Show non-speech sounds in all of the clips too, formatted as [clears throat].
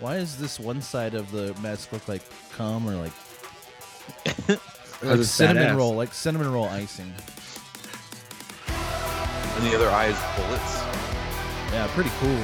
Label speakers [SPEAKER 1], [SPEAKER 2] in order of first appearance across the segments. [SPEAKER 1] Why is this one side of the mask look like cum or like
[SPEAKER 2] Because
[SPEAKER 1] like
[SPEAKER 2] it's
[SPEAKER 1] cinnamon
[SPEAKER 2] badass.
[SPEAKER 1] roll, like cinnamon roll icing?
[SPEAKER 3] And the other eye is bullets.
[SPEAKER 1] Yeah, pretty cool.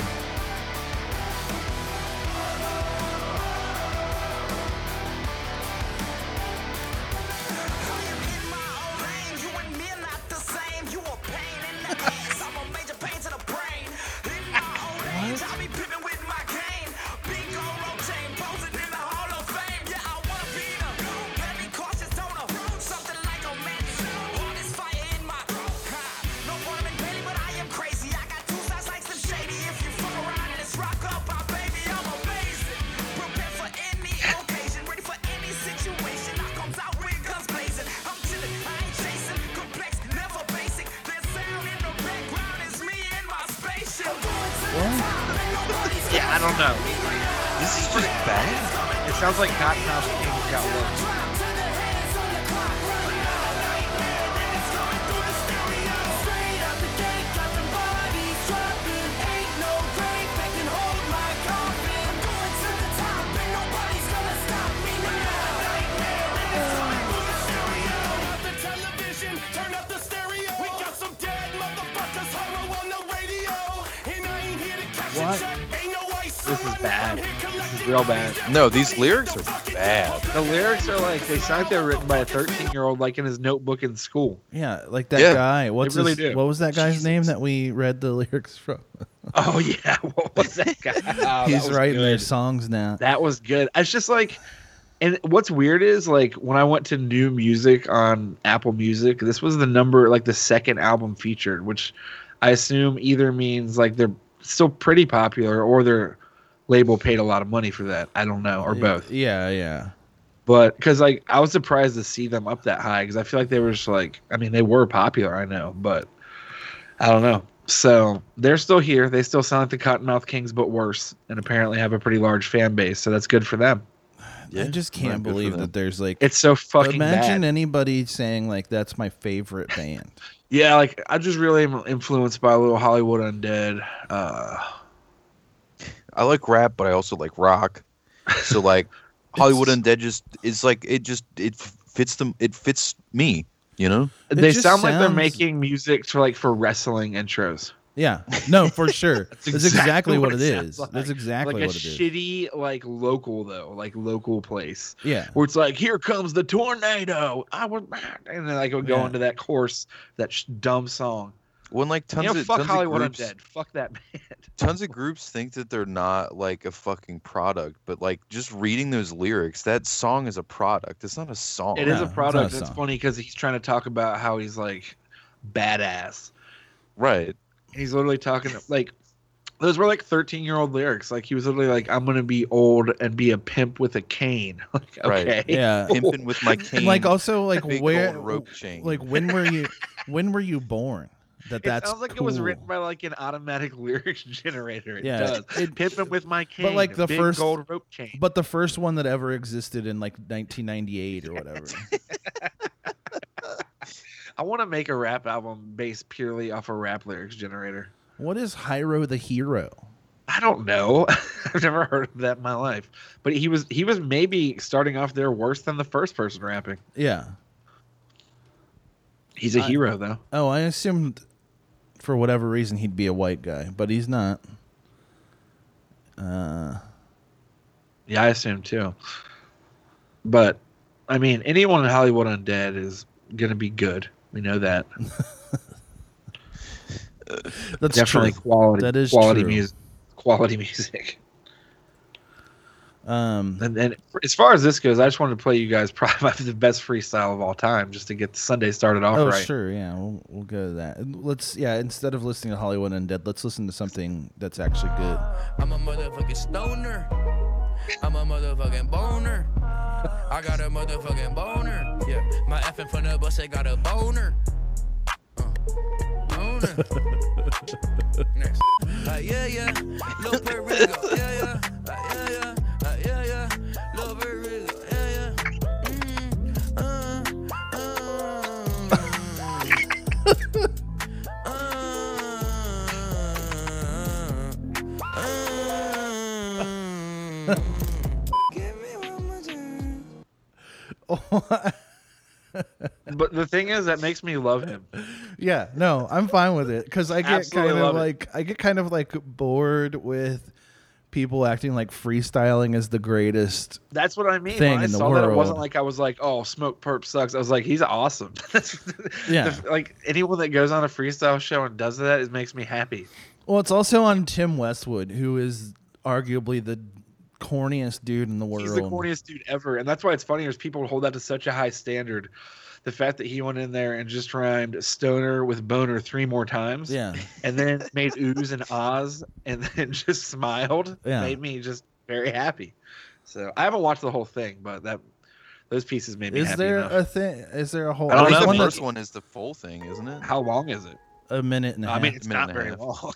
[SPEAKER 4] Yeah, I don't know.
[SPEAKER 3] This is just bad.
[SPEAKER 4] It sounds like Cotton House King got low.
[SPEAKER 5] Turn up the stereo. We got some dead motherfuckers hollow on the radio. And I ain't here to catch
[SPEAKER 1] What?
[SPEAKER 5] a check. Ain't no ice
[SPEAKER 4] This
[SPEAKER 5] on my
[SPEAKER 4] is bad.
[SPEAKER 5] line. Here
[SPEAKER 4] This is
[SPEAKER 5] collecting
[SPEAKER 4] real bad.
[SPEAKER 3] No, these lyrics are bad.
[SPEAKER 4] The lyrics are like they sound like they're written by a 13 year old, like in his notebook in school.
[SPEAKER 1] Yeah, like that
[SPEAKER 3] Yeah,
[SPEAKER 1] guy. What's
[SPEAKER 4] really
[SPEAKER 1] his-
[SPEAKER 4] do.
[SPEAKER 1] what was that guy's name that we read the [laughs] lyrics from?
[SPEAKER 4] [laughs] Oh yeah, what was that [laughs] guy? Oh, that
[SPEAKER 1] He's
[SPEAKER 4] was
[SPEAKER 1] writing their
[SPEAKER 4] good.
[SPEAKER 1] songs now.
[SPEAKER 4] That was good. It's just like, and what's weird is like when I went to new music on Apple Music, this was the number like the second album featured, which I assume either means like they're still pretty popular or their label paid a lot of money for that. I don't know, or both.
[SPEAKER 1] Yeah, yeah.
[SPEAKER 4] But because like I was surprised to see them up that high because I feel like they were just like I mean they were popular I know but I don't know so they're still here they still sound like the Cottonmouth Kings but worse and apparently have a pretty large fan base so that's good for them
[SPEAKER 3] Yeah,
[SPEAKER 1] I just
[SPEAKER 3] not
[SPEAKER 1] can't
[SPEAKER 3] good for
[SPEAKER 1] believe
[SPEAKER 3] them.
[SPEAKER 1] that there's like
[SPEAKER 4] it's so fucking
[SPEAKER 1] imagine
[SPEAKER 4] bad
[SPEAKER 1] anybody saying like that's my
[SPEAKER 4] [laughs]
[SPEAKER 1] favorite band.
[SPEAKER 4] yeah like I just really am influenced by a little Hollywood Undead uh
[SPEAKER 3] I like rap, but I also like rock.
[SPEAKER 1] [laughs]
[SPEAKER 3] So like Hollywood Undead just is like it just it fits them. It fits me. You know.
[SPEAKER 1] It
[SPEAKER 4] they
[SPEAKER 1] just
[SPEAKER 4] sound like they're
[SPEAKER 1] sounds-
[SPEAKER 4] making music for like for wrestling intros
[SPEAKER 1] Yeah. No, for sure. that's, exactly, what, it
[SPEAKER 4] sounds
[SPEAKER 1] is.
[SPEAKER 4] like.
[SPEAKER 1] That's exactly
[SPEAKER 4] like a
[SPEAKER 1] what it is.
[SPEAKER 4] shitty like local though like local place [laughs]
[SPEAKER 1] Yeah.
[SPEAKER 4] where it's like, "Here comes the tornado!" I was, [laughs] and then like it would go
[SPEAKER 1] Yeah.
[SPEAKER 4] into that chorus, that sh- dumb song.
[SPEAKER 3] When like
[SPEAKER 4] You
[SPEAKER 3] tons
[SPEAKER 4] know,
[SPEAKER 3] of
[SPEAKER 4] fuck
[SPEAKER 3] tons
[SPEAKER 4] Hollywood
[SPEAKER 3] of groups,
[SPEAKER 4] Undead. Fuck that band.
[SPEAKER 3] tons of groups think that they're not like a fucking product, but like just reading those lyrics, that song is a product. It's not a song.
[SPEAKER 4] It is
[SPEAKER 1] no,
[SPEAKER 4] a
[SPEAKER 1] it's not
[SPEAKER 4] product.
[SPEAKER 1] a
[SPEAKER 4] It's
[SPEAKER 1] song.
[SPEAKER 4] funny because he's trying to talk about how he's like badass.
[SPEAKER 3] right.
[SPEAKER 4] And he's literally talking like those were like thirteen year old lyrics. Like he was literally like, "I'm gonna be old and be a pimp with a cane." [laughs] Like,
[SPEAKER 3] Right.
[SPEAKER 4] okay.
[SPEAKER 1] Yeah.
[SPEAKER 3] Pimping with my cane.
[SPEAKER 1] And [laughs] like also like
[SPEAKER 3] big
[SPEAKER 1] where
[SPEAKER 3] gold rope chain.
[SPEAKER 1] like when were
[SPEAKER 4] [laughs]
[SPEAKER 1] you when were you born? That
[SPEAKER 4] It
[SPEAKER 1] that's
[SPEAKER 4] sounds like it was
[SPEAKER 1] cool.
[SPEAKER 4] written by like an automatic [laughs] lyrics generator. It
[SPEAKER 1] Yeah,
[SPEAKER 4] does.
[SPEAKER 1] it-
[SPEAKER 4] Pimping with my cane.
[SPEAKER 1] like, the
[SPEAKER 4] big
[SPEAKER 1] first-
[SPEAKER 4] gold rope chain.
[SPEAKER 1] but the first one that ever existed in like 1998 or
[SPEAKER 4] [laughs]
[SPEAKER 1] whatever.
[SPEAKER 4] I want to make a rap album based purely off a rap lyrics generator.
[SPEAKER 1] what is Hyro the Hero?
[SPEAKER 4] I don't know. [laughs] I've never heard of that in my life. But he was he was maybe starting off there worse than the first person rapping.
[SPEAKER 1] Yeah.
[SPEAKER 4] He's a
[SPEAKER 1] I-
[SPEAKER 4] hero though.
[SPEAKER 1] Oh, I assumed for whatever reason he'd be a white guy, but he's not. Uh,
[SPEAKER 4] Yeah, I assume too. But I mean, anyone in Hollywood Undead is gonna be good. We know that.
[SPEAKER 1] that's
[SPEAKER 4] Definitely
[SPEAKER 1] true.
[SPEAKER 4] quality.
[SPEAKER 1] That is
[SPEAKER 4] quality
[SPEAKER 1] true.
[SPEAKER 4] music. Quality [laughs] music.
[SPEAKER 1] Um,
[SPEAKER 4] And then, as far as this goes, I just wanted to play you guys [laughs] probably the best freestyle of all time, just to get Sunday started off
[SPEAKER 1] oh,
[SPEAKER 4] right.
[SPEAKER 1] sure, yeah, we'll, we'll go to that. And Let's, yeah, instead of listening to Hollywood Undead, let's listen to something that's actually good. [laughs]
[SPEAKER 6] I'm a motherfucking stoner. I'm a motherfucking boner. I got a motherfucking boner. Yeah, my F in front of us, it got a boner. Uh, boner. Next. Uh, yeah, yeah. Lil Perigo. Yeah, yeah. Uh, yeah, yeah. Uh, yeah, yeah. Lil Perigo. Yeah, yeah. Mm, uh, uh, [laughs] uh, uh, Mm.
[SPEAKER 1] Oh,
[SPEAKER 4] But the thing is, that makes me love him.
[SPEAKER 1] Yeah, no, I'm fine with it because I get
[SPEAKER 4] Absolutely
[SPEAKER 1] kind of
[SPEAKER 4] love it.
[SPEAKER 1] like I get kind of like bored with people acting like freestyling is the greatest.
[SPEAKER 4] That's what I mean.
[SPEAKER 1] Thing
[SPEAKER 4] when I
[SPEAKER 1] in the
[SPEAKER 4] saw that, it wasn't
[SPEAKER 1] world.
[SPEAKER 4] like I was like, "Oh, smoke perp sucks." I was like, "He's awesome." [laughs]
[SPEAKER 1] Yeah.
[SPEAKER 4] The- like anyone that goes on a freestyle show and does that, it makes me happy.
[SPEAKER 1] Well, it's also on Tim Westwood, who is arguably the corniest dude in the world.
[SPEAKER 4] He's the corniest dude ever, and that's why it's funny. Is people hold that to such a high standard. The fact that he went in there and just rhymed stoner with boner three more times,
[SPEAKER 1] Yeah,
[SPEAKER 4] and then made oohs and ahs, and [laughs] then just smiled,
[SPEAKER 1] Yeah.
[SPEAKER 4] made me just very happy. So I haven't watched the whole thing, but that those pieces made me
[SPEAKER 1] is
[SPEAKER 4] happy.
[SPEAKER 1] there
[SPEAKER 4] enough.
[SPEAKER 1] a thing? Is there a whole?
[SPEAKER 4] I don't
[SPEAKER 3] I
[SPEAKER 1] there's
[SPEAKER 3] think
[SPEAKER 4] know.
[SPEAKER 1] one
[SPEAKER 3] the
[SPEAKER 4] that-
[SPEAKER 3] first one is the full thing, isn't it?
[SPEAKER 4] How long is it?
[SPEAKER 1] that's a minute and a half.
[SPEAKER 4] I mean, it's
[SPEAKER 3] minute
[SPEAKER 4] not
[SPEAKER 3] and a
[SPEAKER 4] very
[SPEAKER 3] half.
[SPEAKER 4] long.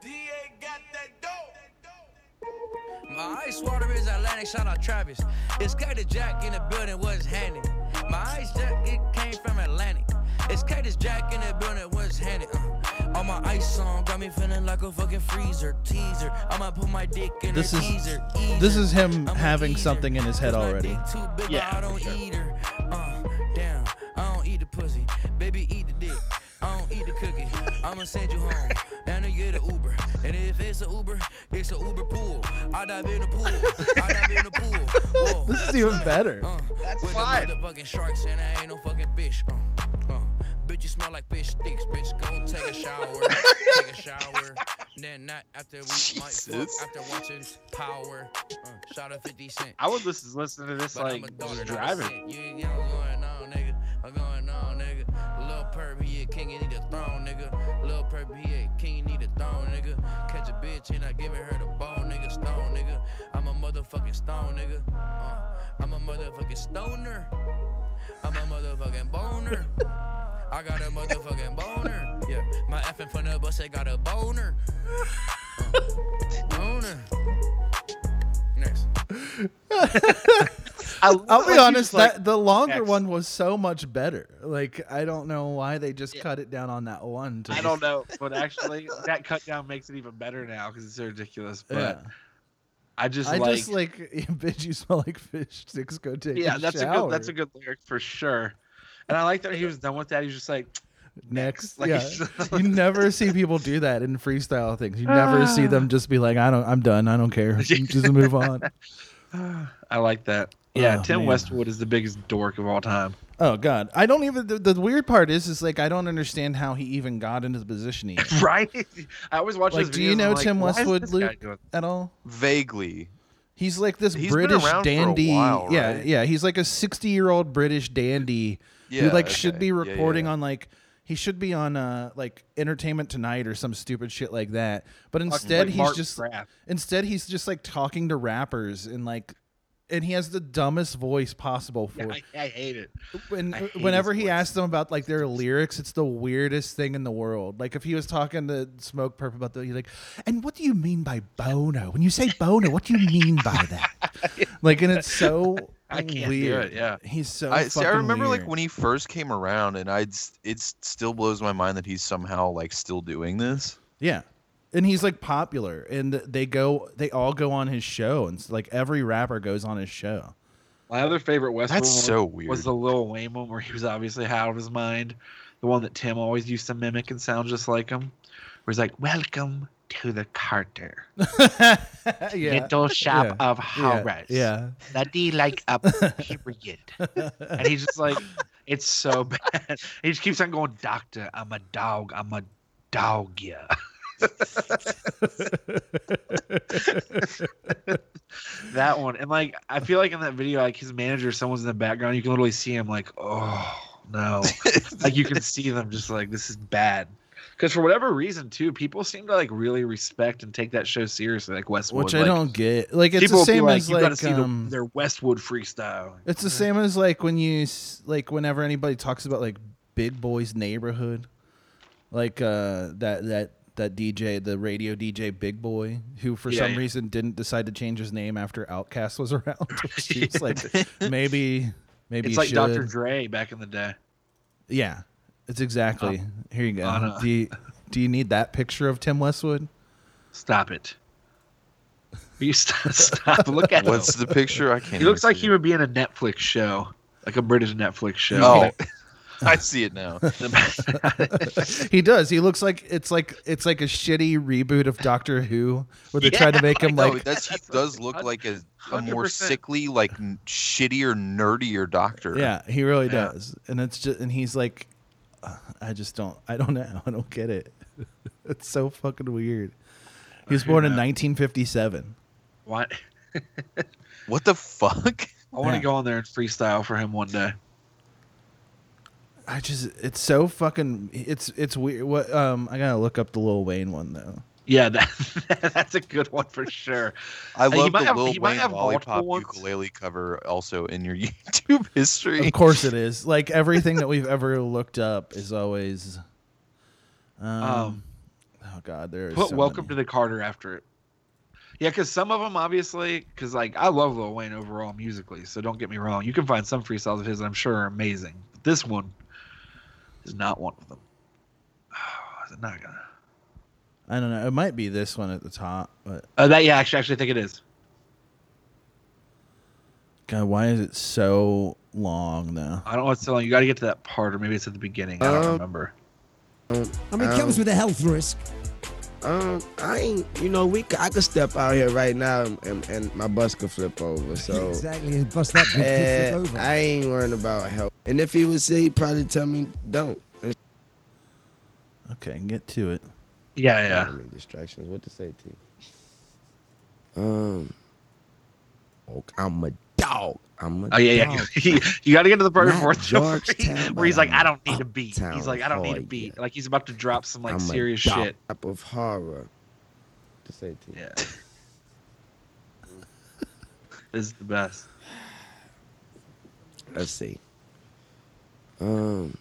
[SPEAKER 5] DA got that dope.
[SPEAKER 6] [laughs] My ice water is Atlantic, shout out Travis. It's Curtis Jack in the building, what's handed? My ice jack, it came from Atlantic. It's Curtis Jack in the building, what's handed? Uh, all my ice song got me feeling like a fucking freezer teaser. I'ma put my dick in
[SPEAKER 1] This
[SPEAKER 6] a
[SPEAKER 1] is-
[SPEAKER 6] teaser.
[SPEAKER 1] this
[SPEAKER 6] easer.
[SPEAKER 1] is him
[SPEAKER 6] I'm a
[SPEAKER 1] having
[SPEAKER 6] eater,
[SPEAKER 1] something in his head
[SPEAKER 6] 'cause my
[SPEAKER 1] already.
[SPEAKER 6] dick too big, but
[SPEAKER 4] Yeah,
[SPEAKER 6] I don't
[SPEAKER 4] for sure.
[SPEAKER 6] eat her. Uh, damn, I don't eat the pussy. Baby, eat the dick. I don't eat the cookie. I'ma send you home. And then get an Uber. And if it's an Uber, it's an Uber pool. I dive in the pool. I dive in the pool. Whoa.
[SPEAKER 1] this is
[SPEAKER 4] [laughs]
[SPEAKER 1] even better.
[SPEAKER 6] Uh,
[SPEAKER 4] That's
[SPEAKER 6] with
[SPEAKER 4] fine.
[SPEAKER 6] the motherfucking sharks and I ain't no fucking bitch. Uh, uh, bitch, you smell like fish sticks. Bitch, go take a shower. take a shower. Then not after we might
[SPEAKER 3] Jesus.
[SPEAKER 6] fuck after watching Power. Uh, shout out 50 Cent.
[SPEAKER 4] I was just listening to this
[SPEAKER 6] But
[SPEAKER 4] like
[SPEAKER 6] I'm a daughter,
[SPEAKER 4] just
[SPEAKER 6] not a
[SPEAKER 4] driving.
[SPEAKER 6] cent. You ain't get what's going on, nigga. What's going on, nigga? Lil Perp, he a king, he need a throne, nigga. Lil Perp, he a king, he need a throne, nigga. Catch a bitch and I give her the bone, nigga. Stone, nigga. I'm a motherfucking stone, nigga. Uh, I'm a motherfucking stoner. I'm a motherfucking boner. I got a motherfucking boner. Yeah, my F in front of us, I got a boner. Uh, boner. Next.
[SPEAKER 4] I,
[SPEAKER 1] I'll be honest. that the longer
[SPEAKER 4] X.
[SPEAKER 1] one was so much better. Like I don't know why they just cut it down on that one. to
[SPEAKER 4] I
[SPEAKER 1] just-
[SPEAKER 4] don't know, but actually that cut down makes it even better now because it's so ridiculous. But
[SPEAKER 1] Yeah.
[SPEAKER 4] I just
[SPEAKER 1] I
[SPEAKER 4] like,
[SPEAKER 1] just like [laughs] bitch. You smell like fish [laughs] sticks. Go take
[SPEAKER 4] yeah,
[SPEAKER 1] a
[SPEAKER 4] that's a
[SPEAKER 1] shower."
[SPEAKER 4] good that's a good lyric for sure. And I like that he was done with that. He was just like,
[SPEAKER 1] next. [laughs]
[SPEAKER 4] like
[SPEAKER 1] yeah.
[SPEAKER 4] [laughs]
[SPEAKER 1] you never see people do that in freestyle things. You never see them just be like, I don't, I'm done. I don't care. Just move on.
[SPEAKER 4] [laughs] I like that. Yeah,
[SPEAKER 1] Oh,
[SPEAKER 4] Tim
[SPEAKER 1] man.
[SPEAKER 4] Westwood is the biggest dork of all time. [laughs]
[SPEAKER 1] Oh God, I don't even. The, the weird part is, is like I don't understand how he even got into the position he is
[SPEAKER 4] Right? I always watch
[SPEAKER 1] Like,
[SPEAKER 4] his
[SPEAKER 1] do you
[SPEAKER 4] videos,
[SPEAKER 1] know
[SPEAKER 4] I'm like,
[SPEAKER 1] Tim
[SPEAKER 4] "Why is
[SPEAKER 1] Westwood,
[SPEAKER 4] this guy
[SPEAKER 1] Luke?"
[SPEAKER 4] doing-
[SPEAKER 1] at all.
[SPEAKER 3] Vaguely.
[SPEAKER 1] He's like this
[SPEAKER 3] He's been
[SPEAKER 1] British
[SPEAKER 3] around for a
[SPEAKER 1] dandy.
[SPEAKER 3] while,
[SPEAKER 1] Yeah,
[SPEAKER 3] right?
[SPEAKER 1] yeah. He's like a sixty-year-old British dandy
[SPEAKER 3] Yeah.
[SPEAKER 1] who like
[SPEAKER 3] okay.
[SPEAKER 1] should be
[SPEAKER 3] Yeah, yeah,
[SPEAKER 1] recording
[SPEAKER 3] yeah.
[SPEAKER 1] on like he should be on uh like Entertainment Tonight or some stupid shit like that. But
[SPEAKER 4] Fucking
[SPEAKER 1] instead
[SPEAKER 4] like
[SPEAKER 1] he's
[SPEAKER 4] Mark
[SPEAKER 1] just
[SPEAKER 4] Graff.
[SPEAKER 1] instead he's just like talking to rappers and like and he has the dumbest voice possible for
[SPEAKER 4] Yeah, I, I hate it.
[SPEAKER 1] when
[SPEAKER 4] I hate his
[SPEAKER 1] whenever he
[SPEAKER 4] voice.
[SPEAKER 1] asks them about like their lyrics, it's the weirdest thing in the world. Like if he was talking to Smoke Purp about the, he's like, and what do you mean by bono? When you say bono, what do you mean by
[SPEAKER 4] [laughs]
[SPEAKER 1] that? like, and it's so
[SPEAKER 4] I can't do
[SPEAKER 1] weird.
[SPEAKER 4] it, yeah.
[SPEAKER 1] he's so.
[SPEAKER 3] I see. I
[SPEAKER 1] fucking
[SPEAKER 3] remember like
[SPEAKER 1] weird.
[SPEAKER 3] when he first came around, and I'd s- it s- still blows my mind that he's somehow like still doing this.
[SPEAKER 1] Yeah. And he's like popular, and they go, they all go on his show, and it's like every rapper goes on his
[SPEAKER 4] [laughs]
[SPEAKER 1] show.
[SPEAKER 4] My other favorite Westwood
[SPEAKER 3] That's
[SPEAKER 4] one
[SPEAKER 3] so weird.
[SPEAKER 4] was the Lil Wayne one where he was obviously high out of his mind. The one that Tim always used to mimic and sound just like him. Where he's like, Welcome to the Carter.
[SPEAKER 1] yeah,
[SPEAKER 4] Little shop
[SPEAKER 1] yeah,
[SPEAKER 4] of horrors. [laughs]
[SPEAKER 1] yeah.
[SPEAKER 4] Bloody like
[SPEAKER 1] [laughs]
[SPEAKER 4] a period. and he's just like, It's so [laughs] bad. He just keeps on going, Doctor, I'm a dog. I'm a dog, yeah. [laughs] that one. And like I feel like in that video, like his manager, someone's in the background, you can literally see him like, oh no. like you can see them just like this is bad. Because for whatever reason too, people seem to like really respect and take that show seriously, like Westwood.
[SPEAKER 1] Which I
[SPEAKER 4] Like,
[SPEAKER 1] don't get. Like it's
[SPEAKER 4] people
[SPEAKER 1] the
[SPEAKER 4] will be
[SPEAKER 1] same
[SPEAKER 4] like,
[SPEAKER 1] as
[SPEAKER 4] you
[SPEAKER 1] like
[SPEAKER 4] gotta see the-
[SPEAKER 1] um,
[SPEAKER 4] their Westwood freestyle.
[SPEAKER 1] It's the same as like when you s- like whenever anybody talks about like Big Boy's neighborhood, like uh that that that DJ, the radio DJ Big Boy, who for
[SPEAKER 4] Yeah,
[SPEAKER 1] some
[SPEAKER 4] yeah.
[SPEAKER 1] reason didn't decide to change his name after Outkast was [laughs] around.
[SPEAKER 4] [laughs]
[SPEAKER 1] She was like maybe maybe
[SPEAKER 4] It's
[SPEAKER 1] you
[SPEAKER 4] like
[SPEAKER 1] should.
[SPEAKER 4] Dr. Dre back in the day.
[SPEAKER 1] Yeah, it's exactly. Here you go.
[SPEAKER 4] Uh, on a-
[SPEAKER 1] Do you, do you need that picture of Tim Westwood?
[SPEAKER 4] Stop it. You stop. [laughs] stop look at him.
[SPEAKER 3] What's the picture? I can't.
[SPEAKER 4] He looks
[SPEAKER 3] even
[SPEAKER 4] like
[SPEAKER 3] see
[SPEAKER 4] he
[SPEAKER 3] it.
[SPEAKER 4] would be in a Netflix show, like a British Netflix show.
[SPEAKER 3] Oh, [laughs] I see
[SPEAKER 1] [laughs]
[SPEAKER 3] it now.
[SPEAKER 1] He does. He looks like it's like it's like a shitty reboot of Doctor Who where
[SPEAKER 4] [laughs]
[SPEAKER 1] they tried to make him
[SPEAKER 3] No,
[SPEAKER 1] like
[SPEAKER 3] that's, he
[SPEAKER 4] that's
[SPEAKER 3] does
[SPEAKER 4] like-
[SPEAKER 3] look like a, a more
[SPEAKER 4] 100%.
[SPEAKER 3] sickly, like n- shittier, nerdier doctor.
[SPEAKER 1] Yeah, he really
[SPEAKER 4] Yeah.
[SPEAKER 1] does. And it's just and he's like "Uh, I just don't I don't [laughs] know. I don't get it. it's so fucking weird. He was born in 1957.
[SPEAKER 4] What?
[SPEAKER 3] What the fuck? [laughs]
[SPEAKER 4] I want to
[SPEAKER 1] Yeah.
[SPEAKER 4] go on there and freestyle for him one day.
[SPEAKER 1] I just it's so fucking it's it's weird. What um I got to look up the Lil Wayne one though.
[SPEAKER 4] Yeah, that, [laughs] that's a good one for sure.
[SPEAKER 3] I
[SPEAKER 4] he
[SPEAKER 3] love
[SPEAKER 4] might
[SPEAKER 3] the
[SPEAKER 4] have-
[SPEAKER 3] Lil
[SPEAKER 4] he might
[SPEAKER 3] Wayne
[SPEAKER 4] have
[SPEAKER 3] lollipop
[SPEAKER 4] multiple ones.
[SPEAKER 3] ukulele cover also in your [laughs] YouTube history.
[SPEAKER 1] Of course
[SPEAKER 4] [laughs]
[SPEAKER 1] it is. Like everything that we've ever looked up is always um,
[SPEAKER 4] Um,
[SPEAKER 1] oh god, there is
[SPEAKER 4] Put
[SPEAKER 1] so
[SPEAKER 4] "Welcome to
[SPEAKER 1] many.
[SPEAKER 4] the Carter" after it. Yeah, because some of them obviously, because like I love Lil Wayne overall musically, so don't get me wrong. You can find some freestyles of his that I'm sure are amazing. But this one is not one of them. [sighs] is it not gonna?
[SPEAKER 1] I don't know. It might be this one at the top, but
[SPEAKER 4] Oh, that yeah, actually, actually, I think it is.
[SPEAKER 1] god, why is it so long though?
[SPEAKER 4] I don't know what's so long. You got to get to that part, or maybe it's at the beginning. I don't
[SPEAKER 2] Um,
[SPEAKER 4] remember.
[SPEAKER 7] I mean, it comes with a health risk.
[SPEAKER 2] Um, I ain't. You know, we. c- I could step out here right now, and, and, and my bus could flip over.
[SPEAKER 7] [laughs]
[SPEAKER 2] So [laughs]
[SPEAKER 7] exactly, and bust that big
[SPEAKER 2] eh,
[SPEAKER 7] uh, over.
[SPEAKER 2] I ain't worrying about help. And if he was here, he'd probably tell me don't. That's
[SPEAKER 1] Okay, get to it.
[SPEAKER 4] Yeah, yeah.
[SPEAKER 2] too many distractions. What to say to you? Um. Okay, I'm a dog. I'm a
[SPEAKER 4] Oh yeah, yeah.
[SPEAKER 2] dog.
[SPEAKER 4] [laughs] He, you got to get to the part
[SPEAKER 2] Not
[SPEAKER 4] before [laughs]
[SPEAKER 2] Georgetown,
[SPEAKER 4] where he's like,
[SPEAKER 2] but
[SPEAKER 4] "I don't need a beat."
[SPEAKER 2] uptown
[SPEAKER 4] He's like, "I don't need a
[SPEAKER 2] boy,
[SPEAKER 4] beat."
[SPEAKER 2] yeah.
[SPEAKER 4] Like he's about to drop some like
[SPEAKER 2] I'm
[SPEAKER 4] serious
[SPEAKER 2] a dog
[SPEAKER 4] shit.
[SPEAKER 2] type of horror. To say to you.
[SPEAKER 4] Yeah. [laughs] this is the best.
[SPEAKER 2] Let's see. Um.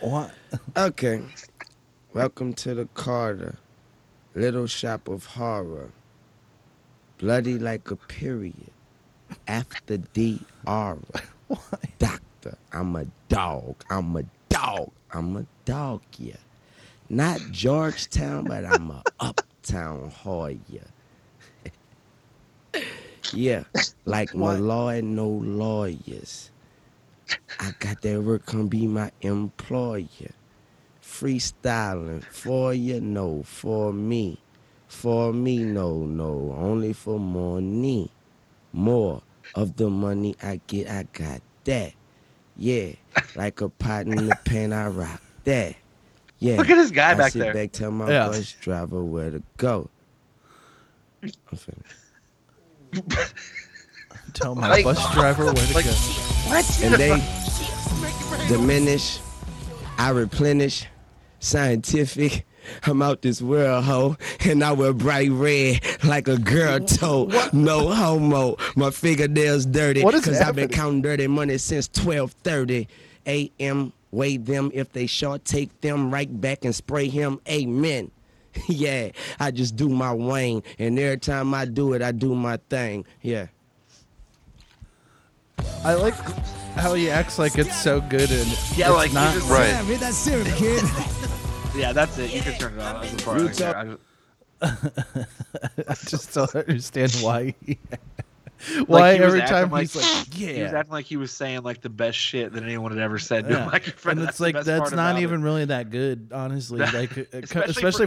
[SPEAKER 1] What?
[SPEAKER 2] Okay. Welcome to the Carter, Little Shop of Horror. Bloody like a period. After the aura. Doctor, I'm a dog. I'm a dog. I'm a dog, yeah. Not Georgetown, but I'm a uptown hoya.
[SPEAKER 4] [laughs]
[SPEAKER 2] yeah, like Malloy, no lawyers. I got that work, come be my employer freestyling for you, no, for me, for me, no, no, only for money. More of the money I get, I got that. Yeah, like a pot in
[SPEAKER 4] [laughs]
[SPEAKER 2] the pan, I rock that. Yeah,
[SPEAKER 4] Look at this guy
[SPEAKER 2] I
[SPEAKER 4] back
[SPEAKER 2] sit
[SPEAKER 4] there.
[SPEAKER 2] back, tell my
[SPEAKER 1] Yeah.
[SPEAKER 2] bus driver where to go. I'm finished.
[SPEAKER 1] Tell my
[SPEAKER 4] Like-
[SPEAKER 1] bus driver where to
[SPEAKER 4] like-
[SPEAKER 1] go.
[SPEAKER 2] and they
[SPEAKER 4] Oh,
[SPEAKER 2] diminish. I replenish. Scientific. I'm out this world, ho, and I wear bright red like a girl toe. No homo. My fingernails dirty.
[SPEAKER 1] What is
[SPEAKER 2] Cause I've been
[SPEAKER 1] happening?
[SPEAKER 2] counting dirty money since 12:30 a.m. Weigh them if they short, take them right back and spray him. Amen. [laughs] yeah, I just do my Wayne, and every time I do it, I do my thing.
[SPEAKER 8] [laughs]
[SPEAKER 2] Yeah.
[SPEAKER 1] I like how he acts like it's so good and [laughs]
[SPEAKER 4] Yeah,
[SPEAKER 1] it's
[SPEAKER 4] like you
[SPEAKER 1] not.
[SPEAKER 4] just-
[SPEAKER 7] yeah,
[SPEAKER 3] Right.
[SPEAKER 7] read that syrup, kid.
[SPEAKER 4] Yeah, that's it. You can turn it on. That's the part.
[SPEAKER 2] You
[SPEAKER 4] right there. I-
[SPEAKER 1] I just don't understand why. he- [laughs] why
[SPEAKER 4] he was
[SPEAKER 1] every
[SPEAKER 4] acting
[SPEAKER 1] time
[SPEAKER 4] like-
[SPEAKER 1] he's like,
[SPEAKER 4] [laughs] He was
[SPEAKER 1] yeah,
[SPEAKER 4] acting like he was saying like the best shit that anyone had ever said to a [laughs]
[SPEAKER 1] yeah.
[SPEAKER 4] microphone.
[SPEAKER 1] and
[SPEAKER 4] That's
[SPEAKER 1] it's
[SPEAKER 4] the
[SPEAKER 1] like
[SPEAKER 4] best
[SPEAKER 1] that's
[SPEAKER 4] part
[SPEAKER 1] not
[SPEAKER 4] about it.
[SPEAKER 1] even really that good,
[SPEAKER 4] [laughs]
[SPEAKER 1] honestly.
[SPEAKER 4] That-
[SPEAKER 1] Like, uh, co-
[SPEAKER 4] especially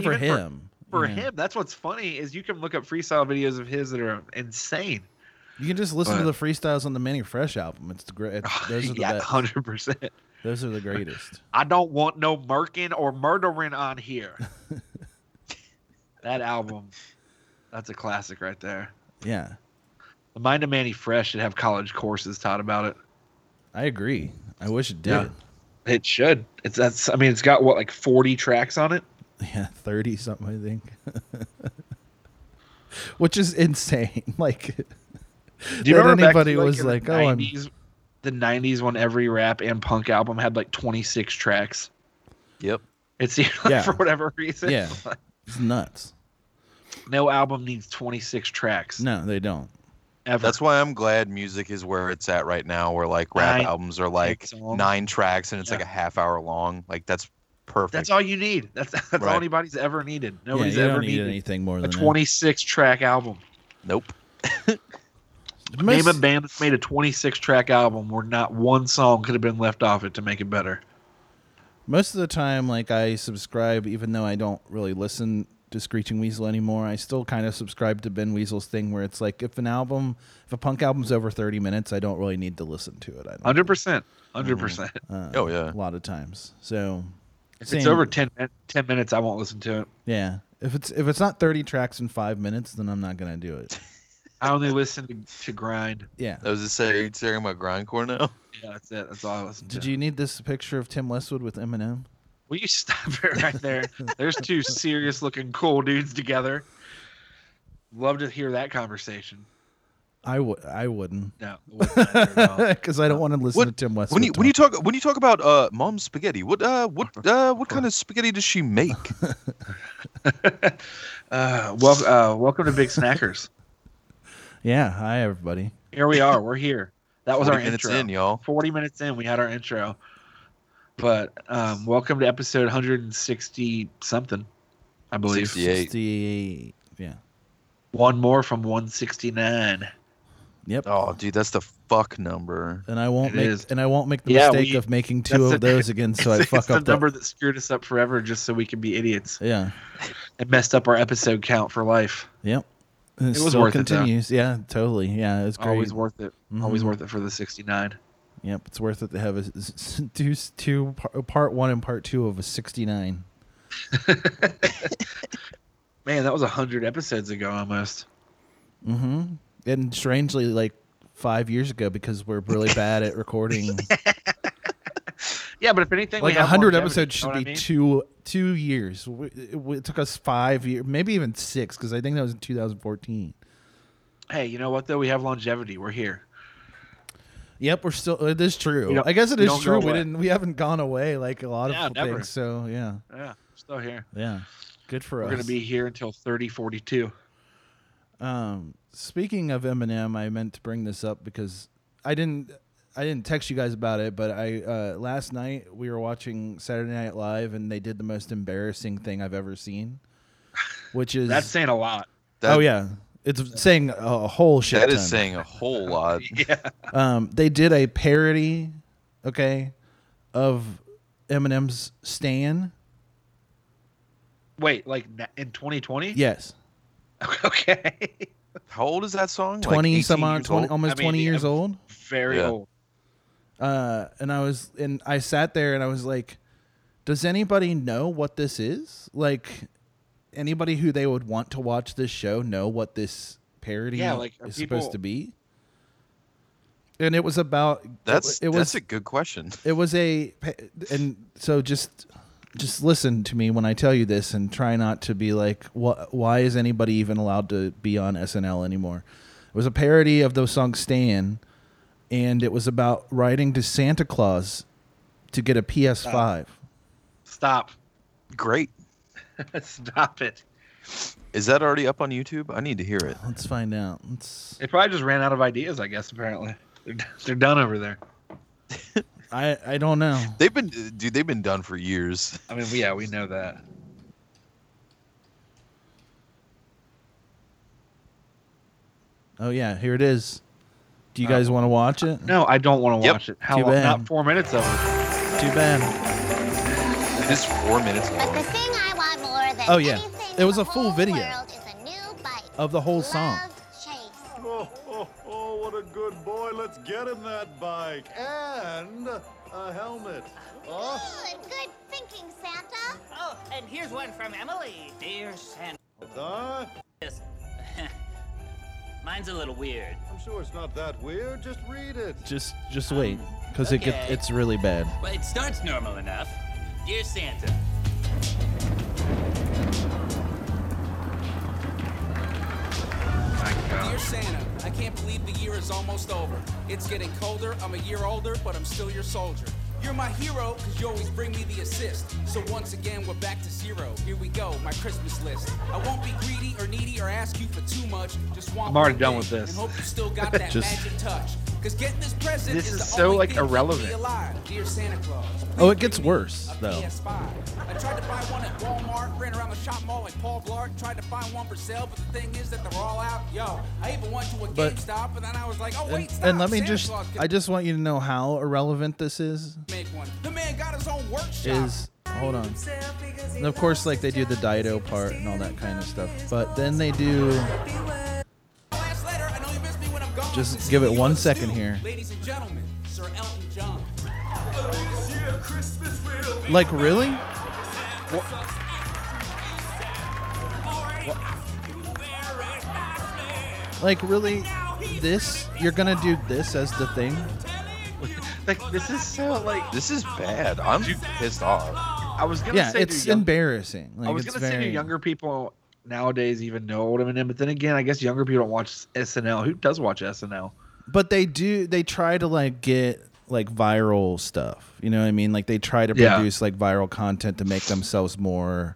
[SPEAKER 1] especially
[SPEAKER 4] for-
[SPEAKER 1] for,
[SPEAKER 4] even for-
[SPEAKER 1] him.
[SPEAKER 4] for
[SPEAKER 1] yeah.
[SPEAKER 4] him. That's what's funny is you can look up freestyle videos of his that are insane.
[SPEAKER 1] you can just listen to
[SPEAKER 4] But-
[SPEAKER 1] the freestyles on the Manny Fresh album. It's the great. [laughs]
[SPEAKER 4] [laughs]
[SPEAKER 1] Those are the
[SPEAKER 4] yeah,
[SPEAKER 1] best.
[SPEAKER 4] hundred percent.
[SPEAKER 1] Those are the greatest.
[SPEAKER 4] I don't want no murking or murdering on
[SPEAKER 1] [laughs]
[SPEAKER 4] here. that album, that's a classic right there.
[SPEAKER 1] Yeah,
[SPEAKER 4] The Mind of Manny Fresh should have college courses taught about it.
[SPEAKER 1] I agree. I wish it did.
[SPEAKER 4] Yeah. It should. It's that's. I mean, it's got what like forty tracks on it.
[SPEAKER 1] [laughs] yeah 30 something i think [laughs] which is insane [laughs] like
[SPEAKER 4] Do you
[SPEAKER 1] That
[SPEAKER 4] remember back to,
[SPEAKER 1] anybody was
[SPEAKER 4] in
[SPEAKER 1] like,
[SPEAKER 4] the
[SPEAKER 1] "Oh, I'm-"
[SPEAKER 4] 90s, the '90s when every rap and punk album had like twenty six tracks.
[SPEAKER 3] Yep.
[SPEAKER 4] It seemed like
[SPEAKER 1] Yeah.
[SPEAKER 4] for whatever reason,
[SPEAKER 1] [laughs] Yeah. it's nuts
[SPEAKER 4] no album needs twenty six tracks.
[SPEAKER 1] no they don't
[SPEAKER 4] ever.
[SPEAKER 3] That's why I'm glad music is where it's at right now, where like rap
[SPEAKER 4] Nine
[SPEAKER 3] albums are like
[SPEAKER 4] songs.
[SPEAKER 3] nine tracks and it's
[SPEAKER 4] Yeah.
[SPEAKER 3] like a half hour long. Like that's Perfect.
[SPEAKER 4] That's all you need. That's [laughs] that's all
[SPEAKER 3] Right.
[SPEAKER 4] anybody's ever needed.
[SPEAKER 1] Yeah,
[SPEAKER 4] Nobody's
[SPEAKER 1] you
[SPEAKER 4] ever
[SPEAKER 1] don't need
[SPEAKER 4] needed
[SPEAKER 1] anything more
[SPEAKER 4] a
[SPEAKER 1] than that.
[SPEAKER 4] 26 track album.
[SPEAKER 3] nope.
[SPEAKER 1] Most-
[SPEAKER 4] Name a band that's made a 26 track album where not one song could have been left off it to make it better.
[SPEAKER 1] most of the time like i subscribe even though i don't really listen to screeching weasel anymore i still kind of subscribe to ben weasel's thing where it's like if an album if a punk album's over 30 minutes i don't really need to listen to it i
[SPEAKER 4] Oh,
[SPEAKER 1] don't
[SPEAKER 4] 100%. 100%.
[SPEAKER 3] oh yeah.
[SPEAKER 1] a lot of times so
[SPEAKER 4] If
[SPEAKER 1] Uh, same-
[SPEAKER 4] it's over 10, min- 10 minutes, I won't listen to it.
[SPEAKER 1] yeah if it's if it's not 30 tracks in five minutes then i'm not gonna do [laughs] it
[SPEAKER 4] I only listen to, to grind.
[SPEAKER 1] yeah
[SPEAKER 3] I was just saying, are you talking about grindcore now?
[SPEAKER 4] Yeah, that's it. That's all I listen
[SPEAKER 1] did
[SPEAKER 4] to.
[SPEAKER 1] you need this picture of tim westwood with eminem
[SPEAKER 4] Will you stop it right there? There's
[SPEAKER 1] [laughs]
[SPEAKER 4] two serious looking cool dudes together. Love to hear that conversation.
[SPEAKER 1] i would i [laughs] wouldn't
[SPEAKER 4] No, it wasn't that at all.
[SPEAKER 1] because i don't want to listen
[SPEAKER 3] What-
[SPEAKER 1] to tim westwood
[SPEAKER 3] When you when you
[SPEAKER 1] talk.
[SPEAKER 3] talk when you talk about uh mom's spaghetti, what uh what
[SPEAKER 4] [laughs]
[SPEAKER 3] uh what kind of spaghetti does she make?
[SPEAKER 4] Uh, well, uh, welcome to
[SPEAKER 3] [laughs]
[SPEAKER 4] Big Snackers.
[SPEAKER 1] yeah hi everybody
[SPEAKER 4] Here we are. We're here. [laughs] That was our
[SPEAKER 3] 40 minutes
[SPEAKER 4] intro.
[SPEAKER 3] in, y'all.
[SPEAKER 4] 40 minutes in, we had our intro. But um, welcome to episode 160 something, I believe.
[SPEAKER 3] 68. Eight.
[SPEAKER 1] 68 yeah
[SPEAKER 4] One more from 169.
[SPEAKER 1] yep
[SPEAKER 3] Oh, dude, that's the fuck number.
[SPEAKER 1] and I won't
[SPEAKER 4] It
[SPEAKER 1] make
[SPEAKER 4] is.
[SPEAKER 1] and I won't make the
[SPEAKER 4] Yeah,
[SPEAKER 1] mistake
[SPEAKER 4] we-
[SPEAKER 1] of making
[SPEAKER 4] that's
[SPEAKER 1] two of
[SPEAKER 4] the-
[SPEAKER 1] those again,
[SPEAKER 4] [laughs]
[SPEAKER 1] so I
[SPEAKER 4] it's,
[SPEAKER 1] fuck
[SPEAKER 4] it's
[SPEAKER 1] up.
[SPEAKER 4] the
[SPEAKER 1] the-
[SPEAKER 4] number that screwed us up forever just so we can be idiots
[SPEAKER 1] yeah,
[SPEAKER 4] and messed up our episode count for life.
[SPEAKER 1] yep. And
[SPEAKER 4] It was
[SPEAKER 1] still
[SPEAKER 4] worth it, though.
[SPEAKER 1] continues. Yeah, totally. Yeah, it's great.
[SPEAKER 4] Always worth it. Always
[SPEAKER 1] Mhm.
[SPEAKER 4] worth it for the 69.
[SPEAKER 1] Yep, it's worth it to have a s- s- two, s- two par- part one and part two of a sixty-nine.
[SPEAKER 4] Man, that was 100 episodes ago almost.
[SPEAKER 1] Mm-hmm. And strangely, like five years ago, because we're really bad
[SPEAKER 4] [laughs]
[SPEAKER 1] at recording.
[SPEAKER 4] Yeah, but if anything,
[SPEAKER 1] like
[SPEAKER 4] we have
[SPEAKER 1] hundred
[SPEAKER 4] longevity,
[SPEAKER 1] episodes
[SPEAKER 4] you know
[SPEAKER 1] should
[SPEAKER 4] what I
[SPEAKER 1] be
[SPEAKER 4] mean?
[SPEAKER 1] two two years. W- It, it took us five years, maybe even six, because I think that was in two thousand fourteen.
[SPEAKER 4] Hey, you know what, though? We have longevity. We're here.
[SPEAKER 1] Yep, we're still. It is
[SPEAKER 4] You
[SPEAKER 1] true.
[SPEAKER 4] don't-
[SPEAKER 1] I guess it
[SPEAKER 4] you
[SPEAKER 1] is
[SPEAKER 4] don't go
[SPEAKER 1] true. We
[SPEAKER 4] away.
[SPEAKER 1] didn't. We haven't gone away like a lot
[SPEAKER 4] Yeah,
[SPEAKER 1] of
[SPEAKER 4] never.
[SPEAKER 1] things. So yeah,
[SPEAKER 4] Yeah, still here.
[SPEAKER 1] yeah, good for us.
[SPEAKER 4] We're gonna be here until thirty forty two.
[SPEAKER 1] Um, speaking of Eminem, I meant to bring this up because I didn't. I didn't text you guys about it, but I uh, last night we were watching Saturday Night Live, and they did the most embarrassing thing I've ever seen, which is
[SPEAKER 4] That's saying a lot.
[SPEAKER 3] That,
[SPEAKER 1] oh yeah, it's saying a, a whole shit.
[SPEAKER 3] that
[SPEAKER 1] ton.
[SPEAKER 3] is saying a whole
[SPEAKER 4] [laughs]
[SPEAKER 3] lot.
[SPEAKER 1] um, they did a parody, okay, of Eminem's "Stan."
[SPEAKER 4] Wait, like na- in twenty twenty?
[SPEAKER 1] Yes,
[SPEAKER 4] [laughs] Okay.
[SPEAKER 3] How old is that song? Like
[SPEAKER 1] twenty
[SPEAKER 3] 18
[SPEAKER 1] some odd,
[SPEAKER 3] years
[SPEAKER 1] 20,
[SPEAKER 3] old?
[SPEAKER 1] almost
[SPEAKER 4] I mean,
[SPEAKER 1] twenty years
[SPEAKER 4] yeah.
[SPEAKER 1] old.
[SPEAKER 4] Very
[SPEAKER 3] Yeah.
[SPEAKER 4] old.
[SPEAKER 1] Uh, and I was, and I sat there and I was like, "Does anybody know what this is? Like, anybody who they would want to watch this show know what this parody
[SPEAKER 4] Yeah, like, are
[SPEAKER 1] is
[SPEAKER 4] people-
[SPEAKER 1] supposed to be?" And it was about
[SPEAKER 3] That's
[SPEAKER 1] it, it
[SPEAKER 3] that's
[SPEAKER 1] was
[SPEAKER 3] a good question.
[SPEAKER 1] it was a and so just just listen to me when I tell you this and try not to be like what why is anybody even allowed to be on SNL anymore. It was a parody of the song Stan and it was about writing to Santa Claus to get a PS5.
[SPEAKER 4] Stop. [laughs]
[SPEAKER 3] Great.
[SPEAKER 4] Stop it.
[SPEAKER 3] Is that already up on YouTube? I need to hear it.
[SPEAKER 1] Let's find out. Let's
[SPEAKER 4] They probably just ran out of ideas, I guess, apparently. They're, d- they're done over there.
[SPEAKER 1] I I don't know.
[SPEAKER 3] They've been dude, they've been done for years. [laughs]
[SPEAKER 4] I mean, yeah, we know that.
[SPEAKER 1] Oh yeah, here it is. Do you guys want to watch it?
[SPEAKER 4] No, I don't want to
[SPEAKER 3] Yep.
[SPEAKER 4] watch it. How
[SPEAKER 1] Too
[SPEAKER 4] long?
[SPEAKER 1] bad.
[SPEAKER 4] Not four minutes of it.
[SPEAKER 1] Too bad.
[SPEAKER 3] It is four minutes
[SPEAKER 9] The
[SPEAKER 3] long.
[SPEAKER 9] thing I want more than
[SPEAKER 1] Oh, yeah.
[SPEAKER 9] anything
[SPEAKER 1] It was
[SPEAKER 9] in
[SPEAKER 1] a
[SPEAKER 9] the
[SPEAKER 1] full
[SPEAKER 9] whole
[SPEAKER 1] video
[SPEAKER 9] world is a new bite.
[SPEAKER 1] Of the whole song.
[SPEAKER 9] Love Chase.
[SPEAKER 5] [laughs] Oh, oh, oh, what a good boy. Let's get him that bike and a helmet. Oh.
[SPEAKER 9] Good, good thinking, Santa.
[SPEAKER 8] Oh, and here's one from Emily. Dear Santa.
[SPEAKER 4] [laughs]
[SPEAKER 5] Huh?
[SPEAKER 8] Yes. Mine's a little weird.
[SPEAKER 5] I'm sure it's not that weird. Just read it.
[SPEAKER 1] Just just wait cuz it gets
[SPEAKER 8] Okay.
[SPEAKER 1] it's really bad.
[SPEAKER 8] But it starts normal enough. Dear Santa.
[SPEAKER 10] Dear Santa, I can't believe the year is almost over. It's getting colder, I'm a year older, but I'm still your soldier. You're my hero, cause you always bring me the assist. So once again, we're back to zero. Here we go, my Christmas list. I won't be greedy or needy or ask you for too much. Just want
[SPEAKER 4] I'm already
[SPEAKER 10] one
[SPEAKER 4] done
[SPEAKER 10] thing
[SPEAKER 4] with this.
[SPEAKER 10] And hope you still got that
[SPEAKER 1] Just-
[SPEAKER 10] magic touch. Cause getting this present
[SPEAKER 4] This
[SPEAKER 10] is
[SPEAKER 4] is
[SPEAKER 10] the
[SPEAKER 4] so,
[SPEAKER 10] only
[SPEAKER 4] like,
[SPEAKER 10] thing keeping me
[SPEAKER 4] irrelevant.
[SPEAKER 10] alive. Dear Santa Claus,
[SPEAKER 1] Oh,
[SPEAKER 10] please
[SPEAKER 1] it gets
[SPEAKER 10] bring me
[SPEAKER 1] worse,
[SPEAKER 10] a
[SPEAKER 1] though.
[SPEAKER 10] PS5. I tried to buy one at Walmart, ran around the shop mall like Paul Blart, tried to find one for sale, but the thing is that they're all out. Yo, I even went to a
[SPEAKER 1] But-
[SPEAKER 10] GameStop, and then I was like, oh wait,
[SPEAKER 1] And,
[SPEAKER 10] stop.
[SPEAKER 1] and let me
[SPEAKER 10] Santa
[SPEAKER 1] just
[SPEAKER 10] Claus can
[SPEAKER 1] I just want you to know how irrelevant this is
[SPEAKER 10] make one. The man got his own workshop.
[SPEAKER 1] is hold on. And of course like they do the Dido part and all that kind of stuff. But then they do Just give it one second here.
[SPEAKER 10] Ladies and gentlemen, Sir Elton John.
[SPEAKER 1] Like really? Like really this you're going to do this as the thing?
[SPEAKER 4] Like this is so like
[SPEAKER 3] This is bad. I'm pissed off.
[SPEAKER 4] I was gonna
[SPEAKER 1] Yeah,
[SPEAKER 4] say
[SPEAKER 1] it's
[SPEAKER 4] do young-
[SPEAKER 1] embarrassing. Like
[SPEAKER 4] I was
[SPEAKER 1] it's
[SPEAKER 4] gonna say
[SPEAKER 1] very
[SPEAKER 4] do younger people nowadays even know old Eminem, but then again, I guess younger people don't watch SNL. Who does watch SNL?
[SPEAKER 1] but they do they try to like get like viral stuff you know what i mean like they try to
[SPEAKER 4] Yeah.
[SPEAKER 1] produce like viral content to make themselves more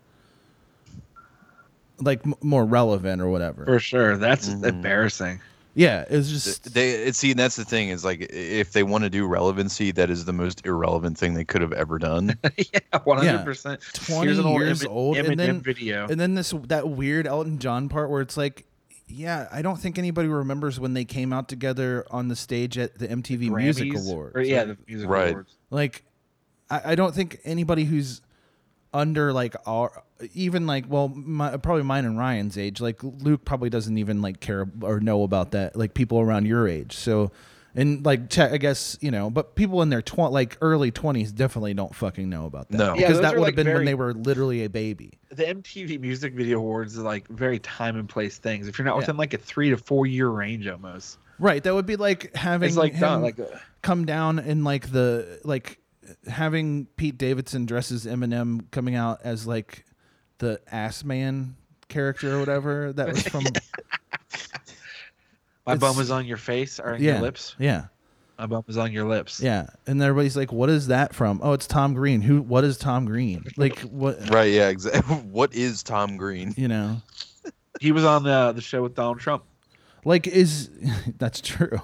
[SPEAKER 1] like m- more relevant or whatever
[SPEAKER 4] For sure, that's embarrassing. [laughs]
[SPEAKER 1] yeah it's just
[SPEAKER 3] They it, see that's the thing is like i- if they want to do relevancy, that is the most irrelevant thing they could have
[SPEAKER 1] [laughs]
[SPEAKER 3] ever done.
[SPEAKER 4] yeah, one hundred percent.
[SPEAKER 1] 20 years old
[SPEAKER 4] Eminem
[SPEAKER 1] and then
[SPEAKER 4] video.
[SPEAKER 1] and then this that weird elton john part where it's like yeah i don't think anybody remembers when they came out together on the stage at the mtv music
[SPEAKER 4] Grammys,
[SPEAKER 1] awards
[SPEAKER 4] or- e-, yeah, the music
[SPEAKER 3] Right.
[SPEAKER 4] awards.
[SPEAKER 1] Like, I, I don't think anybody who's under like our even like well my, probably mine and Ryan's age like Luke probably doesn't even like care or know about that like people around your age so and like te- I guess you know but people in their tw- like early 20s definitely don't fucking know about that
[SPEAKER 3] No. Yeah,
[SPEAKER 1] because
[SPEAKER 4] those
[SPEAKER 1] that
[SPEAKER 4] are,
[SPEAKER 1] would
[SPEAKER 4] like,
[SPEAKER 1] have been when
[SPEAKER 4] very-
[SPEAKER 1] they were literally a baby
[SPEAKER 4] The MTV Music Video Awards are like very time and place things. If you're not
[SPEAKER 1] Yeah.
[SPEAKER 4] within like a three to four year range, almost.
[SPEAKER 1] right that would be like having
[SPEAKER 4] It's like
[SPEAKER 1] him
[SPEAKER 4] done like uh, a-
[SPEAKER 1] come down and like the like having Pete Davidson dresses Eminem coming out as like the ass man character or whatever that was from
[SPEAKER 4] my bum
[SPEAKER 1] It's-
[SPEAKER 4] is on your face or on
[SPEAKER 1] yeah
[SPEAKER 4] your lips.
[SPEAKER 1] yeah
[SPEAKER 4] My bum is on your lips.
[SPEAKER 1] yeah and everybody's like what is that from oh it's Tom Green who what is Tom Green like what
[SPEAKER 3] right? Yeah. Exactly. [laughs] What is Tom Green?
[SPEAKER 1] you know
[SPEAKER 4] He was on the the show with Donald Trump.
[SPEAKER 1] like is [laughs] that's true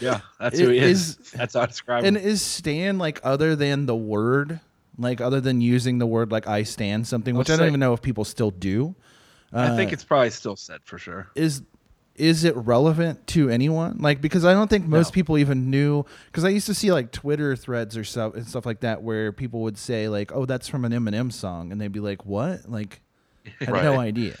[SPEAKER 4] Yeah, that's
[SPEAKER 1] It
[SPEAKER 4] who he is.
[SPEAKER 1] is-
[SPEAKER 4] That's how I describe
[SPEAKER 1] and
[SPEAKER 4] him.
[SPEAKER 1] is Stan like other than the word like other than using the word like I stand something which I don't
[SPEAKER 4] say-
[SPEAKER 1] even know if people still do Uh,
[SPEAKER 4] I think it's probably still said for sure.
[SPEAKER 1] is is it relevant to anyone like because i don't think most
[SPEAKER 4] No.
[SPEAKER 1] people even knew because i used to see like twitter threads or stuff and stuff like that where people would say like oh that's from an eminem song and they'd be like what like i had no
[SPEAKER 3] Right.
[SPEAKER 1] idea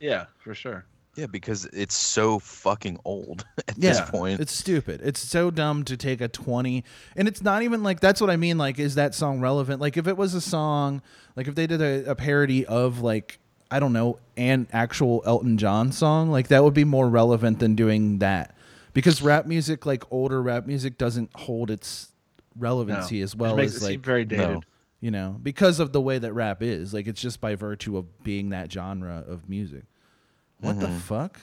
[SPEAKER 4] Yeah, for sure.
[SPEAKER 3] Yeah, because it's so fucking old [laughs] at
[SPEAKER 1] yeah,
[SPEAKER 3] this point.
[SPEAKER 1] it's stupid it's so dumb to take a 20 and it's not even like that's what i mean like is that song relevant like if it was a song like if they did a, a parody of like i don't know an actual elton john song like that would be more relevant than doing that because rap music like older rap music doesn't hold its
[SPEAKER 4] No.
[SPEAKER 1] relevancy as
[SPEAKER 4] It
[SPEAKER 1] well
[SPEAKER 4] makes
[SPEAKER 1] as
[SPEAKER 4] it
[SPEAKER 1] like
[SPEAKER 4] seem very dated.
[SPEAKER 3] no.
[SPEAKER 1] you know because of the way that rap is like it's just by virtue of being that genre of music what
[SPEAKER 4] Mm-hmm.
[SPEAKER 1] the fuck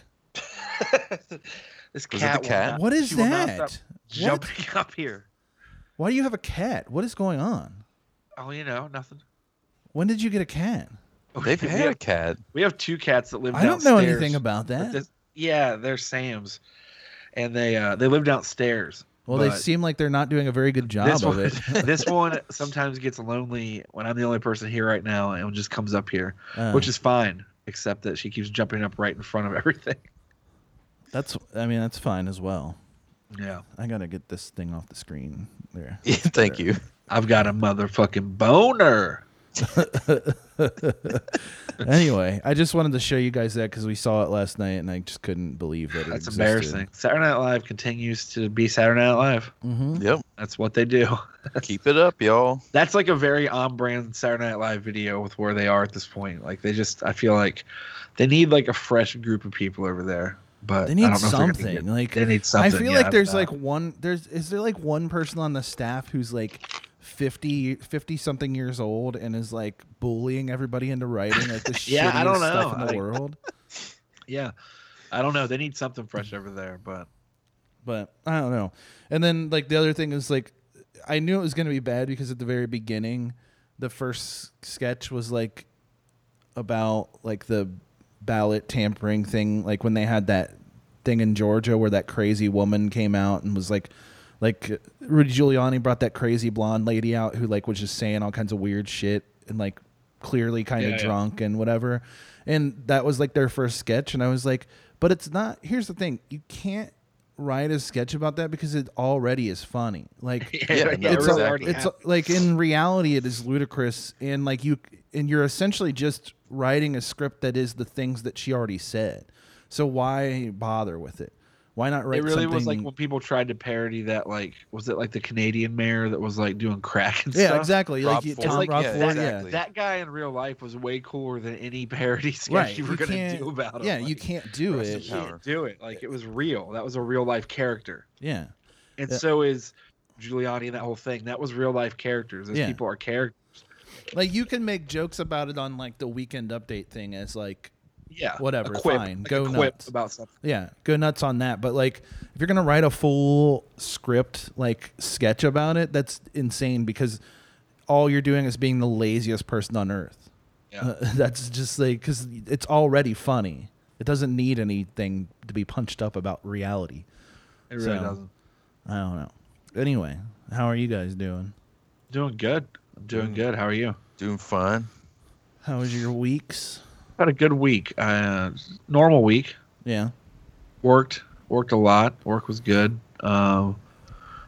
[SPEAKER 4] [laughs]
[SPEAKER 3] Was
[SPEAKER 4] This
[SPEAKER 3] it the
[SPEAKER 4] cat. will
[SPEAKER 3] cat?
[SPEAKER 4] not-
[SPEAKER 1] What is
[SPEAKER 4] she will not
[SPEAKER 1] that?
[SPEAKER 4] stop
[SPEAKER 1] What?
[SPEAKER 4] Jumping [laughs] up here.
[SPEAKER 1] why do you have a cat what is going on
[SPEAKER 4] Oh, you know nothing. [laughs]
[SPEAKER 1] when did you get a cat
[SPEAKER 3] They've
[SPEAKER 4] We
[SPEAKER 3] had a
[SPEAKER 4] have-
[SPEAKER 3] cat. [laughs]
[SPEAKER 4] We have two cats that live.
[SPEAKER 1] I don't know
[SPEAKER 4] downstairs,
[SPEAKER 1] anything about
[SPEAKER 4] but
[SPEAKER 1] that.
[SPEAKER 4] this- yeah, they're Sam's, and they uh, they live downstairs.
[SPEAKER 1] Well, they
[SPEAKER 4] but
[SPEAKER 1] seem like they're not doing a very good job
[SPEAKER 4] this
[SPEAKER 1] of
[SPEAKER 4] one, [laughs]
[SPEAKER 1] it. [laughs]
[SPEAKER 4] this one sometimes gets lonely when I'm the only person here right now, and just comes up here,
[SPEAKER 1] Uh.
[SPEAKER 4] which is fine, except that she keeps jumping up right in front of [laughs] everything.
[SPEAKER 1] That's, I mean, that's fine as well.
[SPEAKER 4] Yeah,
[SPEAKER 1] I gotta get this thing off the screen there.
[SPEAKER 3] Thank you.
[SPEAKER 4] I've got a motherfucking boner.
[SPEAKER 1] anyway, I just wanted to show you guys that because we saw it last night and I just couldn't believe that it
[SPEAKER 4] That's embarrassing. Saturday Night Live continues to be Saturday Night Live.
[SPEAKER 1] Mm-hmm.
[SPEAKER 3] Yep.
[SPEAKER 4] That's what they do. [laughs]
[SPEAKER 3] Keep it up, y'all.
[SPEAKER 4] That's like a very on brand Saturday Night Live video with where they are at this point. Like they just, I feel like they need like a fresh group of people over there. But
[SPEAKER 1] They
[SPEAKER 4] I
[SPEAKER 1] need
[SPEAKER 4] don't know if they're gonna
[SPEAKER 1] something.
[SPEAKER 4] get-
[SPEAKER 1] Like
[SPEAKER 4] they need something.
[SPEAKER 1] I feel
[SPEAKER 4] yeah,
[SPEAKER 1] like there's
[SPEAKER 4] uh,
[SPEAKER 1] like one there's is there like one person on the staff who's like 50 50 something years old and is like bullying everybody into writing like the
[SPEAKER 4] [laughs] Yeah,
[SPEAKER 1] shittiest
[SPEAKER 4] I don't
[SPEAKER 1] stuff
[SPEAKER 4] know.
[SPEAKER 1] in the
[SPEAKER 4] I-
[SPEAKER 1] world.
[SPEAKER 4] yeah, I don't know. They need something fresh over there. But
[SPEAKER 1] but I don't know. And then like the other thing is like I knew it was gonna be bad because at the very beginning, the first sketch was like about like the ballot tampering thing, like when they had that thing in Georgia where that crazy woman came out and was like, like Rudy Giuliani brought that crazy blonde lady out who like was just saying all kinds of weird shit and like clearly kind
[SPEAKER 11] Yeah,
[SPEAKER 1] of
[SPEAKER 11] yeah.
[SPEAKER 1] drunk and whatever, and that was like their first sketch, and I was like, but it's not. Here's the thing, you can't write a sketch about that because it already is funny.
[SPEAKER 11] [laughs]
[SPEAKER 1] Like
[SPEAKER 4] [laughs] Yeah, Yeah, yeah,
[SPEAKER 1] it's,
[SPEAKER 4] it
[SPEAKER 1] al-
[SPEAKER 4] already
[SPEAKER 1] it's
[SPEAKER 4] happened.
[SPEAKER 1] like in reality it is ludicrous and like you and you're essentially just writing a script that is the things that she already said. So why bother with it? Why not write
[SPEAKER 4] it really was like
[SPEAKER 1] something-
[SPEAKER 4] when people tried to parody that, like, was it like the Canadian mayor that was like doing crack and
[SPEAKER 1] Yeah,
[SPEAKER 4] stuff?
[SPEAKER 1] exactly, like Rob you- Ford. Tom Rob
[SPEAKER 4] that,
[SPEAKER 1] Ford,
[SPEAKER 4] that-
[SPEAKER 1] exactly.
[SPEAKER 4] that guy in real life was way cooler than any parody sketch
[SPEAKER 1] Right,
[SPEAKER 4] you were
[SPEAKER 1] you
[SPEAKER 4] gonna
[SPEAKER 1] can't-
[SPEAKER 4] do about him.
[SPEAKER 1] yeah, you can't do
[SPEAKER 4] Russell
[SPEAKER 1] it.
[SPEAKER 4] Can't do it. Like it was real. That was a real life character.
[SPEAKER 1] Yeah.
[SPEAKER 4] And
[SPEAKER 1] Yeah.
[SPEAKER 4] so is Giuliani and that whole thing. That was real life characters. Those
[SPEAKER 1] Yeah.
[SPEAKER 4] people are characters.
[SPEAKER 1] Like you can make jokes about it on like the weekend update thing as like
[SPEAKER 4] Yeah, a
[SPEAKER 1] whatever
[SPEAKER 4] quip,
[SPEAKER 1] fine
[SPEAKER 4] like
[SPEAKER 1] go
[SPEAKER 4] a quip
[SPEAKER 1] nuts
[SPEAKER 4] about something.
[SPEAKER 1] yeah go nuts on that but like if you're gonna write a full script like sketch about it that's insane because all you're doing is being the laziest person on earth Uh,
[SPEAKER 4] yeah.
[SPEAKER 1] [laughs] that's just like because it's already funny it doesn't need anything to be punched up about reality
[SPEAKER 4] It really doesn't.
[SPEAKER 1] i don't know anyway how are you guys doing
[SPEAKER 4] Doing good. I'm
[SPEAKER 1] Mm.
[SPEAKER 4] doing good. How are you?
[SPEAKER 3] Doing fine.
[SPEAKER 1] how was your weeks
[SPEAKER 4] Had a good week. Uh, normal week.
[SPEAKER 1] Yeah.
[SPEAKER 4] Worked. Worked a lot. Work was good. Um,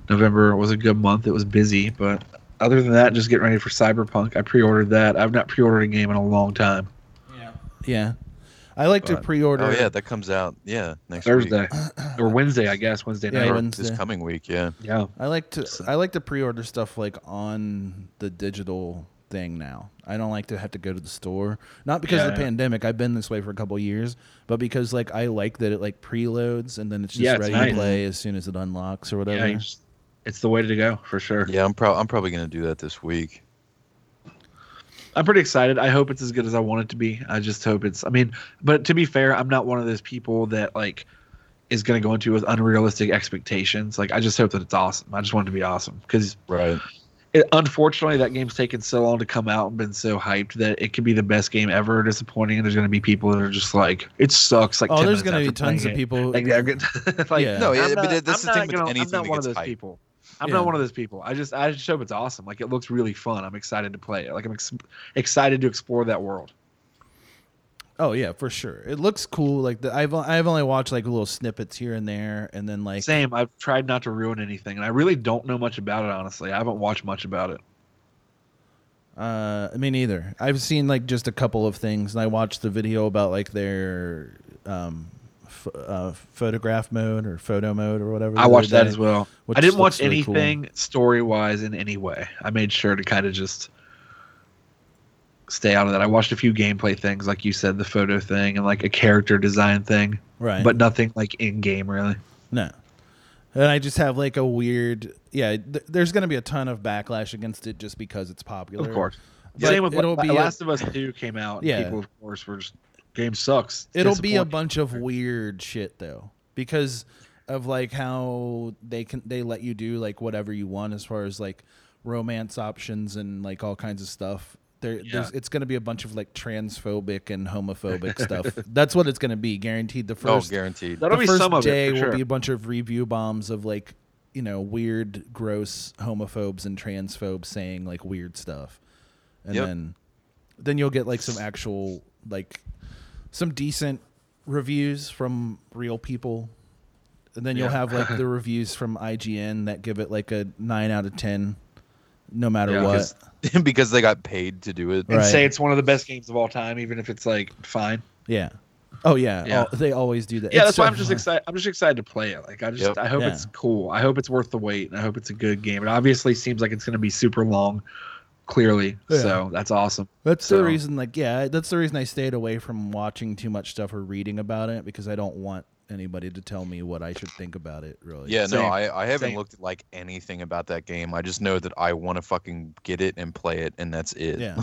[SPEAKER 4] November was a good month. It was busy, but other than that, just getting ready for Cyberpunk. I pre-ordered that. I've not pre-ordered a game in a long time.
[SPEAKER 1] yeah i like to
[SPEAKER 3] But-
[SPEAKER 1] pre-order
[SPEAKER 3] Oh yeah, that comes out. Yeah, next
[SPEAKER 4] Thursday
[SPEAKER 1] [clears throat]
[SPEAKER 3] week.
[SPEAKER 4] or Wednesday, I guess. Wednesday
[SPEAKER 1] Yeah,
[SPEAKER 4] night.
[SPEAKER 3] Or
[SPEAKER 1] Wednesday.
[SPEAKER 3] This coming week. Yeah.
[SPEAKER 4] Yeah.
[SPEAKER 1] I like to I like to pre-order stuff like on the digital thing now. I don't like to have to go to the store. Not because of
[SPEAKER 4] Yeah,
[SPEAKER 1] the
[SPEAKER 4] yeah.
[SPEAKER 1] pandemic. I've been this way for a couple years, but because like I like that it like preloads and then it's just
[SPEAKER 4] Yeah, it's
[SPEAKER 1] ready
[SPEAKER 4] nice.
[SPEAKER 1] to play as soon as it unlocks or whatever.
[SPEAKER 4] you just- it's the way to go for sure.
[SPEAKER 3] Yeah, I'm probably I'm probably gonna do that this week.
[SPEAKER 4] I'm pretty excited. I hope it's as good as I want it to be. I just hope it's. I mean, but to be fair, I'm not one of those people that like is going to go into it with unrealistic expectations. Like, I just hope that it's awesome. I just want it to be awesome because
[SPEAKER 3] right.
[SPEAKER 4] It, unfortunately, that game's taken so long to come out and been so hyped that it could be the best game ever. Disappointing. and There's going to be people that are just like, it sucks. Like,
[SPEAKER 1] Oh,
[SPEAKER 4] 10
[SPEAKER 1] there's
[SPEAKER 4] minutes
[SPEAKER 1] gonna be
[SPEAKER 4] after playing
[SPEAKER 1] tons of
[SPEAKER 4] it.
[SPEAKER 1] people-
[SPEAKER 4] Like, they're gonna- [laughs] like
[SPEAKER 1] Yeah. No,
[SPEAKER 4] I'm
[SPEAKER 3] yeah, but
[SPEAKER 4] not-
[SPEAKER 3] that's the
[SPEAKER 4] I'm
[SPEAKER 3] thing
[SPEAKER 4] not
[SPEAKER 3] with
[SPEAKER 4] gonna-
[SPEAKER 3] anything
[SPEAKER 4] I'm not
[SPEAKER 3] that
[SPEAKER 4] one of those
[SPEAKER 3] gets hyped.
[SPEAKER 4] people. I'm
[SPEAKER 3] Yeah.
[SPEAKER 4] not one of those people. I just I just hope it's awesome. Like it looks really fun. I'm excited to play it. Like I'm ex- excited to explore that world.
[SPEAKER 1] Oh yeah, for sure. It looks cool. Like the, I've I've only watched like little snippets here and there, and then like
[SPEAKER 4] Same. I've tried not to ruin anything, and I really don't know much about it. Honestly, I haven't watched much about it.
[SPEAKER 1] Uh, me neither. I've seen like just a couple of things, and I watched the video about like their um, f- uh, photograph mode or photo mode or whatever.
[SPEAKER 4] I
[SPEAKER 1] the
[SPEAKER 4] watched
[SPEAKER 1] other
[SPEAKER 4] that
[SPEAKER 1] day,
[SPEAKER 4] as well.
[SPEAKER 1] which
[SPEAKER 4] I didn't
[SPEAKER 1] looks
[SPEAKER 4] watch
[SPEAKER 1] really cool.
[SPEAKER 4] anything story wise in any way. I made sure to kind of just stay out of that. I watched a few gameplay things, like you said, the photo thing and like a character design thing,
[SPEAKER 1] Right.
[SPEAKER 4] But nothing like in game really.
[SPEAKER 1] No. And I just have like a weird, yeah. Th- there's going to be a ton of backlash against it just because it's popular.
[SPEAKER 4] Of course.
[SPEAKER 1] But
[SPEAKER 4] Same with
[SPEAKER 1] it'll
[SPEAKER 4] La-
[SPEAKER 1] be a-
[SPEAKER 4] Last of Us Two came out. and
[SPEAKER 1] Yeah.
[SPEAKER 4] People, of course, were just game sucks. It's
[SPEAKER 1] It'll be a
[SPEAKER 4] disappointing."
[SPEAKER 1] bunch of weird shit though, because of like how they can they let you do like whatever you want as far as like romance options and like all kinds of stuff. There, there's, it's going to be a bunch of like transphobic and homophobic stuff. That's what it's going to be, guaranteed. The
[SPEAKER 3] Oh,
[SPEAKER 1] first,
[SPEAKER 3] guaranteed.
[SPEAKER 4] That'll
[SPEAKER 1] the
[SPEAKER 4] be
[SPEAKER 1] first
[SPEAKER 4] some of it,
[SPEAKER 1] day
[SPEAKER 4] for
[SPEAKER 1] will
[SPEAKER 4] sure.
[SPEAKER 1] be a bunch of review bombs of like you know weird, gross homophobes and transphobes saying like weird stuff, and
[SPEAKER 3] Yep.
[SPEAKER 1] then then you'll get like some actual like some decent reviews from real people and then you'll
[SPEAKER 4] Yeah.
[SPEAKER 1] have
[SPEAKER 4] [laughs]
[SPEAKER 1] like the reviews from IGN that give it like a 9 out of 10 no matter
[SPEAKER 4] Yeah.
[SPEAKER 1] what
[SPEAKER 4] Because-
[SPEAKER 3] [laughs] because they got paid to do it.
[SPEAKER 4] and
[SPEAKER 1] Right.
[SPEAKER 4] say it's one of the best games of all time, even if it's like fine.
[SPEAKER 1] yeah oh yeah,
[SPEAKER 4] Yeah.
[SPEAKER 1] Oh, they always do that
[SPEAKER 4] Yeah,
[SPEAKER 1] It's
[SPEAKER 4] that's
[SPEAKER 1] so
[SPEAKER 4] why I'm just
[SPEAKER 1] fun.
[SPEAKER 4] excited. I'm just excited to play it. Like I just,
[SPEAKER 1] Yep.
[SPEAKER 4] I hope
[SPEAKER 1] Yeah.
[SPEAKER 4] it's cool. I hope it's worth the wait, and I hope it's a good game. It obviously seems like it's going to be super long, clearly.
[SPEAKER 1] Yeah.
[SPEAKER 4] So that's awesome.
[SPEAKER 1] That's
[SPEAKER 4] So-
[SPEAKER 1] the reason, like, yeah, that's the reason I stayed away from watching too much stuff or reading about it because I don't want anybody to tell me what I should think about it, really.
[SPEAKER 3] Yeah, no,
[SPEAKER 4] Same.
[SPEAKER 3] I, I haven't
[SPEAKER 4] Same.
[SPEAKER 3] looked at like anything about that game. I just know that I want to fucking get it and play it, and that's it.
[SPEAKER 1] Yeah.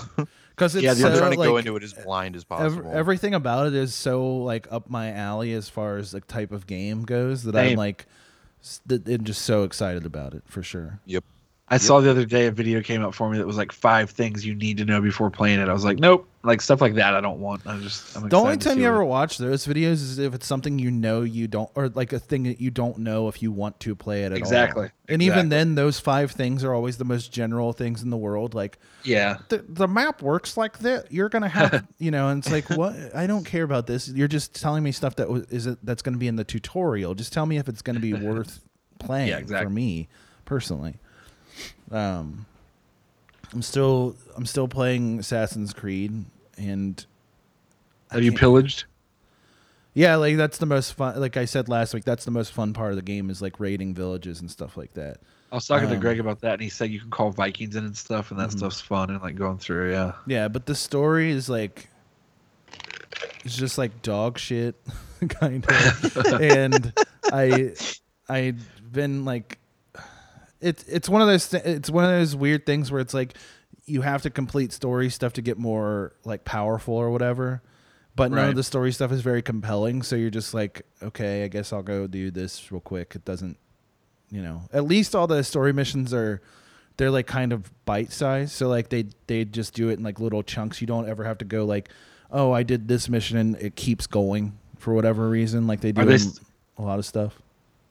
[SPEAKER 1] Because it's
[SPEAKER 3] [laughs] yeah,
[SPEAKER 1] so,
[SPEAKER 3] I'm trying to go
[SPEAKER 1] like,
[SPEAKER 3] into it as blind as
[SPEAKER 1] ev-
[SPEAKER 3] possible.
[SPEAKER 1] everything about it is so, like, up my alley as far as, like, type of game goes that I'm,
[SPEAKER 4] Same.
[SPEAKER 1] like, s- th- I'm just so excited about it for sure.
[SPEAKER 3] yep.
[SPEAKER 4] I saw the other day a video came out for me that was like five things you need to know before playing it. I was like, nope, like stuff like that. I don't want. I just I'm
[SPEAKER 1] the only
[SPEAKER 4] excited to
[SPEAKER 1] time
[SPEAKER 4] see
[SPEAKER 1] you
[SPEAKER 4] what-
[SPEAKER 1] ever watch those videos is if it's something you know you don't, or like a thing that you don't know if you want to play it at all.
[SPEAKER 4] Exactly.
[SPEAKER 1] And even
[SPEAKER 4] Exactly.
[SPEAKER 1] then, those five things are always the most general things in the world. Like,
[SPEAKER 4] Yeah.
[SPEAKER 1] the, the map works like that. You're gonna have, you know, and it's like, what? I don't care about this. You're just telling me stuff that was, is it, that's going to be in the tutorial. Just tell me if it's going to be worth playing for
[SPEAKER 4] exactly.
[SPEAKER 1] me personally. Um, I'm still I'm still playing Assassin's Creed, and
[SPEAKER 4] Have you
[SPEAKER 1] can't-
[SPEAKER 4] pillaged?
[SPEAKER 1] yeah, like that's the most fun. Like I said last week, that's the most fun part of the game is like raiding villages and stuff like that.
[SPEAKER 4] I was talking to
[SPEAKER 1] Um, Mm-hmm.
[SPEAKER 4] Greg about that, and he said you can call Vikings in and stuff, and that stuff's fun and like going through. Yeah.
[SPEAKER 1] Yeah, but the story is like it's just like dog shit [laughs] kind of and I I've been like it's it's one of those th- it's one of those weird things where it's like you have to complete story stuff to get more like powerful or whatever. But none of
[SPEAKER 4] Right.
[SPEAKER 1] the story stuff is very compelling, so you're just like, okay, I guess I'll go do this real quick. It doesn't you know at least all the story missions are they're like kind of bite sized so like they they just do it in like little chunks you don't ever have to go like oh i did this mission and it keeps going for whatever reason like they do
[SPEAKER 4] Are they
[SPEAKER 1] in
[SPEAKER 4] s-
[SPEAKER 1] a lot of stuff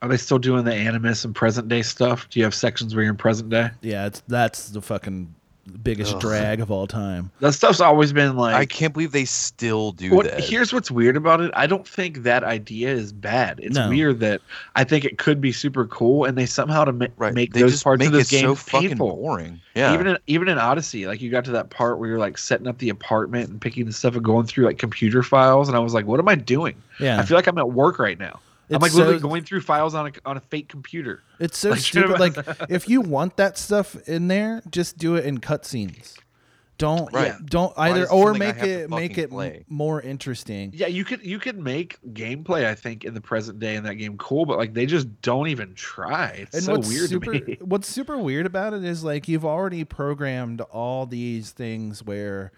[SPEAKER 4] Are they still doing the animus and present day stuff? Do you have sections where you're in present day?
[SPEAKER 1] yeah it's that's the fucking biggest
[SPEAKER 3] Ugh.
[SPEAKER 1] drag of all time
[SPEAKER 4] That stuff's always been like.
[SPEAKER 3] I can't believe they still do
[SPEAKER 4] What,
[SPEAKER 3] that.
[SPEAKER 4] here's what's weird about it. I don't think that idea is bad. It's
[SPEAKER 1] No.
[SPEAKER 4] weird that I think it could be super cool, and they somehow to ma-
[SPEAKER 3] right?
[SPEAKER 4] make
[SPEAKER 3] they
[SPEAKER 4] those
[SPEAKER 3] just
[SPEAKER 4] parts
[SPEAKER 3] make
[SPEAKER 4] of this
[SPEAKER 3] it
[SPEAKER 4] game
[SPEAKER 3] so fucking
[SPEAKER 4] painful.
[SPEAKER 3] boring. Yeah.
[SPEAKER 4] Even in, even in Odyssey, like you got to that part where you're like setting up the apartment and picking the stuff and going through like computer files, and I was like, "What am I doing?
[SPEAKER 1] yeah
[SPEAKER 4] I feel like I'm at work right now. I'm
[SPEAKER 1] It's
[SPEAKER 4] like literally
[SPEAKER 1] so-
[SPEAKER 4] going through files on a on a fake computer."
[SPEAKER 1] It's so
[SPEAKER 3] [laughs]
[SPEAKER 4] Like, you know
[SPEAKER 1] stupid. Like if you want that stuff in there, just do it in cutscenes. Don't
[SPEAKER 3] Right.
[SPEAKER 1] don't
[SPEAKER 3] Why
[SPEAKER 1] either
[SPEAKER 3] is it
[SPEAKER 1] or
[SPEAKER 3] something I
[SPEAKER 1] make
[SPEAKER 3] have to
[SPEAKER 1] it make it
[SPEAKER 3] fucking
[SPEAKER 1] m-
[SPEAKER 3] play?
[SPEAKER 1] more interesting.
[SPEAKER 4] Yeah, you could you could make gameplay I think in the present day in that game cool, but like they just don't even try. It's so weird
[SPEAKER 1] super,
[SPEAKER 4] to me. [laughs]
[SPEAKER 1] What's super weird about it is like you've already programmed all these things where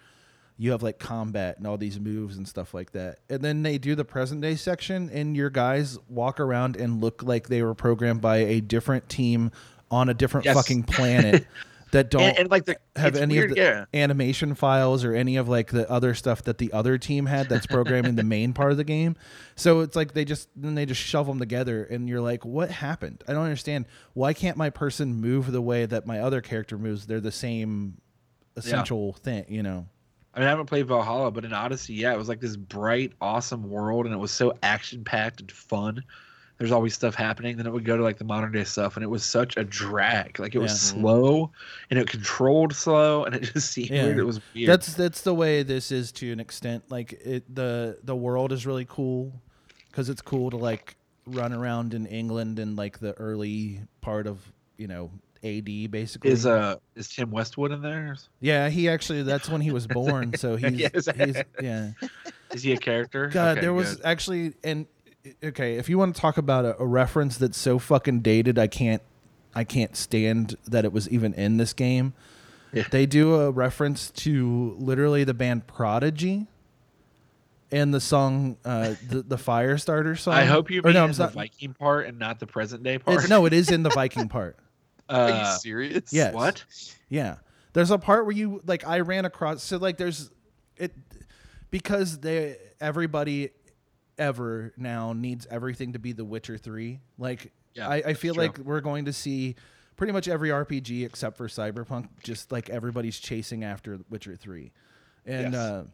[SPEAKER 1] you have like combat and all these moves and stuff like that. And then they do the present day section and your guys walk around and look like they were programmed by a different team on a different
[SPEAKER 4] Yes.
[SPEAKER 1] fucking planet that don't
[SPEAKER 4] [laughs] and, and, like the
[SPEAKER 1] have
[SPEAKER 4] it's
[SPEAKER 1] any
[SPEAKER 4] weird,
[SPEAKER 1] of the
[SPEAKER 4] yeah.
[SPEAKER 1] animation files or any of like the other stuff that the other team had that's programming the main part of the game. So it's like they just then they just shove them together and you're like, what happened? I don't understand. Why can't my person move the way that my other character moves? They're the same essential thing, you know.
[SPEAKER 4] I mean, I haven't played Valhalla, but in Odyssey, yeah, it was like this bright, awesome world, and it was so action packed and fun. There's always stuff happening. Then it would go to like the modern day stuff, and it was such a drag. Like it was
[SPEAKER 1] Yeah.
[SPEAKER 4] slow, and it controlled slow, and it just [laughs] seemed
[SPEAKER 1] Yeah.
[SPEAKER 4] weird. It was weird.
[SPEAKER 1] That's that's the way this is to an extent. Like it, the the world is really cool because it's cool to like run around in England in like the early part of you know AD basically.
[SPEAKER 4] is uh is Tim Westwood in there?
[SPEAKER 1] Yeah, he actually that's when he
[SPEAKER 4] [laughs]
[SPEAKER 1] was born. So he's,
[SPEAKER 4] Yes.
[SPEAKER 1] he's yeah.
[SPEAKER 4] Is he a character?
[SPEAKER 1] [laughs] God,
[SPEAKER 4] Okay,
[SPEAKER 1] there was
[SPEAKER 4] good.
[SPEAKER 1] actually and okay, if you want to talk about a, a reference that's so fucking dated, I can't I can't stand that it was even in this game.
[SPEAKER 4] Yeah.
[SPEAKER 1] They do a reference to literally the band Prodigy and the song uh the, the Firestarter song.
[SPEAKER 4] I hope you
[SPEAKER 1] um, Or
[SPEAKER 4] mean
[SPEAKER 1] no,
[SPEAKER 4] in
[SPEAKER 1] I'm
[SPEAKER 4] the
[SPEAKER 1] sorry.
[SPEAKER 4] Viking part and not the present day part.
[SPEAKER 1] It, no, it is in the Viking
[SPEAKER 4] [laughs]
[SPEAKER 1] part.
[SPEAKER 3] Are you
[SPEAKER 4] Uh,
[SPEAKER 3] serious?
[SPEAKER 1] Yes.
[SPEAKER 4] what?
[SPEAKER 1] Yeah. There's a part where you like I ran across so like there's it because they everybody ever now needs everything to be The Witcher three. Like
[SPEAKER 4] Yeah,
[SPEAKER 1] I, I feel
[SPEAKER 4] true.
[SPEAKER 1] like we're going to see pretty much every RPG except for Cyberpunk, just like everybody's chasing after Witcher three. And
[SPEAKER 4] Yes.
[SPEAKER 1] uh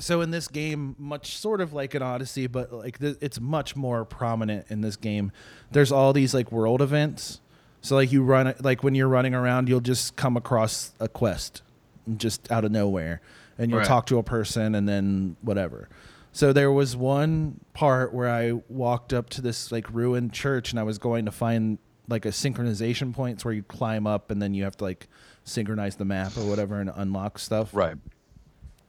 [SPEAKER 1] so in this game much sort of like an odyssey but like th- it's much more prominent in this game there's all these like world events so like you run like when you're running around you'll just come across a quest just out of nowhere and you'll
[SPEAKER 4] Right.
[SPEAKER 1] talk to a person and then whatever so there was one part where i walked up to this like ruined church and i was going to find like a synchronization points where you climb up and then you have to like synchronize the map or whatever and unlock stuff
[SPEAKER 3] Right.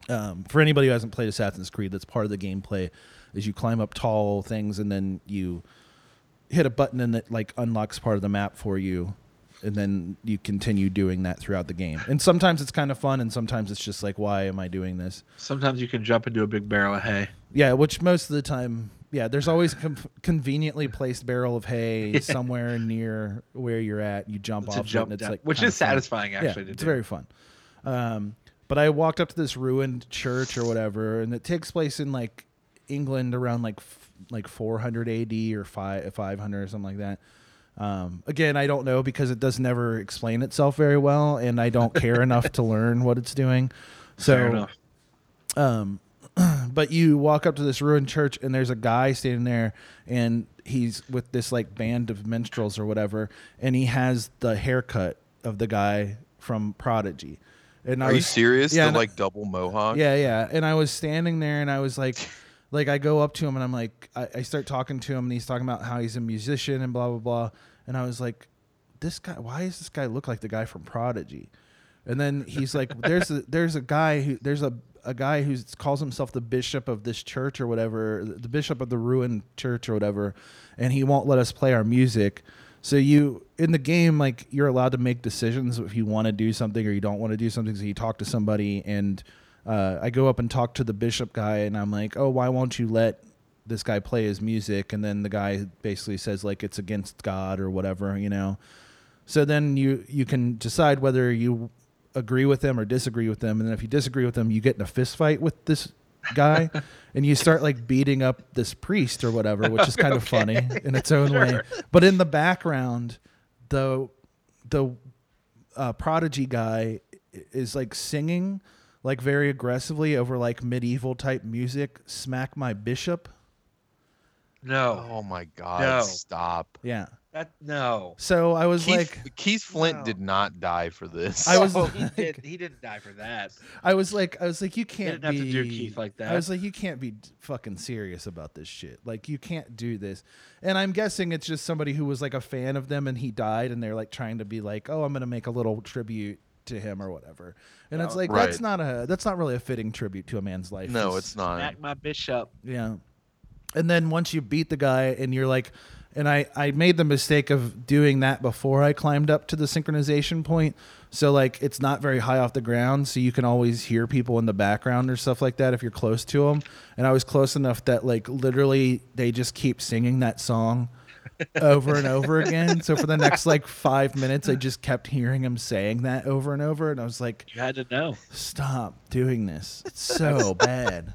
[SPEAKER 1] um, for anybody who hasn't played Assassin's Creed, that's part of the gameplay is you climb up tall things and then you hit a button and it like unlocks part of the map for you and then you continue doing that throughout the game. And sometimes it's kind of fun and sometimes it's just like why am I doing this?
[SPEAKER 4] Sometimes you can jump into a big barrel of hay.
[SPEAKER 1] Yeah, which most of the time, yeah, there's always a com- conveniently placed barrel of
[SPEAKER 4] [laughs]
[SPEAKER 1] hay somewhere near where you're at. You jump
[SPEAKER 4] It's a
[SPEAKER 1] off it
[SPEAKER 4] jump
[SPEAKER 1] and it's
[SPEAKER 4] down,
[SPEAKER 1] like
[SPEAKER 4] which
[SPEAKER 1] kinda
[SPEAKER 4] is
[SPEAKER 1] fun.
[SPEAKER 4] satisfying actually.
[SPEAKER 1] Yeah,
[SPEAKER 4] to
[SPEAKER 1] it's
[SPEAKER 4] do.
[SPEAKER 1] very fun. Um, But I walked up to this ruined church or whatever, and it takes place in like England around like f- like 400 AD or five 500 or something like that. Um, again, I don't know because it does never explain itself very well, and I don't
[SPEAKER 4] [laughs]
[SPEAKER 1] care enough to learn what it's doing. So,
[SPEAKER 4] Fair enough.
[SPEAKER 1] um, but you walk up to this ruined church and there's a guy standing there and he's with this like band of minstrels or whatever and he has the haircut of the guy from Prodigy. And I
[SPEAKER 3] Are you
[SPEAKER 1] was-
[SPEAKER 3] serious?
[SPEAKER 1] Yeah,
[SPEAKER 3] the
[SPEAKER 1] and-
[SPEAKER 3] like double mohawk.
[SPEAKER 1] yeah, yeah. And I was standing there and I was like, like I go up to him and I'm like, I, I start talking to him and he's talking about how he's a musician and blah blah blah. And I was like, this guy, why does this guy look like the guy from Prodigy? And then he's like, there's a there's a guy who there's a a guy who calls himself the bishop of this church or whatever, the bishop of the ruined church or whatever, and he won't let us play our music. So you in the game, like you're allowed to make decisions if you want to do something or you don't want to do something. So you talk to somebody, and uh, I go up and talk to the bishop guy, and I'm like, "Oh, why won't you let this guy play his music?" And then the guy basically says like it's against God or whatever, you know. So then you you can decide whether you agree with them or disagree with them, and then if you disagree with them, you get in a fist fight with this guy, and you start like beating up this priest or whatever, which is kind of funny in its own way. But in the background, the the uh, prodigy guy i- is like singing like very aggressively over like medieval type music. Smack my bishop.
[SPEAKER 4] No.
[SPEAKER 3] Oh my god!
[SPEAKER 4] No.
[SPEAKER 3] Stop.
[SPEAKER 1] Yeah.
[SPEAKER 4] That no.
[SPEAKER 1] So I was
[SPEAKER 3] Keith,
[SPEAKER 1] like,
[SPEAKER 3] Keith Flint
[SPEAKER 4] No.
[SPEAKER 3] did not die for this.
[SPEAKER 1] I was
[SPEAKER 4] Oh, he did. He didn't die for that.
[SPEAKER 1] I was like, I was like, you can't
[SPEAKER 4] didn't have
[SPEAKER 1] be,
[SPEAKER 4] to do Keith like that.
[SPEAKER 1] I was like, you can't be d- fucking serious about this shit. Like, you can't do this. And I'm guessing it's just somebody who was like a fan of them and he died, and they're like trying to be like, oh, I'm gonna make a little tribute to him or whatever. And it's like that's
[SPEAKER 3] Right.
[SPEAKER 1] not a that's not really a fitting tribute to a man's life.
[SPEAKER 3] [laughs] no, it's not.
[SPEAKER 4] Smack my bishop.
[SPEAKER 1] Yeah. And then once you beat the guy and you're like and I, I made the mistake of doing that before I climbed up to the synchronization point. So like it's not very high off the ground, so you can always hear people in the background or stuff like that if you're close to them. And I was close enough that like literally they just keep singing that song over and over again. So for the next like 5 minutes I just kept hearing him saying that over and over and I was like
[SPEAKER 4] You had to know.
[SPEAKER 1] stop doing this. It's so bad.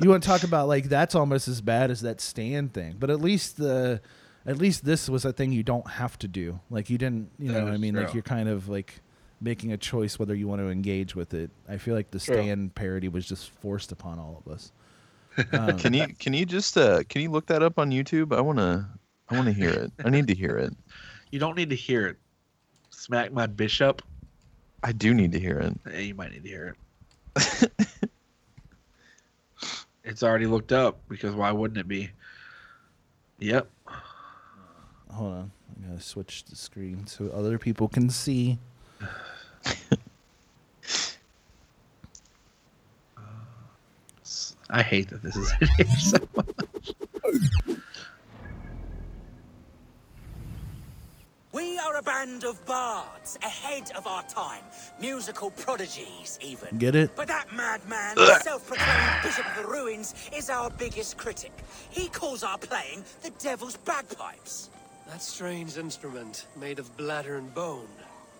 [SPEAKER 1] You want to talk about like that's almost as bad as that stand thing, but at least the at least this was a thing you don't have to do. Like you didn't, you know,
[SPEAKER 4] That
[SPEAKER 1] what I
[SPEAKER 4] is
[SPEAKER 1] mean, like
[SPEAKER 4] true.
[SPEAKER 1] you're kind of like making a choice whether you want to engage with it. I feel like the
[SPEAKER 4] True.
[SPEAKER 1] stand parody was just forced upon all of
[SPEAKER 4] [laughs]
[SPEAKER 1] us. Um,
[SPEAKER 3] Can you can you just uh can you look that up on YouTube? I wanna I wanna hear it. I need to hear it.
[SPEAKER 4] You don't need to hear it. Smack my bishop.
[SPEAKER 3] I do need to hear it.
[SPEAKER 4] Eh, you might need to hear [laughs] it. it's already looked up because why wouldn't it be? Yep.
[SPEAKER 1] Hold on, I'm gonna switch the screen so other people can see.
[SPEAKER 4] S- I hate that this is [laughs] in here so much.
[SPEAKER 11] We are a band of bards, ahead of our time, musical prodigies, even.
[SPEAKER 1] Get it?
[SPEAKER 11] But that madman, the self-proclaimed bishop of the ruins, is our biggest critic. He calls our playing the devil's bagpipes.
[SPEAKER 12] That strange instrument, made of bladder and bone.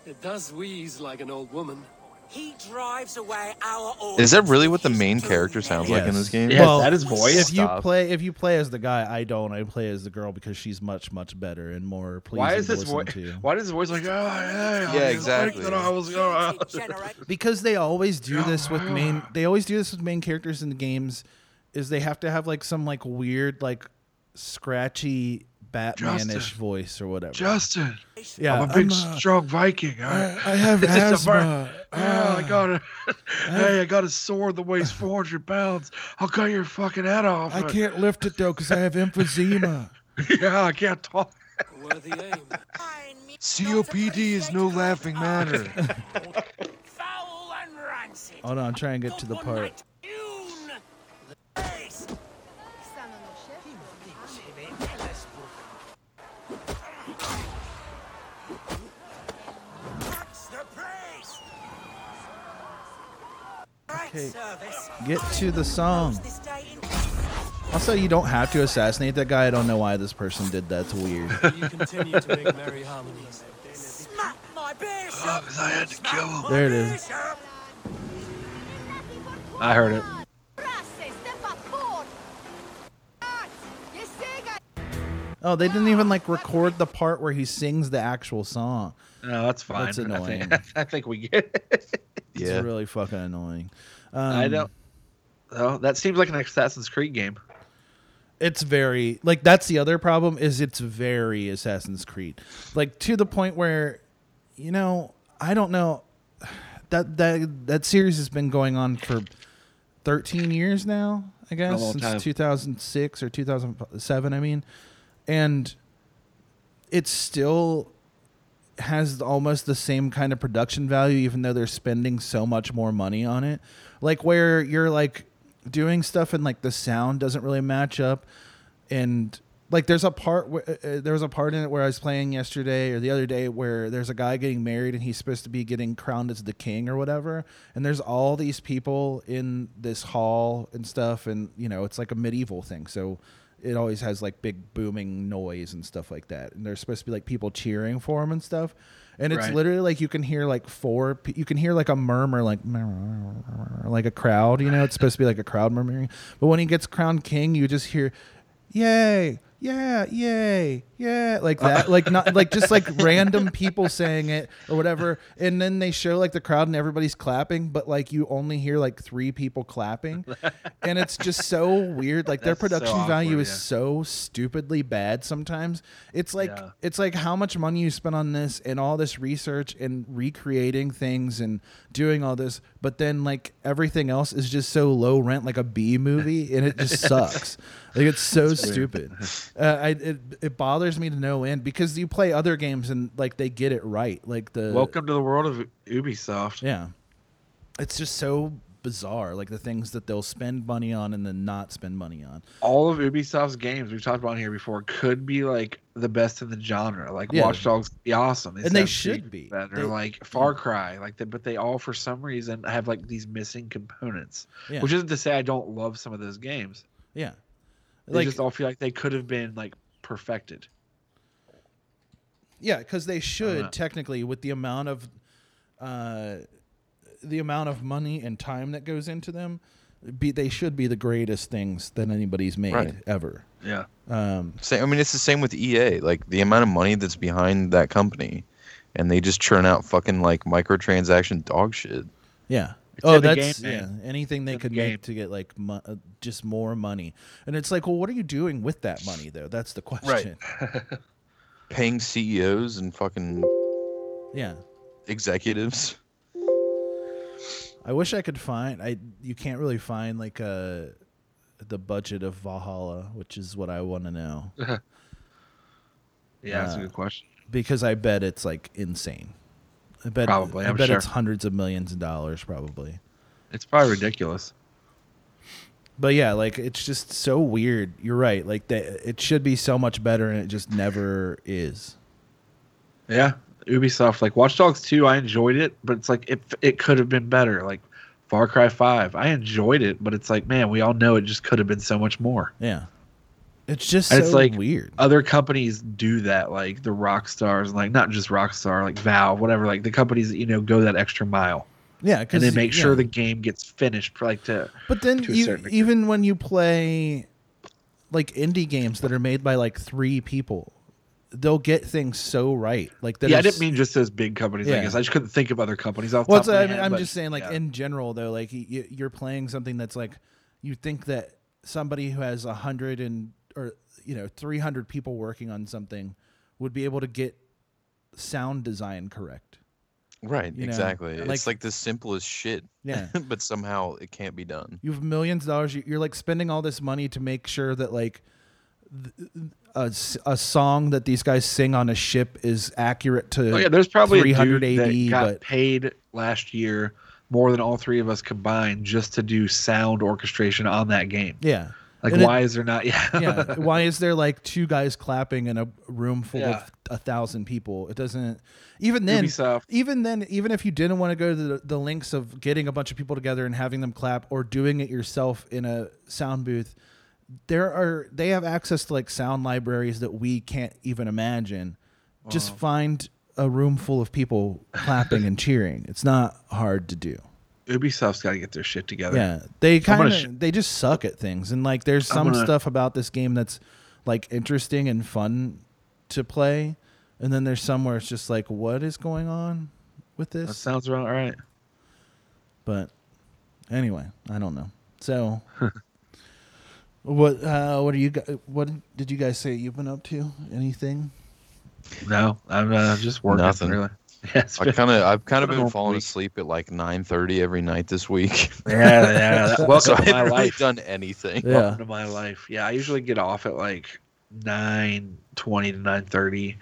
[SPEAKER 12] It does wheeze like an old woman.
[SPEAKER 11] He drives away our audience.
[SPEAKER 3] Is that really what the main character sounds like in this game?
[SPEAKER 1] Well, If you
[SPEAKER 3] Stop.
[SPEAKER 1] play, if you play as the guy, I don't. I play as the girl because she's much, much better and more pleasing
[SPEAKER 4] Why is
[SPEAKER 1] to
[SPEAKER 4] this
[SPEAKER 1] listen
[SPEAKER 4] voice?
[SPEAKER 1] to.
[SPEAKER 4] [laughs] Why does the voice like? Oh, yeah,
[SPEAKER 3] Yeah, exactly.
[SPEAKER 4] I was going.
[SPEAKER 1] because they always do this with
[SPEAKER 4] [gasps]
[SPEAKER 1] main they always do this with main characters in the games is they have to have like some like weird like scratchy batmanish
[SPEAKER 4] Justin.
[SPEAKER 1] voice or whatever
[SPEAKER 4] [laughs] Justin.
[SPEAKER 1] Yeah,
[SPEAKER 4] I'm a big
[SPEAKER 1] I'm, uh,
[SPEAKER 4] strong Viking. all right?
[SPEAKER 1] I- I have
[SPEAKER 4] [laughs] It's a
[SPEAKER 1] asthma. Uh,
[SPEAKER 4] burn. Oh, I got a. [laughs] Hey, I got a sword that
[SPEAKER 1] [laughs]
[SPEAKER 4] weighs 400 pounds. I'll cut your fucking head off. Uh,
[SPEAKER 1] i can't lift it though because i have emphysema
[SPEAKER 4] [laughs] Yeah, I
[SPEAKER 1] [laughs]
[SPEAKER 4] can't talk.
[SPEAKER 12] Worthy aim.
[SPEAKER 5] COPD is no
[SPEAKER 3] [laughs]
[SPEAKER 5] laughing matter.
[SPEAKER 11] Foul and rancid.
[SPEAKER 1] hold on try and get to the part Okay. Get to the song. also you don't have to assassinate that guy i don't know why this person did that's weird
[SPEAKER 12] You continue to make merry harmonies.
[SPEAKER 11] Smack my bishop!
[SPEAKER 1] Oh,
[SPEAKER 4] I had to kill him.
[SPEAKER 1] there it is
[SPEAKER 11] Bishop!
[SPEAKER 4] I heard it.
[SPEAKER 1] Oh, they didn't even like record the part where he sings the actual song.
[SPEAKER 4] No, that's fine.
[SPEAKER 1] That's
[SPEAKER 4] I think-
[SPEAKER 1] annoying.
[SPEAKER 4] [laughs] I think, we get it.
[SPEAKER 1] It's really fucking annoying.
[SPEAKER 4] I
[SPEAKER 1] Um,
[SPEAKER 4] don't. Oh, that seems like an Assassin's Creed game.
[SPEAKER 1] uh, It's very like that's the other problem is it's very Assassin's Creed, like to the point where, you know, I don't know, that that that series has been going on for thirteen years now, I guess,
[SPEAKER 4] long
[SPEAKER 1] since
[SPEAKER 4] time.
[SPEAKER 1] two thousand six or two thousand seven, I mean, and it's still has almost the same kind of production value, even though they're spending so much more money on it. Like where you're like doing stuff and like the sound doesn't really match up, and like there's a part where uh, uh, there was a part in it where I was playing yesterday or the other day where there's a guy getting married and he's supposed to be getting crowned as the king or whatever, and there's all these people in this hall and stuff, and you know it's like a medieval thing, so it always has like big booming noise and stuff like that. And there's supposed to be like people cheering for him and stuff. And it's
[SPEAKER 4] Right.
[SPEAKER 1] literally like you can hear like four, pe- you can hear like a murmur, like like a crowd, you know, it's supposed to be like a crowd murmuring. But when he gets crowned king, you just hear, yay, yeah, yay, yeah, like that, like not like just like random people saying it or whatever. And then they show like the crowd and everybody's clapping, but like you only hear like three people clapping. And it's just so weird. Like their
[SPEAKER 4] That's so
[SPEAKER 1] production value
[SPEAKER 4] awkward,
[SPEAKER 1] is
[SPEAKER 4] yeah.
[SPEAKER 1] so stupidly bad sometimes. It's like
[SPEAKER 4] Yeah.
[SPEAKER 1] it's like how much money you spend on this and all this research and recreating things and doing all this, but then like everything else is just so low rent, like a B
[SPEAKER 4] [laughs]
[SPEAKER 1] movie, and it just sucks. Like it's so
[SPEAKER 4] It's
[SPEAKER 1] stupid.
[SPEAKER 4] weird.
[SPEAKER 1] Uh, I it, it bothers me to no end because you play other games and like they get it right, like the
[SPEAKER 4] Welcome to the world of Ubisoft.
[SPEAKER 1] yeah. It's just so bizarre, like the things that they'll spend money on and then not spend money on.
[SPEAKER 4] All of Ubisoft's games we've talked about here before could be like the best in the genre. Like
[SPEAKER 1] Yeah.
[SPEAKER 4] Watch Dogs could be awesome,
[SPEAKER 1] And they
[SPEAKER 4] have
[SPEAKER 1] should
[SPEAKER 4] sequels
[SPEAKER 1] be.
[SPEAKER 4] That, or
[SPEAKER 1] They-
[SPEAKER 4] like Far Cry, like they, but they all for some reason have like these missing components.
[SPEAKER 1] Yeah.
[SPEAKER 4] Which isn't to say I don't love some of those games.
[SPEAKER 1] Yeah.
[SPEAKER 4] They just all feel like they could have been like perfected.
[SPEAKER 1] Yeah, because they
[SPEAKER 4] know.
[SPEAKER 3] Uh-huh.
[SPEAKER 1] should technically, with the amount of, uh, the amount of money and time that goes into them, be they should be the greatest things that anybody's made
[SPEAKER 3] Right.
[SPEAKER 1] ever.
[SPEAKER 4] Yeah.
[SPEAKER 1] Um,
[SPEAKER 3] Same, I mean, it's the same with EA. Like the amount of money that's behind that company, and they just churn out fucking like microtransaction dog shit.
[SPEAKER 1] Yeah.
[SPEAKER 3] It's
[SPEAKER 1] oh,
[SPEAKER 3] in the
[SPEAKER 1] that's
[SPEAKER 3] game,
[SPEAKER 1] yeah.
[SPEAKER 3] man.
[SPEAKER 1] Anything they could make to get like mo- uh, just more money, and it's like, well, what are you doing with that money though? That's the question.
[SPEAKER 3] Paying CEOs and fucking
[SPEAKER 1] yeah.
[SPEAKER 3] executives.
[SPEAKER 1] I wish I could find. I you can't really find like uh the budget of Valhalla, which is what I want to know.
[SPEAKER 4] yeah, that's a
[SPEAKER 1] Uh,
[SPEAKER 4] good question.
[SPEAKER 1] Because I bet it's like insane. I bet
[SPEAKER 4] Probably,
[SPEAKER 1] I
[SPEAKER 4] I'm
[SPEAKER 1] bet
[SPEAKER 4] sure.
[SPEAKER 1] it's hundreds of millions of dollars probably.
[SPEAKER 4] It's probably ridiculous.
[SPEAKER 1] But yeah, like it's just so weird. You're right. Like that it should be so much better and it just never is.
[SPEAKER 4] Yeah, Ubisoft. Like Watch Dogs 2, I enjoyed it, but it's like it it could have been better. Like Far Cry 5, I enjoyed it, but it's like man, we all know it just could have been so much more.
[SPEAKER 1] Yeah. It's just
[SPEAKER 4] And
[SPEAKER 1] so
[SPEAKER 4] it's like uh,
[SPEAKER 1] weird.
[SPEAKER 4] Other companies do that, like the Rockstars, like not just Rockstar, like Valve, whatever. Like the companies that you know go that extra mile.
[SPEAKER 1] Yeah,
[SPEAKER 4] and they make sure
[SPEAKER 1] yeah.
[SPEAKER 4] the game gets finished. Like to
[SPEAKER 1] But then
[SPEAKER 4] to a
[SPEAKER 1] you,
[SPEAKER 4] certain degree.
[SPEAKER 1] even when you play like indie games that are made by like three people, they'll get things so right. Like that
[SPEAKER 4] yeah, I
[SPEAKER 1] is-
[SPEAKER 4] didn't mean just those big companies. I
[SPEAKER 1] Yeah.
[SPEAKER 4] guess I just couldn't think of other companies. Off the
[SPEAKER 1] Well,
[SPEAKER 4] top
[SPEAKER 1] it's-
[SPEAKER 4] of my
[SPEAKER 1] I
[SPEAKER 4] head,
[SPEAKER 1] am
[SPEAKER 4] but
[SPEAKER 1] just saying, like
[SPEAKER 4] yeah.
[SPEAKER 1] in general, though, like y- y- you're playing something that's like you think that somebody who has a hundred and or you know three hundred people working on something would be able to get sound design correct.
[SPEAKER 3] Right,
[SPEAKER 1] You know,
[SPEAKER 3] exactly.
[SPEAKER 1] like-
[SPEAKER 3] it's like the simplest shit. [laughs]
[SPEAKER 1] Yeah.
[SPEAKER 3] but somehow it can't be done.
[SPEAKER 1] [laughs] You have millions of dollars. you- You're like spending all this money to make sure that like th- a, s- a song that these guys sing on a ship is accurate to.
[SPEAKER 4] Oh yeah, there's probably a
[SPEAKER 1] 300
[SPEAKER 4] dude that
[SPEAKER 1] AD,
[SPEAKER 4] got
[SPEAKER 1] but
[SPEAKER 4] paid last year more than all three of us combined just to do sound orchestration on that game.
[SPEAKER 1] yeah.
[SPEAKER 4] Like,
[SPEAKER 1] And it-
[SPEAKER 4] why is there not? [laughs] Yeah,
[SPEAKER 1] yeah. Why is there like two guys clapping in a room full
[SPEAKER 4] Yeah.
[SPEAKER 1] of a thousand people? It doesn't. Even then,
[SPEAKER 4] Ubisoft.
[SPEAKER 1] even then, even if you didn't want to go to the, the links of getting a bunch of people together and having them clap or doing it yourself in a sound booth, there are they have access to like sound libraries that we can't even imagine. Just find a room full of people clapping and cheering. It's not hard to do.
[SPEAKER 4] Ubisoft's got to get their shit together.
[SPEAKER 1] Yeah, they
[SPEAKER 4] I'm gonna
[SPEAKER 1] kind of
[SPEAKER 4] sh-
[SPEAKER 1] they just suck at things, and like there's
[SPEAKER 4] I'm
[SPEAKER 1] some
[SPEAKER 4] gonna-
[SPEAKER 1] stuff about this game that's like interesting and fun to play, and then there's some where it's just like, what is going on with this?
[SPEAKER 4] That sounds about right.
[SPEAKER 1] But anyway, I don't know.
[SPEAKER 4] [laughs]
[SPEAKER 1] So, what uh, what are you guys, what did you guys say you've been up to? Anything?
[SPEAKER 4] No, I'm uh, just working.
[SPEAKER 3] Nothing.
[SPEAKER 4] Really. [laughs]
[SPEAKER 3] I kind of, I've kind of
[SPEAKER 4] it's
[SPEAKER 3] been
[SPEAKER 4] a
[SPEAKER 3] falling asleep at like nine thirty every night this week. [laughs]
[SPEAKER 4] Yeah, yeah. [laughs] that- Welcome
[SPEAKER 3] so I
[SPEAKER 4] to my
[SPEAKER 3] haven't really
[SPEAKER 4] life.
[SPEAKER 3] done anything.
[SPEAKER 4] Welcome to my life. Yeah, I usually get off at like nine twenty to nine thirty,